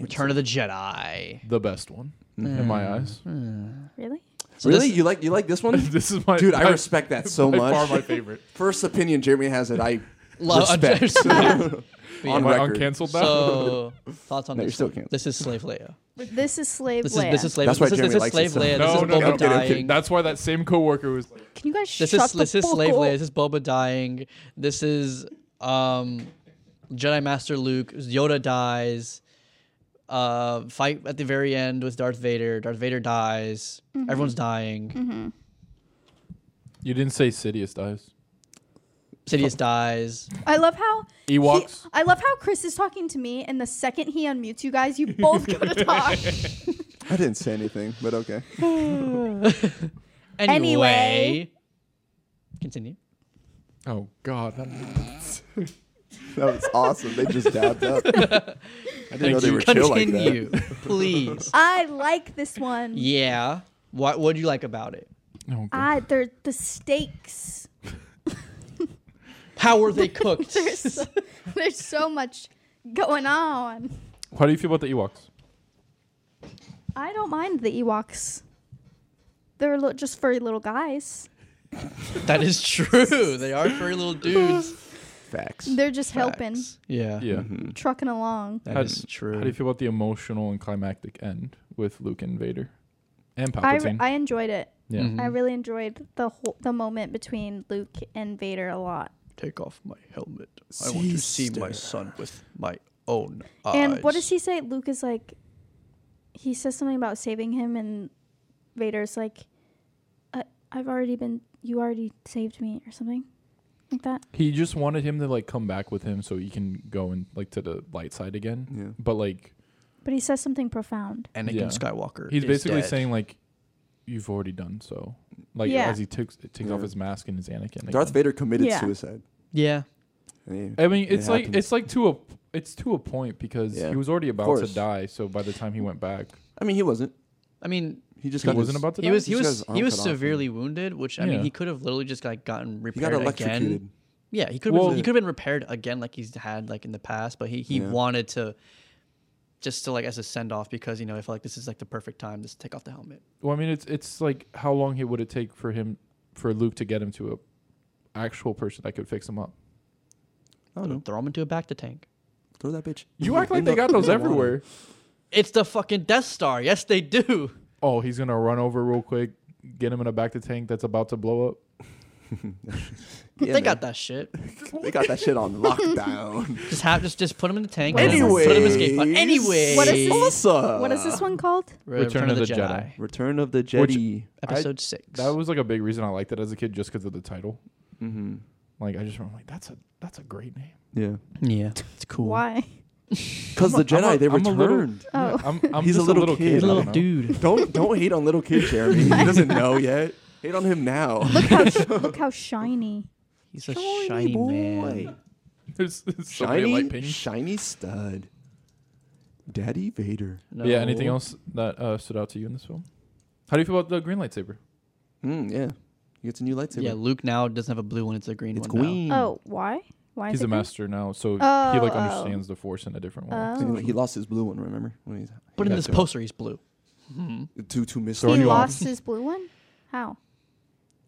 S1: Return of the Jedi.
S2: The best one in my eyes.
S3: Really?
S1: So
S4: really,
S1: this-
S4: you like you like this one,
S2: this is my
S4: dude? I
S2: my-
S4: respect that so
S2: by far
S4: much.
S2: my favorite.
S4: First opinion Jeremy has it. I
S1: Love
S4: respect on
S2: Am I
S4: record.
S2: uncanceled now?
S1: so thoughts on
S4: No, you're
S1: this?
S4: still
S1: one?
S4: canceled.
S1: This is slave Leia.
S3: This is slave
S1: This
S3: Leia.
S1: is this is slave.
S4: That's why
S1: this is, this
S4: Jeremy
S1: is slave
S4: likes it so
S1: Leia.
S4: much.
S1: This
S2: no,
S1: is
S2: no, no,
S1: Boba
S2: I'm kidding, I'm kidding.
S1: dying.
S2: That's why that same coworker was like,
S3: Can you guys
S1: This
S3: shut
S1: is
S3: the
S1: this is
S3: fuck
S1: slave
S3: up?
S1: Leia. This is Boba dying. This is um, Jedi Master Luke. Yoda dies. Uh, fight at the very end with Darth Vader. Darth Vader dies.
S3: Mm-hmm.
S1: Everyone's dying.
S2: "You didn't say Sidious dies."
S1: Sidious dies.
S3: I love how he-
S2: Ewoks.
S3: I love how Chris is talking to me, and the second he unmutes you guys, you both go to talk.
S4: I didn't say anything, but okay.
S1: Anyway,
S3: Anyway.
S1: continue.
S2: Oh God. I
S4: That was awesome. They just dabbed up. I didn't know they were chill like that.
S1: Continue, please.
S3: I like this one.
S1: Yeah. What What do you like about it?
S2: Oh, God.
S3: I they're the stakes.
S1: How were they cooked?
S3: There's so, there's so much going on.
S2: How do you feel about the Ewoks?
S3: I don't mind the Ewoks. They're li- just furry little guys.
S1: that is true. They are furry little dudes.
S4: Facts.
S3: They're just helping,
S1: Facts. Yeah.
S2: Yeah.
S4: Mm-hmm.
S3: trucking along.
S1: That
S2: How
S1: is
S2: d-
S1: true.
S2: How do you feel about the emotional and climactic end with Luke and Vader, and
S3: I,
S2: Palpatine?
S3: I enjoyed it.
S2: yeah.
S1: Mhm.
S3: I really enjoyed the whole the moment between Luke and Vader a lot.
S1: Take off my helmet. I want to see my son with my own eyes.
S3: And what does he say? Luke is like, he says something about saving him, and Vader's like, I, "I've already been, you already saved me," or something like that.
S2: He just wanted him to like come back with him so he can go and like to the light side again.
S4: Yeah.
S2: But like
S3: But he says something profound.
S1: Anakin
S2: Yeah.
S1: Skywalker.
S2: he's
S1: is
S2: basically
S1: dead.
S2: saying like you've already done so. Like
S3: Yeah.
S2: as he takes takes off
S4: Yeah.
S2: his mask and his Anakin.
S4: Darth
S2: again.
S4: Vader committed
S3: Yeah.
S4: suicide.
S1: Yeah.
S4: And he-
S2: I mean,
S4: It
S2: it's like
S4: happens.
S2: it's like to a it's to a point because
S4: Yeah.
S2: he was already about to
S4: course.
S2: die. So by the time he went back,
S4: I mean, he wasn't.
S1: I mean,
S4: He just
S2: he
S4: got
S2: wasn't
S4: his-
S2: about to die.
S1: he was he
S4: He's got
S1: was
S4: his arm
S1: he was
S4: cut off and-
S1: severely wounded, which I mean,
S2: Yeah.
S1: he could have literally just like gotten
S4: He got
S1: repaired
S4: electrocuted.
S1: again. Yeah, he could have
S2: Well-
S1: been, he could have been repaired again like he's had like in the past, but he he
S4: Yeah.
S1: wanted to just to like as a send off because you know I feel like this is like the perfect time just to take off the helmet.
S2: Well, I mean, it's it's like how long it would it take for him for Luke to get him to a actual person that could fix him up.
S4: I don't know.
S1: Throw him into a back to tank.
S4: Throw that bitch.
S2: You act like
S4: In
S2: they
S4: the-
S2: got those
S4: in the water.
S2: everywhere.
S1: It's the fucking Death Star. Yes, they do.
S2: Oh, he's gonna run over real quick, get him in a back to tank that's about to blow up.
S4: Yeah,
S1: they
S4: man.
S1: got that shit.
S4: They got that shit on lockdown.
S1: Just have just just put him in the tank.
S3: What is this-
S1: put him in escape pod.
S4: Anyways.
S1: Anyway,
S3: What is this?
S4: Awesome.
S3: What is this one called?
S1: Re- Return, of the, Jedi,
S4: Return of the Jedi.
S1: episode six.
S2: That was like a big reason I liked it as a kid, just because of the title.
S4: Mm-hmm.
S2: Like I just remember, like that's a that's a great name.
S4: Yeah.
S1: yeah, it's cool.
S3: Why?
S4: Because the
S2: I'm a-
S4: Jedi, they
S2: I'm a little-
S4: returned.
S3: Oh.
S2: I'm, I'm
S4: He's
S2: just a little, kid.
S1: He's a
S2: I
S1: little
S2: don't know.
S1: dude.
S4: Don't don't hate on little kid Jeremy. he doesn't know yet. Hate on him now.
S3: Look how look how shiny.
S1: He's a shiny, man.
S2: There's, there's so many light
S4: Shiny,
S2: pins.
S4: shiny stud. Daddy Vader.
S1: No.
S2: Yeah. Anything else that uh, stood out to you in this film? How do you feel about the green lightsaber?
S4: Mm, yeah. He gets a new lightsaber.
S1: Yeah, Luke now doesn't have a blue one; it's a green
S4: it's
S1: one. now.
S4: green.
S3: Oh, why? Why
S2: Hmm. He's
S3: is
S2: a
S3: it green?
S2: master now, so he
S3: Oh,
S2: like
S3: oh.
S2: understands the force in a different way.
S3: Oh.
S4: Anyway, he lost his blue one, remember? When he's
S1: But in
S2: Yeah,
S1: this
S2: too.
S1: poster, he's blue.
S4: two two missed.
S2: Throwing
S3: He
S2: you off.
S3: lost his blue one. How?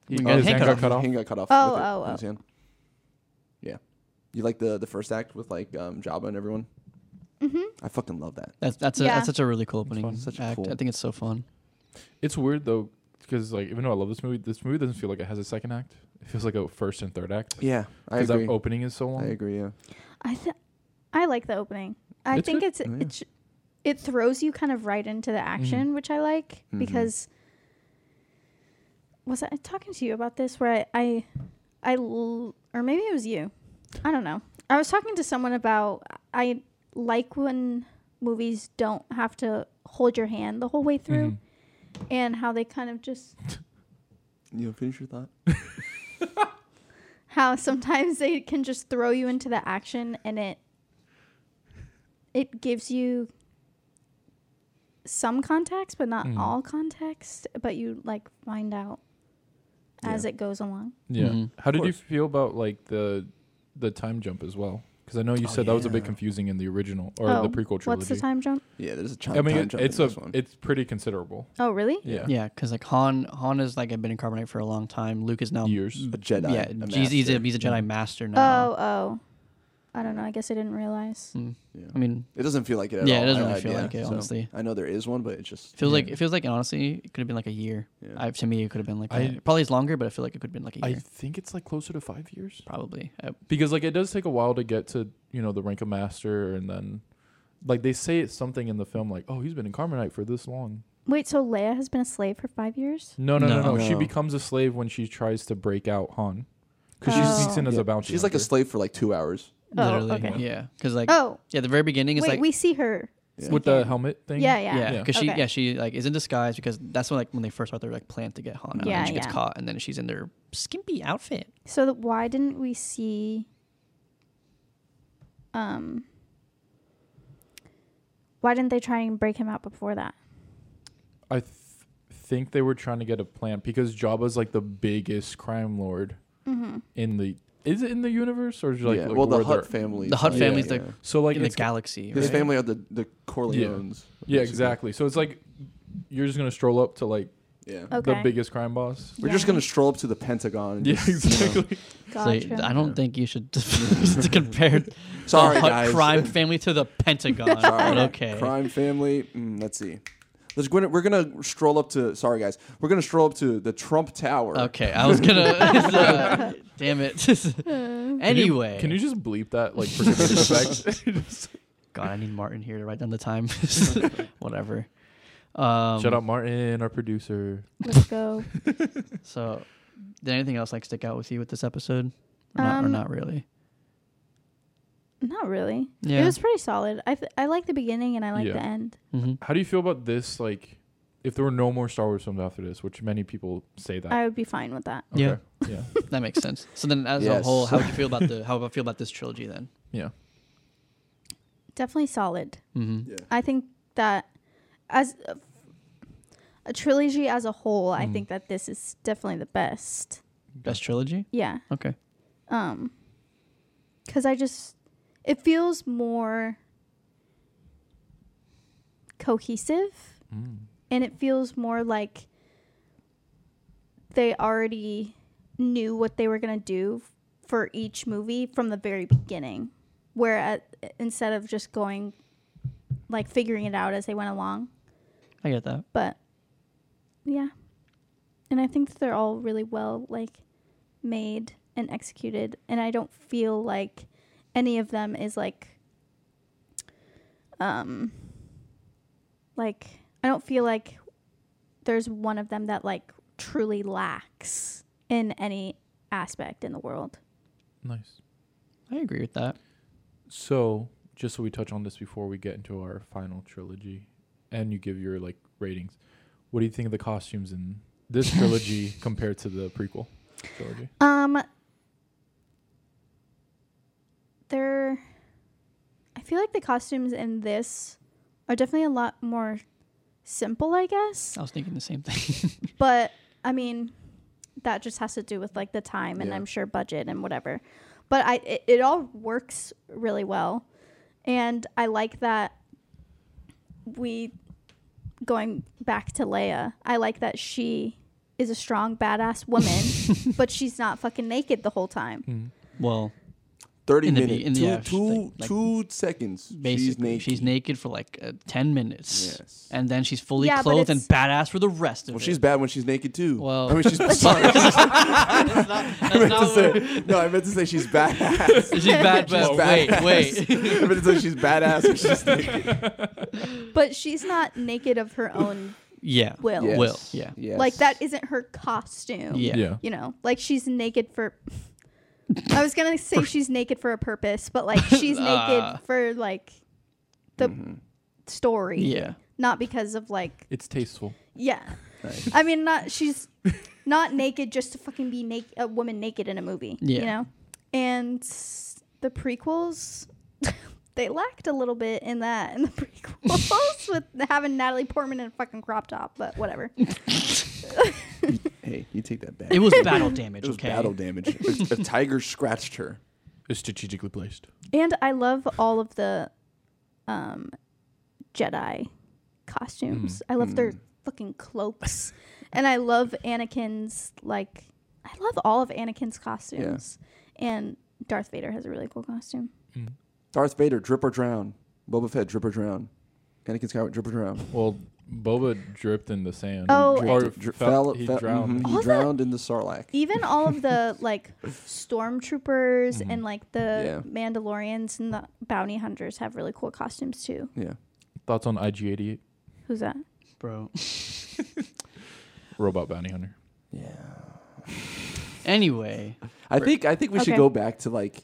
S2: He-
S1: got
S2: his Oh, hand
S1: handcuffed.
S2: got cut off.
S4: Hand got cut off.
S3: Oh,
S4: with it
S3: oh,
S4: in his hand. Yeah. You like the the first act with like um Jabba and everyone? Mm-hmm. I fucking love that.
S1: That's that's, a,
S3: Yeah.
S1: that's such a really cool opening
S2: fun.
S4: Such a
S1: act.
S4: cool-
S1: I think it's so fun.
S2: It's weird though, because like even though I love this movie, this movie doesn't feel like it has a second act. It feels like a first and third act.
S4: Yeah, I
S2: Because
S4: agree.
S2: that opening is so
S4: I
S2: long.
S4: agree, yeah.
S3: I th- I like the opening. I
S2: It's
S3: think
S2: good. Mm-hmm.
S3: it's
S4: Oh, yeah.
S3: it's it throws you kind of right into the action, which I like
S4: Mhm.
S3: because was I talking to you about this where I I, I l- or maybe it was you. I don't know. I was talking to someone about I like when movies don't have to hold your hand the whole way through
S2: Mhm.
S3: and how they kind of just
S4: You know, finish your thought.
S3: how sometimes they can just throw you into the action and it it gives you some context but not
S2: Mhm.
S3: all context but you like find out as
S4: Yeah.
S3: it goes along
S2: Yeah.
S1: Mhm.
S2: How did you
S4: course.
S2: feel about like the the time jump as well? Because I know you
S4: Oh,
S2: said that was a bit
S4: yeah.
S2: confusing in the original or
S3: Oh,
S2: the prequel trilogy.
S3: what's the time jump
S4: Yeah, there's a time,
S2: I mean,
S4: time
S2: it,
S4: jump in
S2: it's a
S4: this one.
S2: it's pretty considerable.
S3: oh really
S2: Yeah.
S1: Yeah, because like Han, Han is like been in carbonite for a long time. Luke is now
S2: Years.
S4: a Jedi.
S1: Yeah,
S4: a
S1: he's, he's, a,
S4: master.
S1: he's a Jedi master now.
S3: oh oh i don't know i guess i didn't realize
S1: Mm.
S4: Yeah.
S1: I mean,
S4: It doesn't feel like it at
S1: Yeah, it
S4: all.
S1: doesn't
S4: I-
S1: really
S4: I-
S1: feel
S4: yeah,
S1: like it,
S4: so
S1: honestly.
S4: I know there is one, but it's just.
S1: feels
S2: Yeah.
S1: like it feels like honestly, it could have been like a year.
S4: Yeah.
S1: I, to me, it could have been like
S2: I-
S1: a- probably it's longer, but I feel like it could have been like a
S2: I
S1: year.
S2: think it's like closer to five years.
S1: probably. Uh, I,
S2: because like it does take a while to get to you know the rank of master and then like they say it's something in the film like oh he's been in carbonite for this long
S3: wait so leia has been a slave for five years
S2: no no no no,
S1: No.
S2: she
S4: No.
S2: becomes a slave when she tries to break out han because she
S3: Oh.
S2: sneaks in as
S4: Yeah,
S2: a bounty
S4: She's like a
S2: hunter.
S4: slave for like two hours.
S3: Oh,
S1: literally,
S3: okay.
S1: yeah. Because like
S3: oh
S1: yeah, the very beginning
S3: wait
S1: is like
S3: we see her
S4: Yeah.
S3: sneak
S2: with the
S3: in.
S2: helmet thing
S3: yeah yeah
S1: yeah,
S2: Yeah.
S1: because she
S3: Okay.
S1: yeah she like is in disguise because that's when like when they first start their like plan to get Han out.
S3: Yeah,
S1: and she gets
S3: yeah.
S1: caught and then she's in their skimpy outfit.
S3: So th- why didn't we see? Um. Why didn't they try and break him out before that?
S2: i th- think they were trying to get a plan because jabba's like the biggest crime lord
S3: Mm-hmm.
S2: in the is it in the universe or is it like
S4: yeah.
S2: like,
S4: well, the
S2: where
S4: Hutt
S2: they're-
S4: family.
S1: The Hutt
S4: like-
S1: family's
S4: yeah,
S1: the-
S2: so like
S1: in the
S2: it's
S1: galaxy.
S4: yeah. His
S1: right?
S4: family are the the Corleones.
S2: yeah
S4: basically.
S2: exactly so it's like you're just gonna stroll up to like
S4: Yeah.
S3: Okay.
S2: the biggest crime boss
S4: We're just
S3: Yeah.
S4: gonna stroll up to the Pentagon. And
S2: yeah
S4: just, you know,
S2: exactly
S1: So
S3: Gotcha.
S1: I don't think you should to compare
S4: Sorry,
S1: the Hutt
S4: guys.
S1: crime family to the Pentagon.
S4: Sorry.
S1: but okay.
S4: Crime family. Mm, let's see. Let's go. We're gonna stroll up to. Sorry, guys. We're gonna stroll up to the Trump Tower.
S1: Okay, I was gonna. uh, damn it. Hmm. anyway,
S2: Can you just bleep that like for comedic effect?
S1: God, I need Martin here to write down the time. Whatever. Um,
S2: Shout out Martin, our producer.
S3: Let's go.
S1: So, did anything else like stick out with you with this episode? Or not, or
S3: Um,
S1: not really?
S3: Not really.
S1: Yeah.
S3: It was pretty solid. I th- I like the beginning and I like
S2: Yeah.
S3: the end.
S1: hmm
S2: How do you feel about this? Like, if there were no more Star Wars films after this, which many people say that.
S3: I would be fine with that.
S1: Yeah.
S2: Yeah.
S1: That makes sense. So then, as a
S4: Yes.
S1: whole, how would you feel about the how would I feel about this trilogy then?
S2: Yeah.
S3: Definitely solid.
S1: Mm-hmm.
S4: Yeah.
S3: I think that as a, a trilogy as a whole, I
S1: Mm.
S2: Mhm.
S3: think that this is definitely the best.
S1: Best trilogy.
S3: Yeah.
S1: Okay.
S3: um because i just it feels more cohesive
S2: Mm.
S3: and it feels more like they already knew what they were going to do f- for each movie from the very beginning where at, instead of just going like figuring it out as they went along
S1: I get that.
S3: but yeah and i think that they're all really well like made and executed and i don't feel like any of them is like um like i don't feel like there's one of them that like truly lacks in any aspect in the world
S2: Nice.
S1: I agree with that.
S2: So, just so we touch on this before we get into our final trilogy, and you give your like ratings, what do you think of the costumes in this trilogy compared to the prequel trilogy?
S3: Um, they're. I feel like the costumes in this are definitely a lot more simple, I guess.
S1: I was thinking the same thing.
S3: But I mean, that just has to do with like the time and
S4: Yeah.
S3: I'm sure budget and whatever. But I, it, it all works really well, and I like that we going back to Leia. I like that she is a strong badass woman, but she's not fucking naked the whole time.
S4: Hmm.
S1: well,
S4: Thirty
S1: In the be-
S4: minutes,
S1: in the
S4: two,
S1: actual
S4: two-
S1: thing, like-
S4: two seconds.
S1: basically,
S4: she's naked.
S1: for like uh, ten minutes,
S4: Yes.
S1: and then she's fully
S3: Yeah, but
S1: clothed and
S3: it's-
S1: badass for the rest of
S4: well,
S1: it.
S4: she's bad when she's naked too.
S1: Well-
S4: I mean, she's sorry.
S1: that's not,
S4: I
S1: that's
S4: meant to
S1: not what,
S4: say, no, I meant to say she's badass.
S1: she's bad, but wait,
S4: badass.
S1: wait.
S4: I meant to say she's badass when she's naked.
S3: But she's not naked of her own
S1: Yeah,
S3: will.
S1: Yes. Will,
S4: Yes.
S1: yeah.
S4: Yes.
S3: Like that isn't her costume.
S1: Yeah.
S3: You know, like she's naked for I was going to say she's naked for a purpose, but like she's
S1: Ah.
S3: naked for like the story.
S1: Mm-hmm. yeah.
S3: Not because of like
S2: It's tasteful.
S3: yeah. I mean not she's not naked just to fucking be naked a woman naked in a movie, you
S1: Yeah.
S3: know. And s- the prequels they lacked a little bit in that in the prequels with having Natalie Portman in a fucking crop top, but whatever.
S4: Hey, you take that back.
S1: It was battle damage.
S4: It was
S1: okay.
S4: battle damage. A- a tiger scratched her.
S2: It's strategically placed.
S3: And I love all of the um, Jedi costumes.
S4: Mm,
S3: I love their fucking cloaks. and I love Anakin's, like, I love all of Anakin's costumes. And Darth Vader has a really cool costume.
S2: Mm.
S4: Darth Vader, drip or drown. Boba Fett, drip or drown. Anakin Skywalker, drip or drown.
S2: Well, Boba dripped in the sand.
S3: Oh,
S2: or
S4: Dri- dri-
S2: fell,
S4: fell-
S2: he
S4: fell-
S2: drowned.
S4: mhm,
S3: All
S4: He
S3: that-
S4: drowned in the sarlacc.
S3: Even all of the, like, stormtroopers and, like, the
S4: Mm-hmm. Yeah.
S3: Mandalorians and the bounty hunters have really cool costumes, too.
S4: Yeah.
S2: Thoughts on IG88
S3: Who's that?
S1: bro.
S2: Robot Bounty Hunter?
S4: Yeah.
S1: Anyway,
S4: I think I think we should
S3: Okay.
S4: go back to like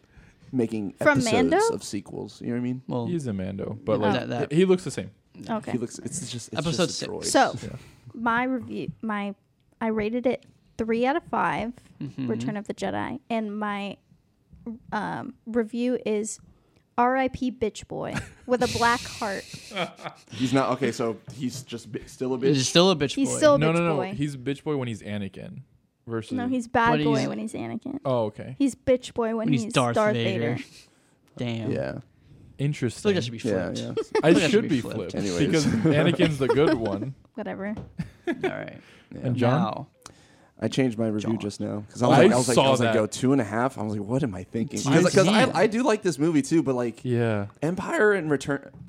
S4: making
S3: From
S4: episodes
S3: Mando?
S4: of sequels. You know what I mean?
S1: well,
S2: He's a Mando,
S1: Yeah,
S2: but like
S1: that- that-
S2: he looks the same.
S3: Okay.
S4: He looks. It's just it's
S1: Episode
S4: just a
S1: six.
S4: droid.
S3: So,
S2: Yeah.
S3: my review, my I rated it three out of 5
S1: mm-hmm.
S2: Mm-hmm.
S3: Return of the Jedi, and my um, review is R.I.P. Bitch Boy with a black heart.
S4: he's not okay. So he's just bi- still a
S1: he's
S4: bitch.
S1: still a bitch
S3: He's
S1: boy.
S3: still a
S2: No,
S3: Oh, bitch
S2: no, no.
S3: boy.
S2: He's bitch boy when he's Anakin. Versus
S3: no, he's bad
S1: But
S3: boy
S1: he's-
S3: when he's Anakin.
S2: Oh, okay.
S3: He's bitch boy when,
S1: when he's, Darth,
S3: Vader.
S1: Vader. Damn. Yeah.
S4: Yeah.
S1: I feel
S2: Interesting.
S1: like that should be
S4: Yeah.
S1: flipped.
S4: Yeah.
S2: I
S1: feel like that
S2: should be flipped,
S4: Anyways.
S2: because Anakin's the good one.
S3: Whatever.
S1: All right.
S2: And John,
S1: Now,
S4: I changed my review
S1: John.
S4: just now because I was
S2: I
S4: like, I was like, I
S2: saw
S4: was like,
S2: that.
S4: yo, two and a half. I was like, what am I thinking?
S1: Mine's
S4: Because I,
S1: hand.
S4: I do like this movie too, but like
S2: yeah,
S4: Empire and Return.
S2: you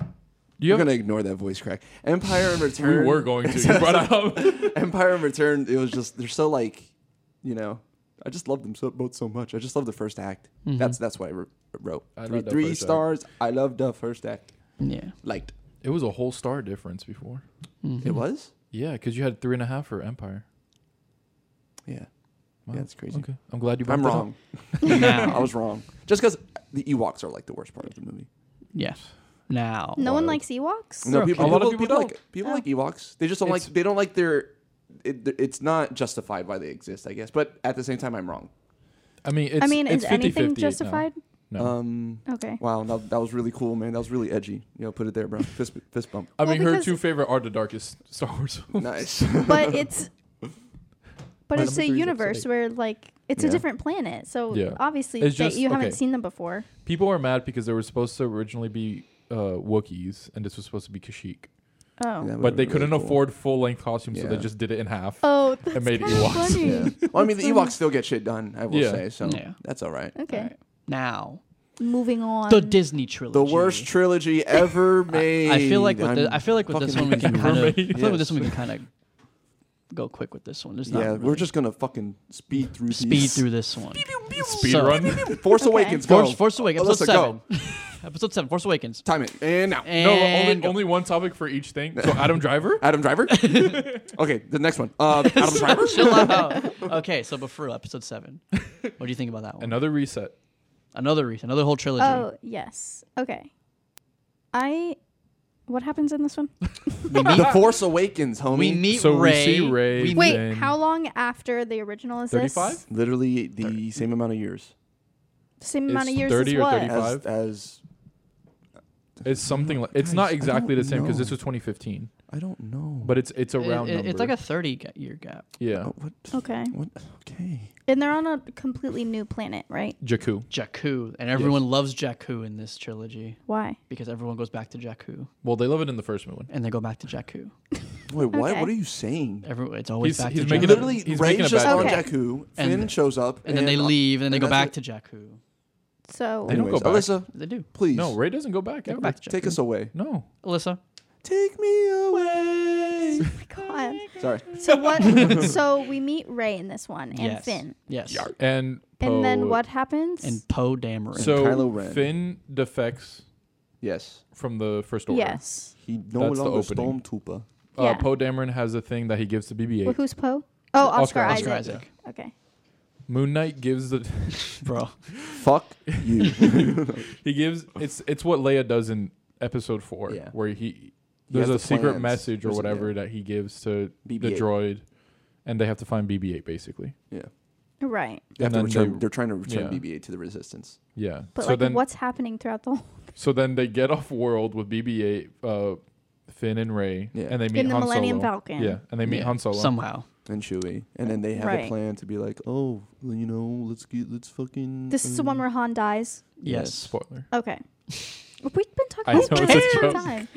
S4: You're
S2: have,
S4: gonna ignore that voice crack. Empire and
S2: we
S4: Return.
S2: were going to. You brought it up.
S4: Empire and Return. It was just they're so like, you know, I just love them so both so much. I just love the first act. That's that's why I wr- wrote
S2: I
S4: three,
S2: love the
S4: three
S2: first act.
S4: stars. I love the first act.
S1: yeah.
S4: Liked
S2: It was a whole star difference before.
S4: it was.
S2: Yeah, because you had three and a half for Empire.
S4: Yeah,
S2: Wow.
S4: yeah, it's crazy.
S2: Okay, I'm glad you. brought
S4: I'm
S2: that up.
S4: wrong. I
S1: Now,
S4: was wrong. Just because the Ewoks are like the worst part of the movie.
S1: yeah. Now,
S3: No
S4: Wild.
S3: one likes Ewoks.
S4: No,
S2: okay.
S4: people,
S2: A lot of
S4: people,
S2: people
S4: people
S2: don't.
S4: like people
S3: Oh.
S4: like Ewoks. They just don't
S2: It's-
S4: like. They don't like their. It, it's not justified why they exist, I guess. But at the same time, I'm wrong.
S2: I mean, it's,
S3: I mean,
S2: it's
S3: is anything
S2: 50-50 now.
S3: justified?
S2: No.
S4: Um.
S3: Okay.
S4: Wow, that, that was really cool, man. That was really edgy. You know, put it there, bro. Fist, fist bump.
S2: I
S3: Well,
S2: mean, her
S3: because-
S2: two favorite are the darkest Star Wars. films.
S4: Nice.
S3: But it's. But
S2: My
S3: it's
S2: number
S3: a
S2: three is
S3: universe
S2: upsetting.
S3: where, like, it's a
S4: Yeah.
S3: different planet. So
S2: Yeah.
S3: obviously,
S2: It's
S3: they-
S2: just-
S3: you haven't
S2: okay.
S3: seen them before.
S2: People are mad because they were supposed to originally be uh, Wookiees, and this was supposed to be Kashyyyk.
S3: Oh.
S2: But
S4: That would've
S2: they
S4: been
S2: couldn't
S4: really cool.
S2: afford full length costumes, so they
S4: Yeah.
S2: just did it in half.
S3: Oh, that's
S2: made
S3: kinda
S2: Ewoks.
S3: funny.
S4: Yeah. Well, I mean, the
S3: That's funny.
S4: Ewoks still get shit done. I will
S2: Yeah.
S4: say so.
S1: Yeah.
S4: That's all right.
S3: Okay.
S1: Alright. now,
S3: Moving on.
S1: the Disney trilogy.
S4: The worst trilogy ever made.
S1: I feel like with
S4: I'm
S1: this, I feel like with this
S4: fucking
S1: one we can
S4: making
S1: kind of. I
S2: mermaid.
S1: feel like with this
S4: Yes.
S1: one we can kind of go quick with this one. There's
S4: Yeah,
S1: not
S4: we're
S1: really-
S4: just gonna fucking speed through.
S1: speed
S4: these.
S1: through this one.
S2: Speed
S1: So-
S2: run.
S4: Force
S3: Okay.
S4: Awakens. Go.
S1: Force, Force Awakens,
S4: Alyssa,
S1: episode seven. episode seven, Force Awakens.
S4: Time it and now.
S2: no,
S1: And
S2: only, only one topic for each thing. So Adam Driver.
S4: Adam Driver. okay, the next one. Uh, Adam Driver.
S1: chill out. Okay, so Befru, episode seven. What do you think about that one?
S2: Another reset.
S1: Another reason, another whole trilogy.
S3: oh yes. Okay. Oh, I What happens in this one?
S1: We meet,
S4: The Force Awakens, homie.
S1: we meet
S2: Mm. So we
S1: Ray.
S2: see Rey
S1: We
S3: Wait,
S2: Then-
S3: how long after the original is this?
S2: 35?
S4: literally the same amount of years
S3: The same
S2: It's
S3: amount of years
S2: 30
S3: as
S2: or
S3: what?
S2: 35.
S4: as,
S2: Five?
S4: as
S2: It's something like it's
S4: Guys,
S2: not
S4: I
S2: exactly the
S4: don't
S2: same because this
S4: know.
S2: was 2015,
S4: I don't know.
S2: but it's it's a
S1: It-
S2: round
S1: it-
S2: number.
S1: it's like a 30 ga- year gap.
S2: yeah,
S4: Uh, what?
S3: Okay.
S4: What? Okay.
S3: And they're on a completely new planet, right?
S2: Jakku.
S1: Jakku, and everyone loves Jakku in this trilogy
S3: Why?
S1: because everyone goes back to Jakku,
S2: Well, they love it in the first one.
S1: and they go back to Jakku.
S4: Wait, what?
S3: Okay.
S4: What are you saying?
S1: Everyone, it's always
S2: He's-
S1: back
S2: he's
S1: to
S2: making
S1: Jakku.
S2: a-
S4: Literally,
S2: he's making
S4: Ray's
S2: a
S4: just
S3: bad
S4: on
S3: point.
S4: Jakku.
S1: And-
S4: Finn shows up,
S1: and then they leave, and then they go
S4: and that's
S1: back to Jakku.
S3: So
S2: They don't go
S4: Anyways,
S2: back.
S4: Alyssa,
S1: They do.
S4: please,
S2: No, Ray doesn't go back
S1: They go
S2: ever.
S1: back to Jakku.
S4: take us away.
S2: No,
S1: Alyssa.
S4: Take me away.
S3: oh God.
S4: Sorry.
S3: So what? so we meet Ray in this one and
S1: yes.
S3: Finn,
S1: Yes.
S2: and
S3: and then
S2: Poe-
S3: what happens?
S1: And Poe Dameron.
S2: So
S4: Kylo Ren.
S2: Finn defects
S4: Yes,
S2: from the first order.
S3: yes.
S4: he no
S2: That's the
S4: longer
S2: opening.
S4: stormtrooper.
S2: Uh,
S3: Yeah.
S2: Poe Dameron has a thing that he gives to BB-8.
S3: Well, who's Poe? Oh, Oscar,
S2: Oscar
S1: Oscar
S3: Isaac.
S1: Isaac.
S3: Okay.
S2: Moon Knight gives the
S1: Bro.
S4: Fuck you.
S2: he gives it's it's what Leia does in Episode Four,
S4: Yeah.
S2: where he
S4: He
S2: there's
S4: has
S2: a
S4: the
S2: secret
S4: plans.
S2: message or
S4: There's a-
S2: whatever that he gives to the
S4: BB-8.
S2: droid, and they have to find BB-8 basically.
S4: yeah,
S3: Right.
S4: they have
S2: And
S4: to
S2: then
S4: return.
S2: they-
S4: They, are trying to return
S2: yeah.
S4: BB-8 to the Resistance.
S2: Yeah.
S3: But
S2: so
S3: like,
S2: then
S3: what's happening throughout the whole
S2: so then they get off world with BB-8, uh, Finn and Ray,
S4: Yeah.
S2: and they meet
S3: in the
S2: Han
S3: Millennium
S2: Solo.
S3: Falcon?
S2: Yeah, and they meet
S1: Yeah,
S2: Han Solo.
S1: Somehow.
S4: And Chewie, and then they have
S3: Right.
S4: a plan to be like, oh, well, you know, let's get, let's fucking.
S3: This is the one
S4: um,
S3: where Han dies.
S1: Yes.
S2: Spoiler.
S3: Okay. We've been talking
S2: I know,
S3: about
S2: it's a
S3: this the entire
S2: joke.
S3: time.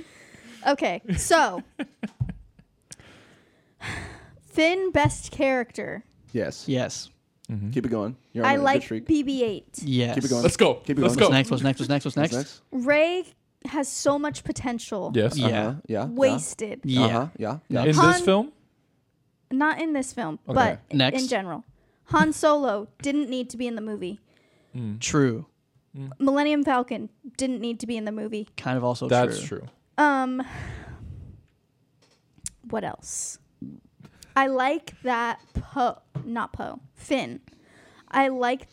S3: Okay, so Finn best character.
S4: Yes.
S1: Yes.
S2: Mhm.
S4: Keep it going. You're on
S3: I
S4: a good
S3: like
S4: streak.
S3: BB-8.
S1: Yes.
S4: Keep it going.
S2: Let's go.
S4: Keep it
S2: Let's
S4: going.
S1: What's
S2: go.
S1: next? What's next? What's next? What's
S4: What's
S1: next?
S3: Ray has so much potential.
S2: Yes.
S1: Yeah.
S4: Uh-huh. Yeah.
S3: Wasted.
S4: Yeah.
S1: Yeah.
S4: Uh-huh. Yeah. Yeah.
S2: In this
S3: Han-
S2: film,
S3: Not in this film,
S2: Okay.
S3: but
S1: Next.
S3: in general. Han Solo didn't need to be in the movie.
S2: Mm.
S1: True.
S3: Millennium Falcon didn't need to be in the movie.
S1: Kind of also
S2: that's
S1: true.
S2: true.
S3: Um what else? I like that Poe, not Poe, Finn. I like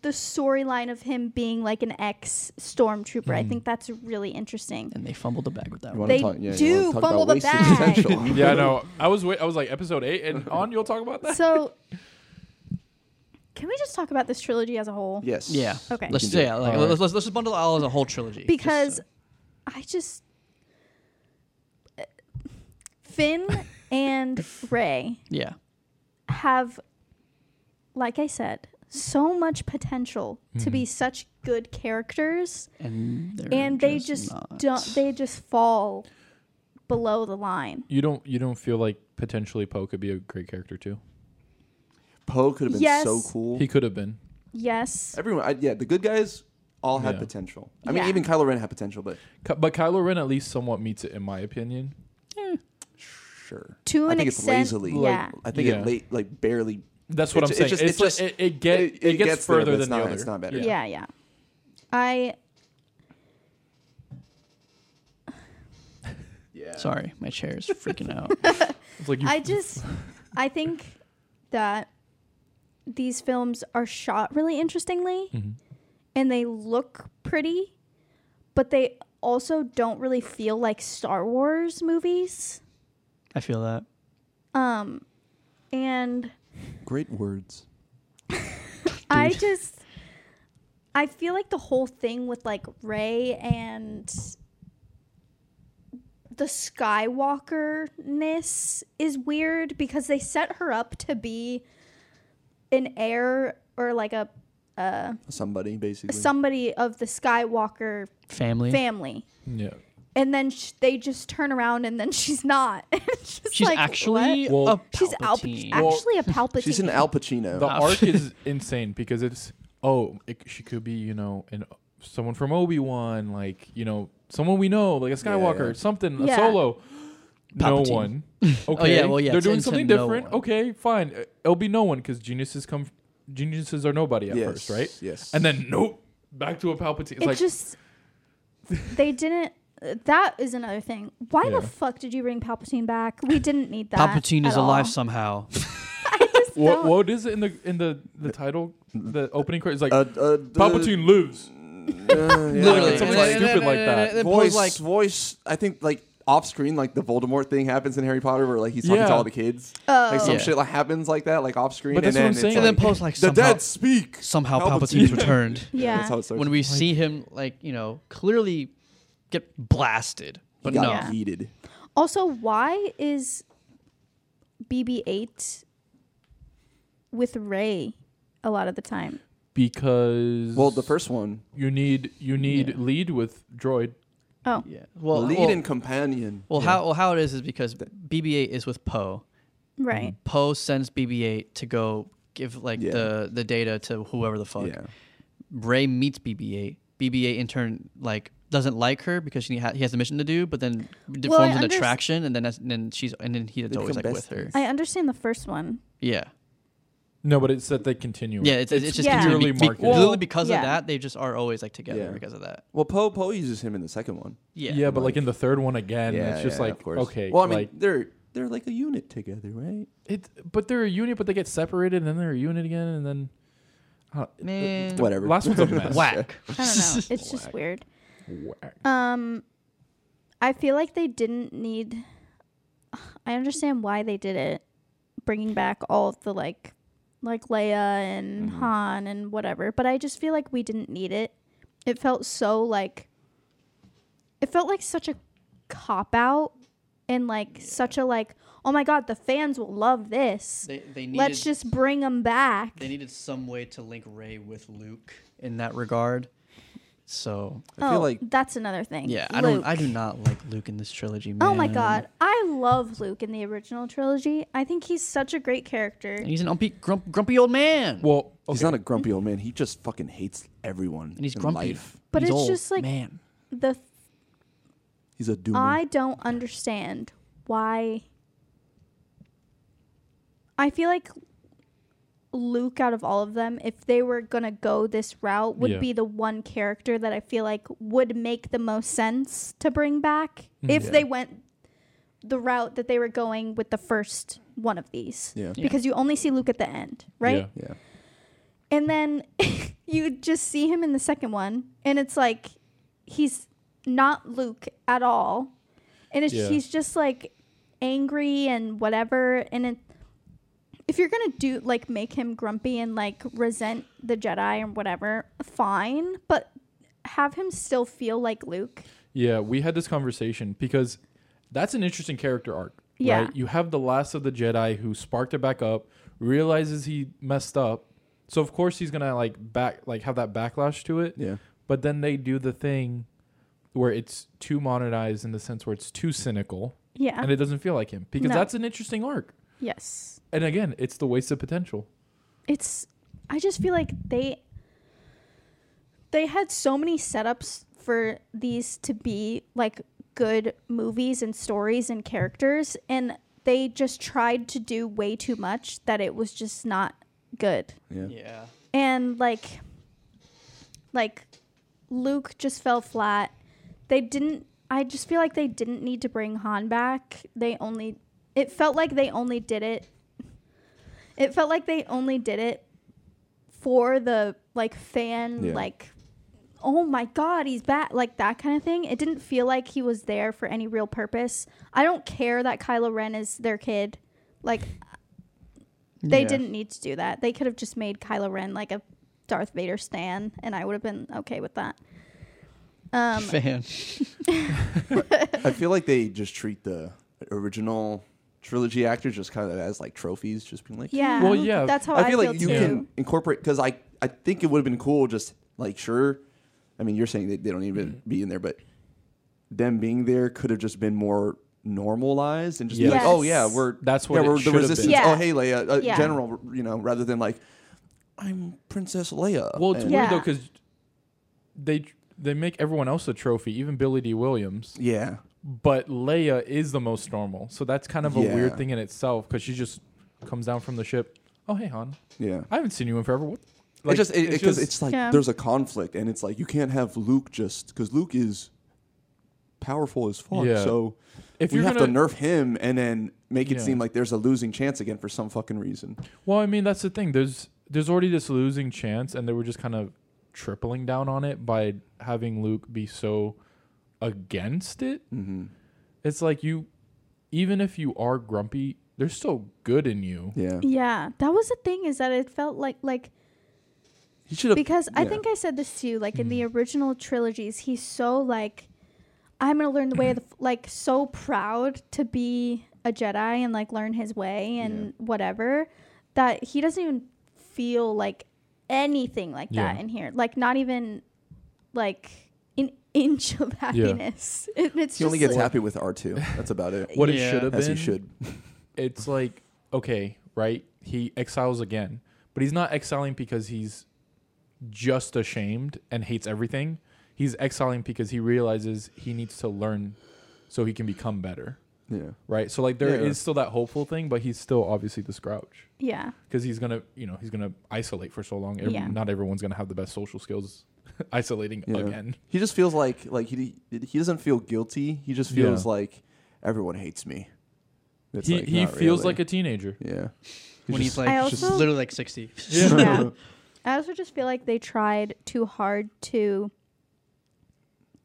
S3: the storyline of him being like an ex stormtrooper. I think that's really interesting.
S1: And they fumbled the bag with that
S4: You
S1: one.
S4: wanna
S3: They
S4: talk- yeah, you
S3: do
S4: wanna talk about
S3: fumble the
S4: wasted
S3: bag.
S4: potential.
S2: Yeah, no, I was wait, I was like episode eight, and on you'll talk about that.
S3: So can we just talk about this trilogy as a whole?
S4: Yes.
S1: Yeah.
S3: Okay.
S1: Let's
S4: You can do
S1: yeah, like,
S2: All right.
S1: let's, let's let's just bundle it all as a whole trilogy. just uh,
S3: Because
S1: to-
S3: I just uh, Finn and Ray
S1: yeah.
S3: have, like I said, so much potential to be such good characters,
S1: And they're
S3: and they just
S1: not.
S3: don't. They just fall below the line.
S2: you don't you don't feel like potentially Poe could be a great character too.
S4: Poe could have been
S3: Yes.
S4: so cool.
S2: He could have been.
S3: Yes,
S4: Everyone, I, yeah, the good guys all had
S2: Yeah.
S4: potential. I mean,
S3: Yeah.
S4: even Kylo Ren had potential, but
S2: Ky- But Kylo Ren at least somewhat meets it in my opinion.
S4: sure.
S3: to
S4: I
S3: an
S4: think
S3: extent.
S4: it's lazily.
S3: yeah,
S4: I think
S2: Yeah.
S4: it late, like barely.
S2: That's what
S4: It's-
S2: I'm saying.
S4: it's just-
S2: it's
S4: it's
S2: just,
S4: just-
S2: it, it get
S4: it-
S2: it,
S4: it
S2: gets,
S4: gets there,
S2: further
S4: but
S2: than
S4: it's
S2: the
S4: not-
S2: other.
S4: it's not better.
S3: yeah,
S2: Yeah.
S3: yeah. I
S4: Yeah.
S1: Sorry, my chair is freaking out.
S2: It's like you,
S3: I just I think that these films are shot really interestingly and they look pretty, but they also don't really feel like Star Wars movies.
S1: I feel that.
S3: Um and
S4: Great words.
S3: I just I feel like the whole thing with like Ray and the Skywalker ness is weird because they set her up to be an heir or like a uh,
S4: Somebody basically.
S3: somebody of the Skywalker
S1: Family.
S3: family,
S2: yeah.
S3: and then sh- they just turn around and then she's not. It's just
S1: She's
S3: like,
S1: actually
S3: what?
S2: what?
S1: a
S2: Well-
S3: she's Al-
S1: Palpatine.
S2: Well,
S3: actually a Palpatine.
S4: She's an Al Pacino.
S2: The
S1: Uh,
S2: arc is insane because it's oh it, she could be you know an someone from Obi Wan like you know someone we know like a
S4: Yeah,
S2: Skywalker
S4: yeah.
S2: something a
S3: Yeah.
S2: Solo.
S1: Palpatine.
S2: No one. Okay.
S1: well, yeah,
S2: They're
S1: it's
S2: doing
S1: into
S2: something
S1: no
S2: different.
S1: one.
S2: Okay, fine. Uh, It'll be no one because geniuses come. Geniuses are nobody at
S4: Yes,
S2: first, right?
S4: yes.
S2: And then nope, back to a Palpatine. It's
S3: it
S2: like
S3: just they didn't that is another thing why
S2: Yeah.
S3: the fuck did you bring palpatine back we didn't need that
S1: Palpatine is
S3: at
S1: alive
S3: all.
S1: somehow.
S2: what, what is it in the in the the title the opening credits? It's like
S4: Uh, uh,
S2: Palpatine lives.
S1: Literally, And
S2: It's something
S1: then- and then-
S2: stupid like
S1: and then-
S2: that.
S1: and then Paul's
S4: voice,
S1: like,
S4: voice. I think like off screen, like the Voldemort thing happens in Harry Potter, where like he's talking
S2: Yeah.
S4: to all the kids.
S3: Oh.
S4: Like some
S1: Yeah.
S4: shit like happens like that, like off screen.
S2: But that's
S4: and
S2: what I'm
S4: then it's
S2: saying.
S1: and then
S4: like,
S1: Poe's like,
S4: the
S1: somehow,
S4: dead speak.
S1: somehow
S4: Palpatine."
S1: Palpatine's returned.
S3: Yeah.
S4: That's how it starts.
S1: when we see him, like you know, clearly get blasted, but
S4: got
S1: no,
S3: Yeah.
S4: yeeted.
S3: Also, why is BB-8 with Ray a lot of the time?
S2: because
S4: Well, the first one,
S2: you need you need
S1: Yeah.
S2: lead with droid.
S3: Oh,
S1: yeah. Well,
S4: lead
S1: well,
S4: and companion.
S1: well, how well how it is is because BB-8 is with Poe.
S3: right.
S1: Poe sends BB-8 to go give like
S4: Yeah.
S1: the the data to whoever the fuck.
S4: Yeah.
S1: Ray meets BB-8. BB-8 in turn like doesn't like her because she ha- he has a mission to do, but then d-
S3: Well, I
S1: forms an
S3: unders-
S1: attraction, and then that's, and then she's and then he's
S4: They
S1: always like
S4: become
S1: with her.
S3: I understand the first one.
S1: Yeah,
S2: No, but it's that they continue.
S1: yeah. It's, it's, it's just
S3: Yeah.
S1: continually
S2: purely
S1: be- be-
S2: marketed.
S1: literally because
S3: yeah.
S1: of that they just are always like together
S4: Yeah.
S1: because of that.
S4: Well, Poe Poe uses him in the second one.
S1: Yeah.
S2: Yeah, but like in the third one again,
S4: yeah,
S2: it's just
S4: yeah, of
S2: like
S4: course.
S2: okay,
S4: Well, I mean,
S2: like
S4: they're they're like a unit together, right?
S2: it. But they're a unit, but they get separated, and then they're a unit again, and then uh,
S1: Man.
S4: Whatever.
S2: Last one's a mess.
S1: Whack.
S3: I don't know. It's just weird.
S2: Whack.
S3: Um, I feel like they didn't need. I understand why they did it, bringing back all of the like, like Leia and
S1: Mm-hmm.
S3: Han and whatever. But I just feel like we didn't need it. It felt so like. It felt like such a cop out, and like such a like. Oh my god, the fans will love this.
S1: They, they needed,
S3: Let's just bring them back.
S1: they needed some way to link Ray with Luke in that regard. So
S4: I feel like
S3: Oh, that's another thing.
S1: yeah, I don't I
S3: Luke.
S1: do not like Luke in this trilogy. Man.
S3: Oh my god, I love Luke in the original trilogy. I think he's such a great character.
S1: And he's an umpy, grump, grumpy old man.
S2: Well,
S4: he's
S2: okay.
S4: not a grumpy old man. He just fucking hates everyone.
S1: and he's
S4: in
S1: grumpy.
S4: Life.
S3: But
S1: He's
S3: it's
S1: old,
S3: just like-
S1: man.
S3: The th-
S4: He's a doomer.
S3: I don't understand why. I feel like Luke, out of all of them, if they were gonna go this route, would
S2: Yeah.
S3: be the one character that I feel like would make the most sense to bring back if
S4: Mm-hmm. Yeah.
S3: they went the route that they were going with the first one of these.
S4: Yeah.
S1: Yeah.
S3: Because you only see Luke at the end, right?
S2: Yeah.
S4: yeah.
S3: And then you just see him in the second one, and it's like he's not Luke at all, and it's
S2: Yeah.
S3: he's just like angry and whatever. And it, if you're gonna do like make him grumpy and like resent the Jedi and whatever, fine, but have him still feel like Luke.
S2: Yeah, we had this conversation because that's an interesting character arc.
S3: Yeah.
S2: Right? You have the last of the Jedi who sparked it back up, realizes he messed up. So of course he's gonna like back like have that backlash to it.
S4: Yeah.
S2: But then they do the thing where it's too modernized in the sense where it's too cynical
S3: Yeah.
S2: and it doesn't feel like him. Because
S3: No.
S2: that's an interesting arc.
S3: yes.
S2: And again, it's the wasted potential.
S3: it's i just feel like they they had so many setups for these to be like good movies and stories and characters and they just tried to do way too much that it was just not good
S4: Yeah.
S1: Yeah.
S3: and like like luke just fell flat they didn't i just feel like they didn't need to bring han back they only it felt like they only did it it felt like they only did it for the like fan
S4: Yeah.
S3: like oh my god he's back like that kind of thing it didn't feel like he was there for any real purpose i don't care that kylo ren is their kid like they
S1: Yeah.
S3: didn't need to do that. They could have just made Kylo Ren like a Darth Vader stan, and I would have been okay with that. Um,
S1: Fan.
S4: I feel like they just treat the original trilogy actors just kind of as like trophies, just being like,
S3: yeah.
S2: Well, yeah,
S3: That's how I,
S4: I feel like you
S3: too.
S4: can incorporate because I I think it would have been cool just like sure, I mean you're saying they, they don't even
S2: Mm-hmm.
S4: be in there, but them being there could have just been more normalized and just be like,
S3: Yes.
S4: oh yeah, we're
S2: That's what
S4: yeah,
S2: it
S4: we're
S2: should
S4: the
S2: have been.
S4: resistance.
S3: Yeah.
S4: Oh hey Leia, uh,
S3: Yeah.
S4: General, you know, rather than like I'm Princess Leia.
S2: Well, it's
S4: and-
S3: Yeah.
S2: weird though because they they make everyone else a trophy, even Billy D. Williams.
S4: yeah,
S2: but Leia is the most normal. So that's kind of a
S4: Yeah.
S2: weird thing in itself because she just comes down from the ship. Oh, hey, Han.
S4: yeah.
S2: I haven't seen you in forever. What?
S4: it just because it's, like
S3: Yeah.
S4: there's a conflict and it's like you can't have Luke just because Luke is powerful as fuck.
S2: Yeah.
S4: So
S2: If
S4: we
S2: you're
S4: have to
S2: gonna-
S4: nerf him and then make it
S2: Yeah.
S4: seem like there's a losing chance again for some fucking reason.
S2: Well, I mean, that's the thing. There's there's already this losing chance, and they were just kind of tripling down on it by having Luke be so against it.
S4: Mm-hmm.
S2: It's like you, even if you are grumpy, there's still good in you.
S4: Yeah.
S3: Yeah, that was the thing is that it felt like like
S4: He should have.
S3: because I
S4: yeah.
S3: think I said this to you like in the original trilogies he's so like I'm going to learn the way of the, f- like so proud to be a Jedi and like learn his way and whatever that he doesn't even feel like anything like
S2: Yeah.
S3: that in here. Like not even like an inch of happiness. And it's
S4: he only
S3: just
S4: gets
S3: like-
S4: happy with R2. That's about it.
S2: What
S1: Yeah.
S2: it should have been.
S4: As he should.
S2: it's like okay, right? He exiles again, but he's not exiling because he's just ashamed and hates everything. He's exiling because he realizes he needs to learn so he can become better,
S4: Yeah.
S2: right? So like there is
S4: Yeah.
S2: still that hopeful thing, but he's still obviously the Scrouch
S3: Yeah.
S2: because he's gonna, you know, he's gonna isolate for so long. Every-
S3: Yeah.
S2: Not everyone's gonna have the best social skills. isolating
S4: Yeah.
S2: again.
S4: He just feels like like he he doesn't feel guilty. He just feels
S2: Yeah.
S4: like everyone hates me. It's
S2: he
S4: like,
S2: he
S4: not
S2: feels
S4: really.
S2: like a teenager.
S4: yeah.
S1: when he's
S4: just-
S1: like
S3: I
S1: just
S3: also-
S1: literally like 60.
S3: yeah. I also just feel like they tried too hard to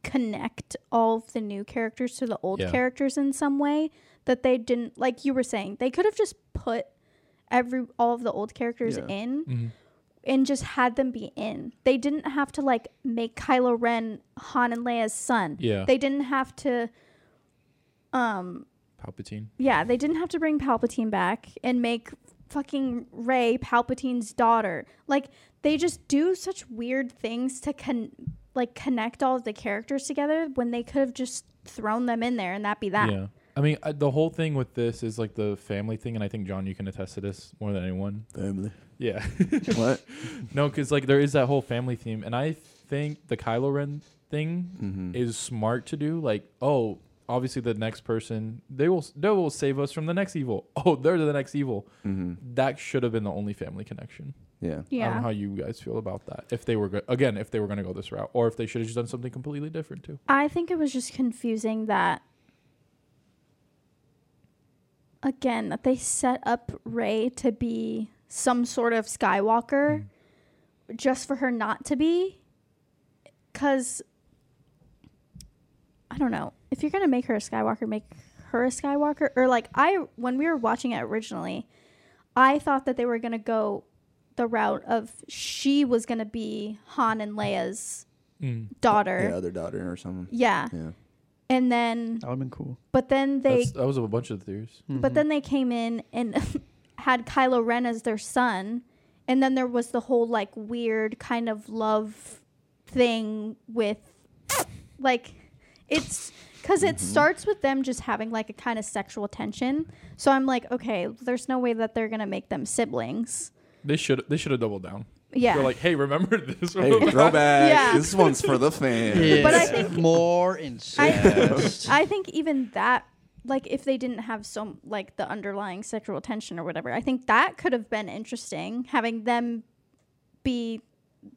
S3: connect all of the new characters to the old
S2: Yeah.
S3: characters in some way that they didn't like you were saying they could have just put every all of the old characters
S4: Yeah.
S3: in
S2: Mhm.
S3: and just had them be in they didn't have to like make Kylo Ren Han and Leia's son
S2: Yeah.
S3: they didn't have to um
S2: Palpatine.
S3: yeah, they didn't have to bring Palpatine back and make fucking Ray Palpatine's daughter. Like they just do such weird things to con- like connect all of the characters together when they could have just thrown them in there and that be that.
S2: Yeah. I mean, I, the whole thing with this is like the family thing, and I think John, you can attest to this more than anyone.
S4: family.
S2: Yeah.
S4: What?
S2: no, because like there is that whole family theme, and I think the Kylo Ren thing
S4: Mm-hmm.
S2: is smart to do. Like, oh, obviously the next person they will they will save us from the next evil. Oh, they're the next evil.
S4: Mm-hmm.
S2: That should have been the only family connection.
S4: Yeah.
S2: I don't know
S3: Yeah.
S2: how you guys feel about that. If they were go- again, if they were going to go this route, or if they should have just done something completely different too.
S3: I think it was just confusing that again that they set up Ray to be some sort of Skywalker just for her not to be cuz I don't know. If you're going to make her a Skywalker, make her a Skywalker or like I when we were watching it originally, I thought that they were going to go the route of she was going to be Han and Leia's
S2: Mm.
S3: daughter.
S4: Yeah, other daughter or something.
S3: Yeah.
S4: Yeah.
S3: And then
S1: That would have been cool. Mm-hmm.
S3: but then they
S2: That's, that was a bunch of theories.
S3: but then they came in and had Kylo Ren as their son. And then there was the whole like weird kind of love thing with like it's because it starts with them just having like a kind of sexual tension. So I'm like, okay, there's no way that they're gonna make them siblings.
S2: They should they should have doubled down.
S3: Yeah.
S2: They're like, hey, remember this?
S4: Hey, throwback.
S3: Yeah.
S4: This one's for the fans.
S3: But I
S1: Yes.
S3: think-
S1: more incest.
S3: I think even that, like, if they didn't have some, like, the underlying sexual tension or whatever, I think that could have been interesting. Having them be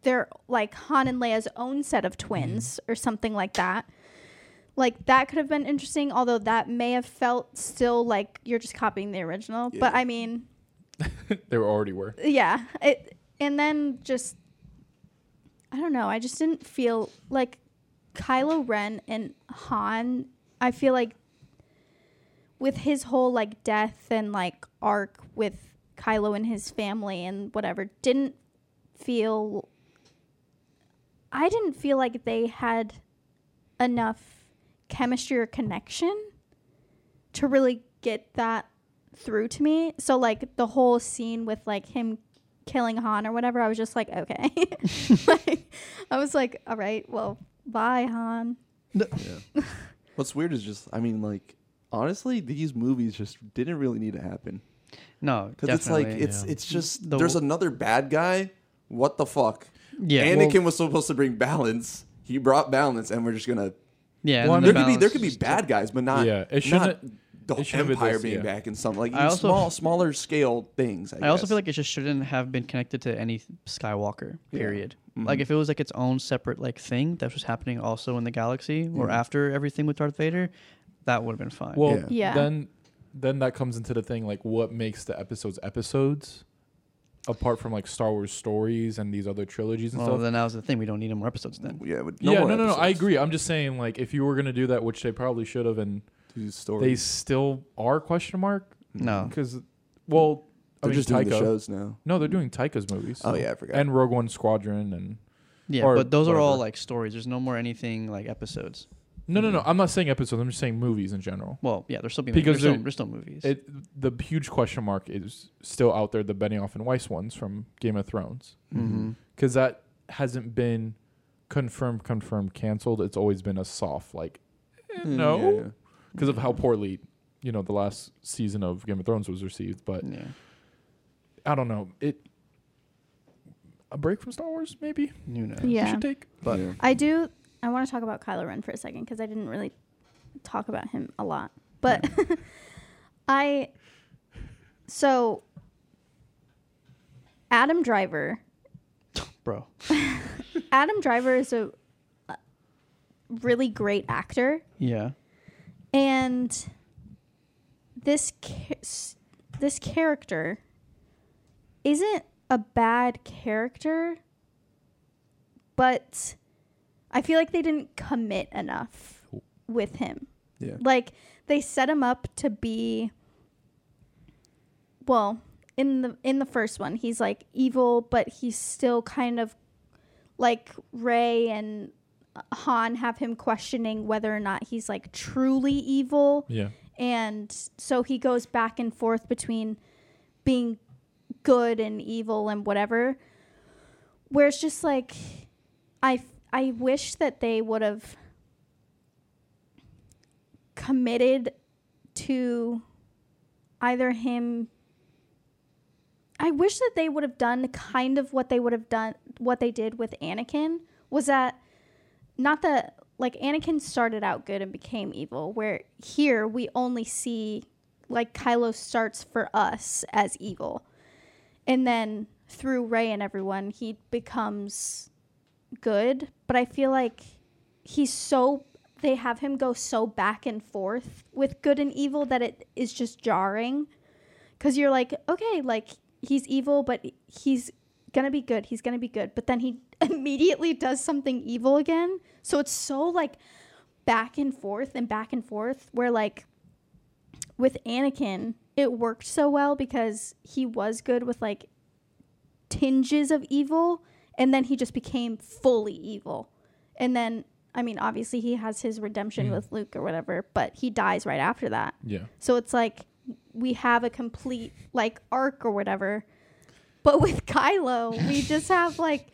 S3: their, like, Han and Leia's own set of twins or something like that. Like, that could have been interesting, although that may have felt still like you're just copying the original. But I mean,
S2: they were already were.
S3: yeah. It, and then just, I don't know. I just didn't feel like Kylo Ren and Han. I feel like with his whole like death and like arc with Kylo and his family and whatever, didn't feel. I didn't feel like they had enough chemistry or connection to really get that through to me. So like the whole scene with like him killing Han or whatever, I was just like, okay. like, I was like, all right, well, bye Han.
S4: What's weird is just I mean like honestly these movies just didn't really need to happen
S1: no,
S4: because it's like
S1: definitely.
S4: it's it's just
S1: The-
S4: there's another bad guy. What the fuck?
S1: yeah,
S4: Anakin was supposed to bring balance. He brought balance, and we're just gonna
S1: yeah. and
S2: Well,
S1: then
S4: there
S1: the
S4: could be there
S1: balance
S4: could be
S1: is-
S4: bad guys, but not
S2: Yeah, it
S4: not
S2: shouldn't-
S4: the
S2: it shouldn't be
S4: empire
S2: this,
S4: being
S2: yeah.
S4: back in something like
S1: I
S4: even
S1: also-
S4: small smaller scale things. I,
S1: I also
S4: guess.
S1: feel like it just shouldn't have been connected to any Skywalker. Period.
S2: Mm-hmm.
S1: Like if it was like its own separate like thing that was happening also in the galaxy or after everything with Darth Vader, that would have been fine.
S2: Well,
S4: Yeah.
S3: Yeah.
S2: then then that comes into the thing like what makes the episodes episodes apart from like Star Wars stories and these other trilogies and
S1: Well,
S2: stuff.
S1: then that was the thing. We don't need any more episodes then.
S4: Yeah, with
S2: yeah,
S4: more
S2: no, no, no. I
S4: episodes.
S2: agree. I'm just saying, like, if you were gonna do that, which they probably should have, and
S4: Do
S2: they
S4: stories.
S2: still are question mark
S1: No.
S2: because, well, I
S4: They're
S2: mean,
S4: just
S2: Taika.
S4: doing the shows now.
S2: No, they're doing Taika's movies.
S4: Oh yeah, I forgot.
S2: and Rogue One Squadron and
S1: Yeah,
S2: Or
S1: but those are all
S2: whatever.
S1: like stories. There's no more anything like episodes.
S2: no, no, no.
S4: Mm-hmm.
S2: I'm not saying episodes. I'm just saying movies in general.
S1: Well, yeah, there's still being
S2: Because
S1: there's, still,
S2: they're-
S1: there's still movies.
S2: It the huge question mark is still out there. The Benioff and Weiss ones from Game of Thrones
S1: mm-hmm.
S2: because that hasn't been confirmed, confirmed, canceled. It's always been a soft like eh,
S4: Mm,
S2: no.
S4: yeah, yeah.
S2: because of how poorly you know the last season of Game of Thrones was received. But
S1: Yeah.
S2: I don't know it. A break from Star Wars, maybe
S1: Who knows?
S2: you
S3: Yeah.
S2: should take.
S1: But-
S4: Yeah.
S3: I do. I want to talk about Kylo Ren for a second because I didn't really talk about him a lot. But I. So. Adam Driver.
S1: Bro.
S3: Adam Driver is a a really great actor.
S1: Yeah.
S3: and this cha- s- this character isn't a bad character but i feel like they didn't commit enough with him
S4: Yeah.
S3: like they set him up to be well in the in the first one he's like evil but he's still kind of like ray and han have him questioning whether or not he's like truly evil
S2: Yeah,
S3: and so he goes back and forth between being good and evil and whatever where it's just like i i wish that they would have committed to either him i wish that they would have done kind of what they would have done what they did with anakin was that not that like Anakin started out good and became evil, where here we only see like Kylo starts for us as evil. And then through Rey and everyone, he becomes good. But I feel like he's so they have him go so back and forth with good and evil that it is just jarring. Cause you're like, okay, like he's evil, but he's gonna be good. He's gonna be good. But then he immediately does something evil again. So it's so like back and forth and back and forth where like with Anakin, it worked so well because he was good with like tinges of evil and then he just became fully evil. And then I mean, obviously he has his redemption with Luke or whatever, but he dies right after that.
S2: yeah.
S3: So it's like we have a complete like arc or whatever. But with Kylo, we just have like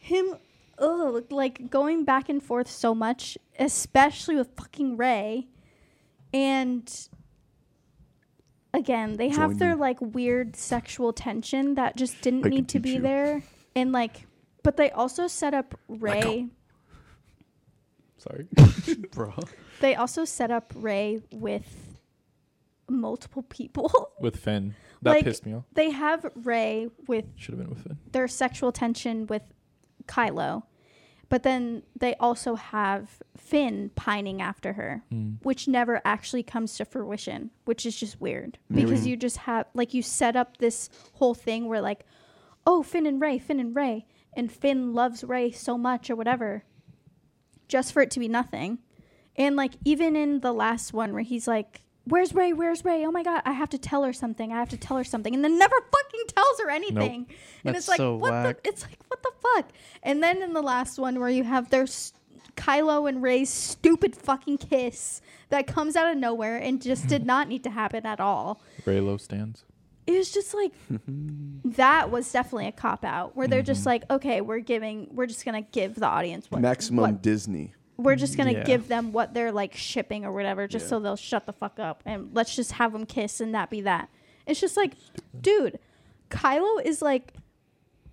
S3: him ugh, like going back and forth so much, especially with fucking Ray. And again, they have
S4: Join
S3: their
S4: me.
S3: like weird sexual tension that just didn't
S4: I can
S3: need to
S4: teach
S3: be
S4: you.
S3: there. And like but they also set up
S4: oh.
S3: Ray.
S2: Sorry.
S1: Bro.
S3: They also set up Ray with multiple people.
S2: with Finn, that
S3: Like-
S2: pissed me off.
S3: they have Ray with
S2: Should have been with Finn.
S3: their sexual tension with Kylo, but then they also have Finn pining after her,
S2: Mm.
S3: which never actually comes to fruition, which is just weird because you just have like you set up this whole thing where like, oh Finn and Ray, Finn and Ray, and Finn loves Ray so much or whatever, just for it to be nothing, and like even in the last one where he's like. Where's Ray? Where's Ray? Oh my god, I have to tell her something. I have to tell her something. And then never fucking tells her anything. And
S1: That's
S3: it's like
S1: so
S3: what
S1: whack.
S3: the it's like what the fuck? And then in the last one where you have their s- Kylo and Ray's stupid fucking kiss that comes out of nowhere and just did not need to happen at all.
S2: Raylo stands.
S3: It was just like that was definitely a cop out where they're
S1: Mm-hmm.
S3: just like, okay, we're giving, we're just gonna give the audience what
S4: Maximum
S3: what-
S4: Disney.
S3: we're just gonna
S1: Yeah.
S3: give them what they're like shipping or whatever, just
S4: Yeah.
S3: so they'll shut the fuck up and let's just have them kiss and that be that. It's just like, dude, Kylo is like,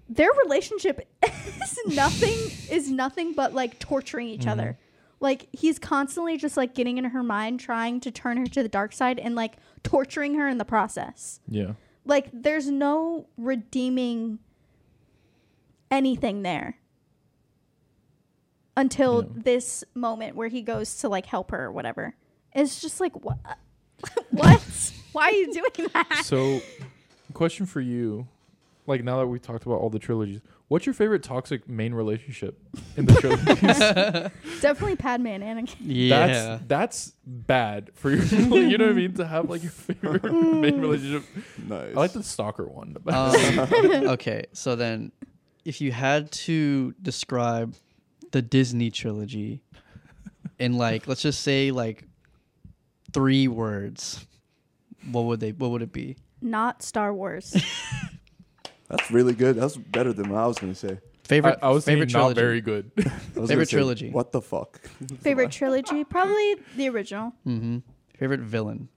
S3: their relationship is nothing is nothing but like torturing each other. Like he's constantly just like getting in her mind, trying to turn her to the dark side and like torturing her in the process
S2: Yeah,
S3: like there's no redeeming anything there until
S2: Yeah.
S3: this moment where he goes to like help her or whatever it's just like what what why are you doing that
S2: so question for you like now that we talked about all the trilogies, what's your favorite toxic main relationship in the trilogies?
S3: Definitely Padme and Anakin.
S1: Yeah.
S2: That's that's bad for your you know what I mean? To have like your favorite main relationship.
S4: Nice.
S2: I like the stalker one. the best.
S1: Um, okay, so then if you had to describe the Disney trilogy in like let's just say like three words, what would they what would it be?
S3: Not Star Wars.
S4: That's really good. That's better than what I was gonna say.
S1: Favorite
S2: I, I was
S1: favorite
S2: thinking not
S1: trilogy.
S2: very good.
S4: I was gonna
S1: Favorite
S4: say,
S1: trilogy.
S4: What the fuck?
S3: Favorite trilogy? Probably the original.
S1: Mm-hmm. Favorite villain.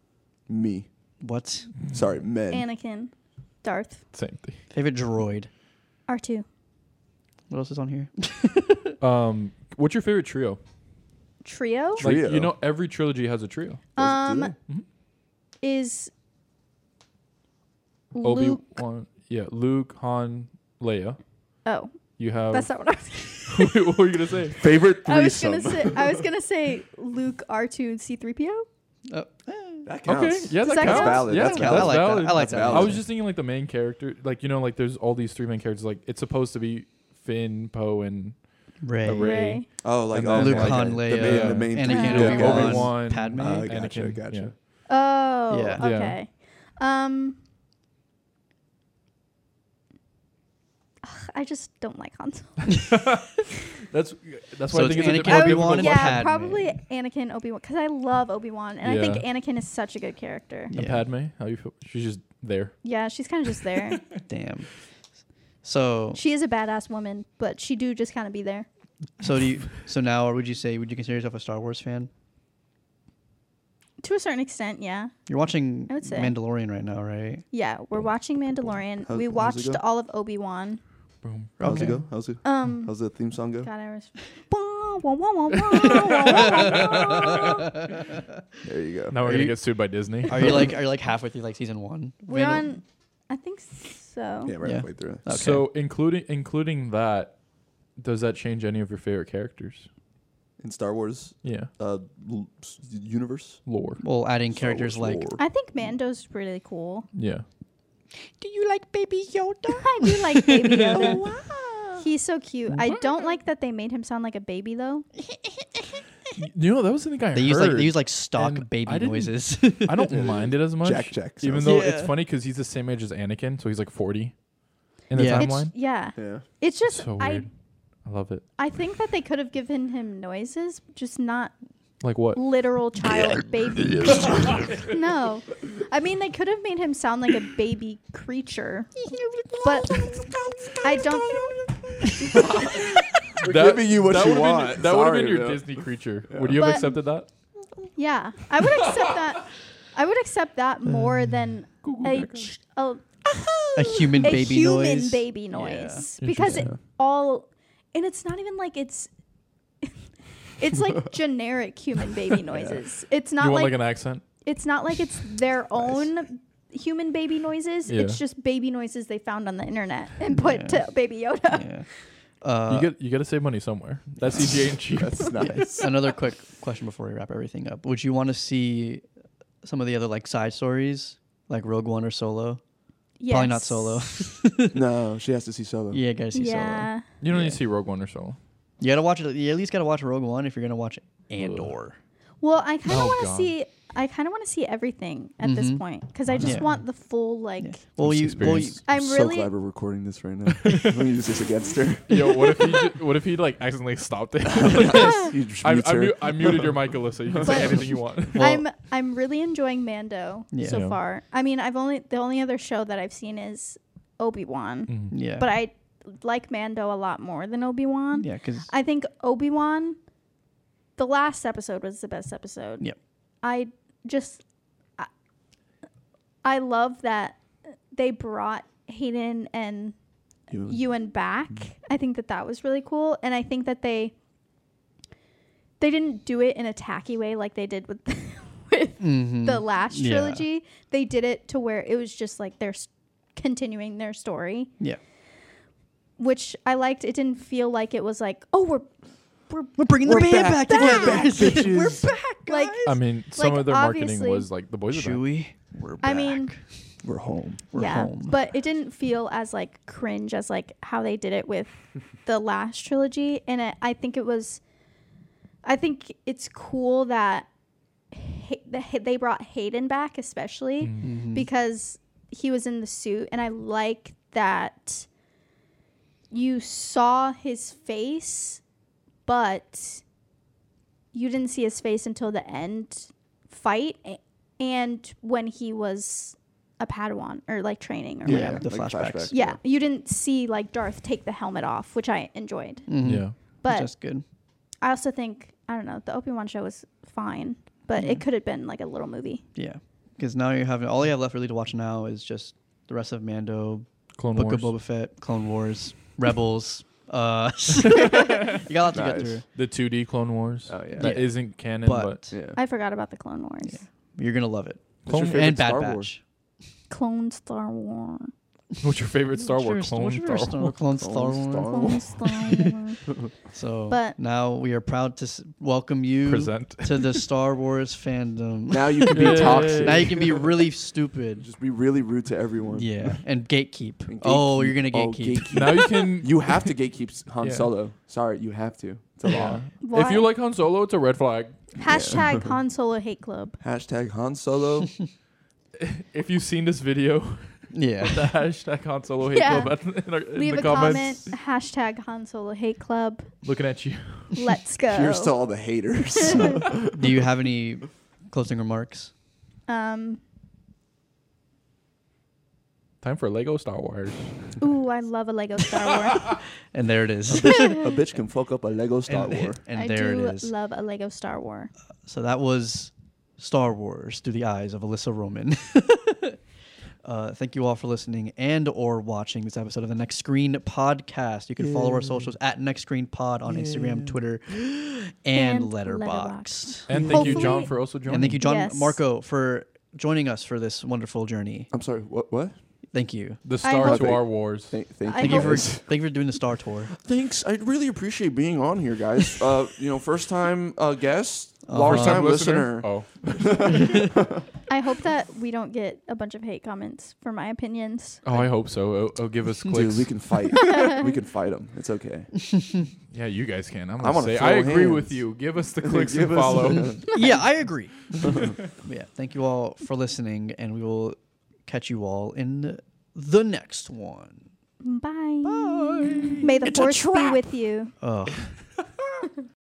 S4: Me.
S1: What?
S4: Sorry, men.
S3: Anakin, Darth,
S2: Same thing.
S1: Favorite droid.
S3: R2.
S1: What else is on here?
S2: Um, what's your favorite trio?
S3: Trio
S2: Like
S4: Trio?
S2: you know, every trilogy has a trio.
S4: Does- do
S3: Um,
S4: they?
S3: is
S2: Obi Mm-hmm.
S3: Luke.
S2: Wan, yeah, Luke, Han, Leia.
S3: Oh,
S2: You have.
S3: that's not what I was.
S2: what were you gonna say?
S4: favorite
S3: I was
S4: threesome.
S3: gonna say. I was gonna say Luke, R2, and C3PO.
S1: Oh,
S4: that counts.
S2: Okay, yeah,
S3: Does
S2: that,
S3: that
S2: counts.
S3: count?
S4: Valid,
S2: Yeah,
S4: that's
S1: yeah, I like
S2: valid.
S1: that. I like
S4: That's
S1: that.
S4: valid.
S2: I was just thinking like the main character, like you know, like there's all these three main characters. Like it's supposed to be Finn, Poe, and
S1: Ray.
S2: Ray.
S3: Ray.
S4: Oh, like
S2: And
S4: oh,
S2: then
S1: Luke,
S4: like,
S1: Han,
S4: uh,
S1: Leia,
S4: the main, the main
S1: Anakin,
S4: three
S2: yeah,
S1: Obi
S4: guys.
S1: Wan,
S2: Obi-Wan,
S1: Padme.
S4: Uh, gotcha,
S2: Anakin,
S4: gotcha.
S2: yeah.
S3: Oh,
S1: Yeah.
S2: Yeah.
S3: okay. Um, ugh, I just don't like Han Solo.
S2: That's that's
S1: So
S2: why I
S1: it's
S2: think it's a
S1: Anakin,
S2: bit more
S1: Obi-Wan,
S2: difficult.
S1: and
S2: one.
S3: Oh, yeah,
S1: Padme.
S3: probably Anakin, Obi Wan, because I love Obi Wan, and I think
S2: Yeah.
S3: Anakin is such a good character.
S1: Yeah.
S2: And Padme, how you feel? She's just there.
S3: Yeah, she's kind of just there.
S1: Damn. So
S3: she is a badass woman, but she do just kind of be there.
S1: so do you so now or would you say would you consider yourself a Star Wars fan?
S3: To a certain extent, yeah.
S1: You're watching
S3: I would say.
S1: Mandalorian right now, right?
S3: Yeah,
S1: Oh.
S3: we're watching Mandalorian.
S4: How-
S3: we
S4: how's it
S3: watched
S4: go?
S3: all of Obi Wan.
S2: Boom.
S4: How's it
S1: Okay.
S4: go? How's it?
S3: Um,
S4: How's the theme song go?
S3: God, I was. Wah, wah, wah, wah, wah, wah, wah.
S4: There you go.
S2: Now
S1: Are
S2: we're gonna
S1: you-
S2: get sued by Disney.
S1: Are you like are you like halfway through like season one?
S3: We're
S1: Mandal-
S3: on. I think so.
S4: Yeah, we're
S1: Yeah.
S4: halfway through.
S1: Okay.
S2: So including including that, does that change any of your favorite characters?
S4: In Star Wars
S2: Yeah,
S4: uh, l- s- universe,
S2: lore.
S1: well adding
S4: Star
S1: characters
S4: Wars
S1: like
S4: lore.
S3: I think Mando's really cool.
S2: Yeah.
S1: Do you like baby Yoda?
S3: I do like Baby
S2: Oh,
S3: Yoda. He's so cute. I don't like that they made him sound like a baby though.
S2: You know that was the thing I
S1: They
S2: heard.
S1: use like they use like stock
S2: and I
S1: baby
S2: didn't-
S1: noises.
S2: I don't mind it as much.
S4: Jack Jack
S2: Even
S4: sounds-
S2: though it's
S1: Yeah.
S2: funny because he's the same age as Anakin, so he's like 40 in the
S1: Yeah. It's-
S3: It's
S2: timeline.
S3: yeah.
S4: Yeah.
S3: It's just
S2: so
S3: I
S2: weird. I love it.
S3: I think that they could have given him noises, just not
S2: Like what?
S3: literal child baby. no. I mean they could have made him sound like a baby creature. But I don't
S4: We're giving you what you
S2: would've been-
S4: want.
S2: that would have been
S4: Sorry,
S2: your
S4: bro.
S2: Disney creature. Would you have
S3: But-
S2: accepted that?
S3: Yeah. I would accept that I would accept that more than a, ch- a
S1: Mm. a human
S3: a
S1: baby
S3: human
S1: noise.
S3: baby noise because it
S2: Interesting.
S3: all and it's not even like it's it's like generic human baby noises it's not
S2: you want
S3: like,
S2: like, an accent?
S3: it's not like it's their own human baby noises
S2: Yeah.
S3: it's just baby noises they found on the internet and put to baby yoda
S1: Yeah. Uh,
S2: you get you got to save money somewhere. That's E CGI and cheap.
S4: That's nice.
S1: another quick question before we wrap everything up. Would you want to see some of the other like side stories, like Rogue One or Solo? Probably not
S3: Yes.
S1: Solo.
S4: no, she has to see Solo.
S1: yeah, gotta see Solo.
S3: yeah
S2: You don't need to see Rogue One or Solo.
S1: You gotta watch it. You at least gotta watch Rogue One if you're gonna watch Andor.
S3: well i kind of
S2: Oh,
S3: want to
S2: God.
S3: see i kind of want to see everything at this point because i just
S1: Yeah.
S3: want the full like
S1: Well,
S2: Just
S1: you, well, you
S2: experience.
S4: I'm,
S3: i'm
S4: so
S3: really
S4: glad we're recording this right now. Let me use this against her.
S2: Yo, what if he ju- what if he like accidentally stopped it?
S4: You just
S2: I,
S4: mute
S2: I,
S4: her.
S2: mu- I muted your mic, Alyssa. You can say
S3: But-
S2: anything you want.
S1: Well-
S3: I'm I'm really enjoying Mando
S1: Yeah.
S3: so
S2: Yeah.
S3: far. I mean, I've only the only other show that I've seen is Obi Wan,
S2: Mm.
S1: yeah,
S3: but I like Mando a lot more than Obi Wan.
S1: yeah, because
S3: I think Obi Wan, the last episode was the best episode.
S1: Yep.
S3: I just, I, I love that they brought Hayden and
S4: You-
S3: Ewan back. I think that that was really cool, and I think that they they didn't do it in a tacky way like they did with with the last
S1: Yeah.
S3: trilogy. They did it to where it was just like they're s- continuing their story,
S1: yeah,
S3: which I liked. It didn't feel like it was like oh we're we're
S1: we're bringing the band back, together.
S4: We're
S3: like
S2: I mean, some
S3: Like,
S2: of their marketing
S3: obviously-
S2: was like the boys are back.
S1: Chewie, we're back.
S3: I mean,
S4: we're home.
S1: We're
S3: yeah,
S1: home.
S3: but it didn't feel as like cringe as like how they did it with the last trilogy, and it, I think it was, I think it's cool that Hay- the Hay- they brought Hayden back, especially
S1: Mm-hmm.
S3: because he was in the suit, and I like that you saw his face, but you didn't see his face until the end fight, a- and when he was a Padawan or like training or whatever.
S1: Yeah, the flashbacks.
S3: Yeah, you didn't see like Darth take the helmet off, which I enjoyed.
S2: Yeah.
S3: But
S1: just good.
S3: I also think I don't know the Obi Wan show was fine, but it could have been like a little movie.
S1: Yeah, because now you have all you have left really to watch now is just the rest of Mando,
S2: Clone
S1: Book
S2: Wars.
S1: of Boba Fett, Clone Wars, Rebels. Uh, you got a lot to
S5: Nice.
S1: get through.
S2: The 2D Clone Wars.
S5: Oh, yeah.
S2: That
S1: Yeah.
S2: not canon, but,
S1: But
S5: Yeah.
S3: I forgot about the Clone Wars,
S1: you're gonna love it.
S2: Clone-
S4: What's your favorite
S1: And Bad
S4: Star
S1: Batch.
S4: Wars?
S3: Clone Star Wars,
S2: what's your favorite Star
S1: What's your-
S2: Wars clone?
S1: what's your
S2: Star
S1: Star
S2: Wars?
S1: Clone
S5: Clone
S1: Star Wars.
S5: Star-
S3: Clone Star Wars.
S1: So
S3: But-
S1: now we are proud to s- welcome you
S2: Present.
S1: to the Star Wars fandom.
S4: Now you can be
S2: Yeah.
S4: toxic.
S1: now you can be really stupid.
S4: just be really rude to everyone.
S1: Yeah, and gatekeep.
S4: And
S1: Oh,
S4: gatekeep.
S1: you're gonna
S4: Oh,
S1: gatekeep.
S4: gatekeep.
S2: now you can.
S4: You have to gatekeep Han
S2: Yeah.
S4: Solo. Sorry, you have to. It's a law.
S2: yeah.
S3: Why?
S2: If you like Han Solo, it's a red flag.
S3: hashtag Han Solo hate club,
S4: Hashtag Han Solo.
S2: If you've seen this video,
S1: yeah.
S2: the hashtag Han Solo hate
S3: Yeah.
S2: club in, our, in
S3: leave
S2: the
S3: a
S2: comments.
S3: comment. Hashtag Han Solo hate club.
S2: Looking at you.
S3: Let's go.
S4: Here's to all the haters.
S1: Do you have any closing remarks?
S3: um.
S2: Time for Lego Star Wars.
S3: Ooh, I love a Lego Star Wars.
S1: And there it is.
S4: a bitch can fuck up a Lego Star
S1: and,
S4: Wars.
S1: and
S3: I
S1: there
S3: do
S1: it is.
S3: love a Lego Star Wars.
S1: so that was Star Wars through the eyes of Alyssa Roman. uh, thank you all for listening and or watching this episode of the Next Screen podcast. You can follow our socials at Next Screen Pod on Instagram, Twitter, and,
S3: And
S1: Letterboxd.
S2: And thank you, John,
S3: Hopefully-
S2: for also joining.
S1: And thank you, John
S3: Yes.
S1: Marco, for joining us for this wonderful journey.
S4: I'm sorry. What? What?
S1: Thank you.
S2: The
S3: I
S2: Star
S3: hope-
S2: to our wars.
S4: Thank, thank
S3: I
S1: Thank
S4: you.
S1: you
S3: hope-
S1: for thank you for doing the Star Tour.
S4: Thanks. I really appreciate being on here, guys. uh, you know, first time uh, guest, large
S1: Uh-huh.
S4: time listener.
S2: Oh,
S3: I hope that we don't get a bunch of hate comments for my opinions.
S2: oh, I hope so. It'll, it'll give us
S4: Dude,
S2: clicks.
S4: we can fight. we can fight them. It's okay.
S2: yeah, you guys can. I'm
S4: I
S2: gonna
S4: wanna
S2: say
S4: throw
S2: I agree
S4: hands.
S2: with you. Give us the clicks
S4: Give
S2: and
S4: us-
S2: follow.
S1: yeah, I agree. yeah, thank you all for listening, and we will catch you all in the next one.
S3: Bye. May the
S1: It's a
S3: force be
S1: trap.
S3: with you.
S1: Ugh.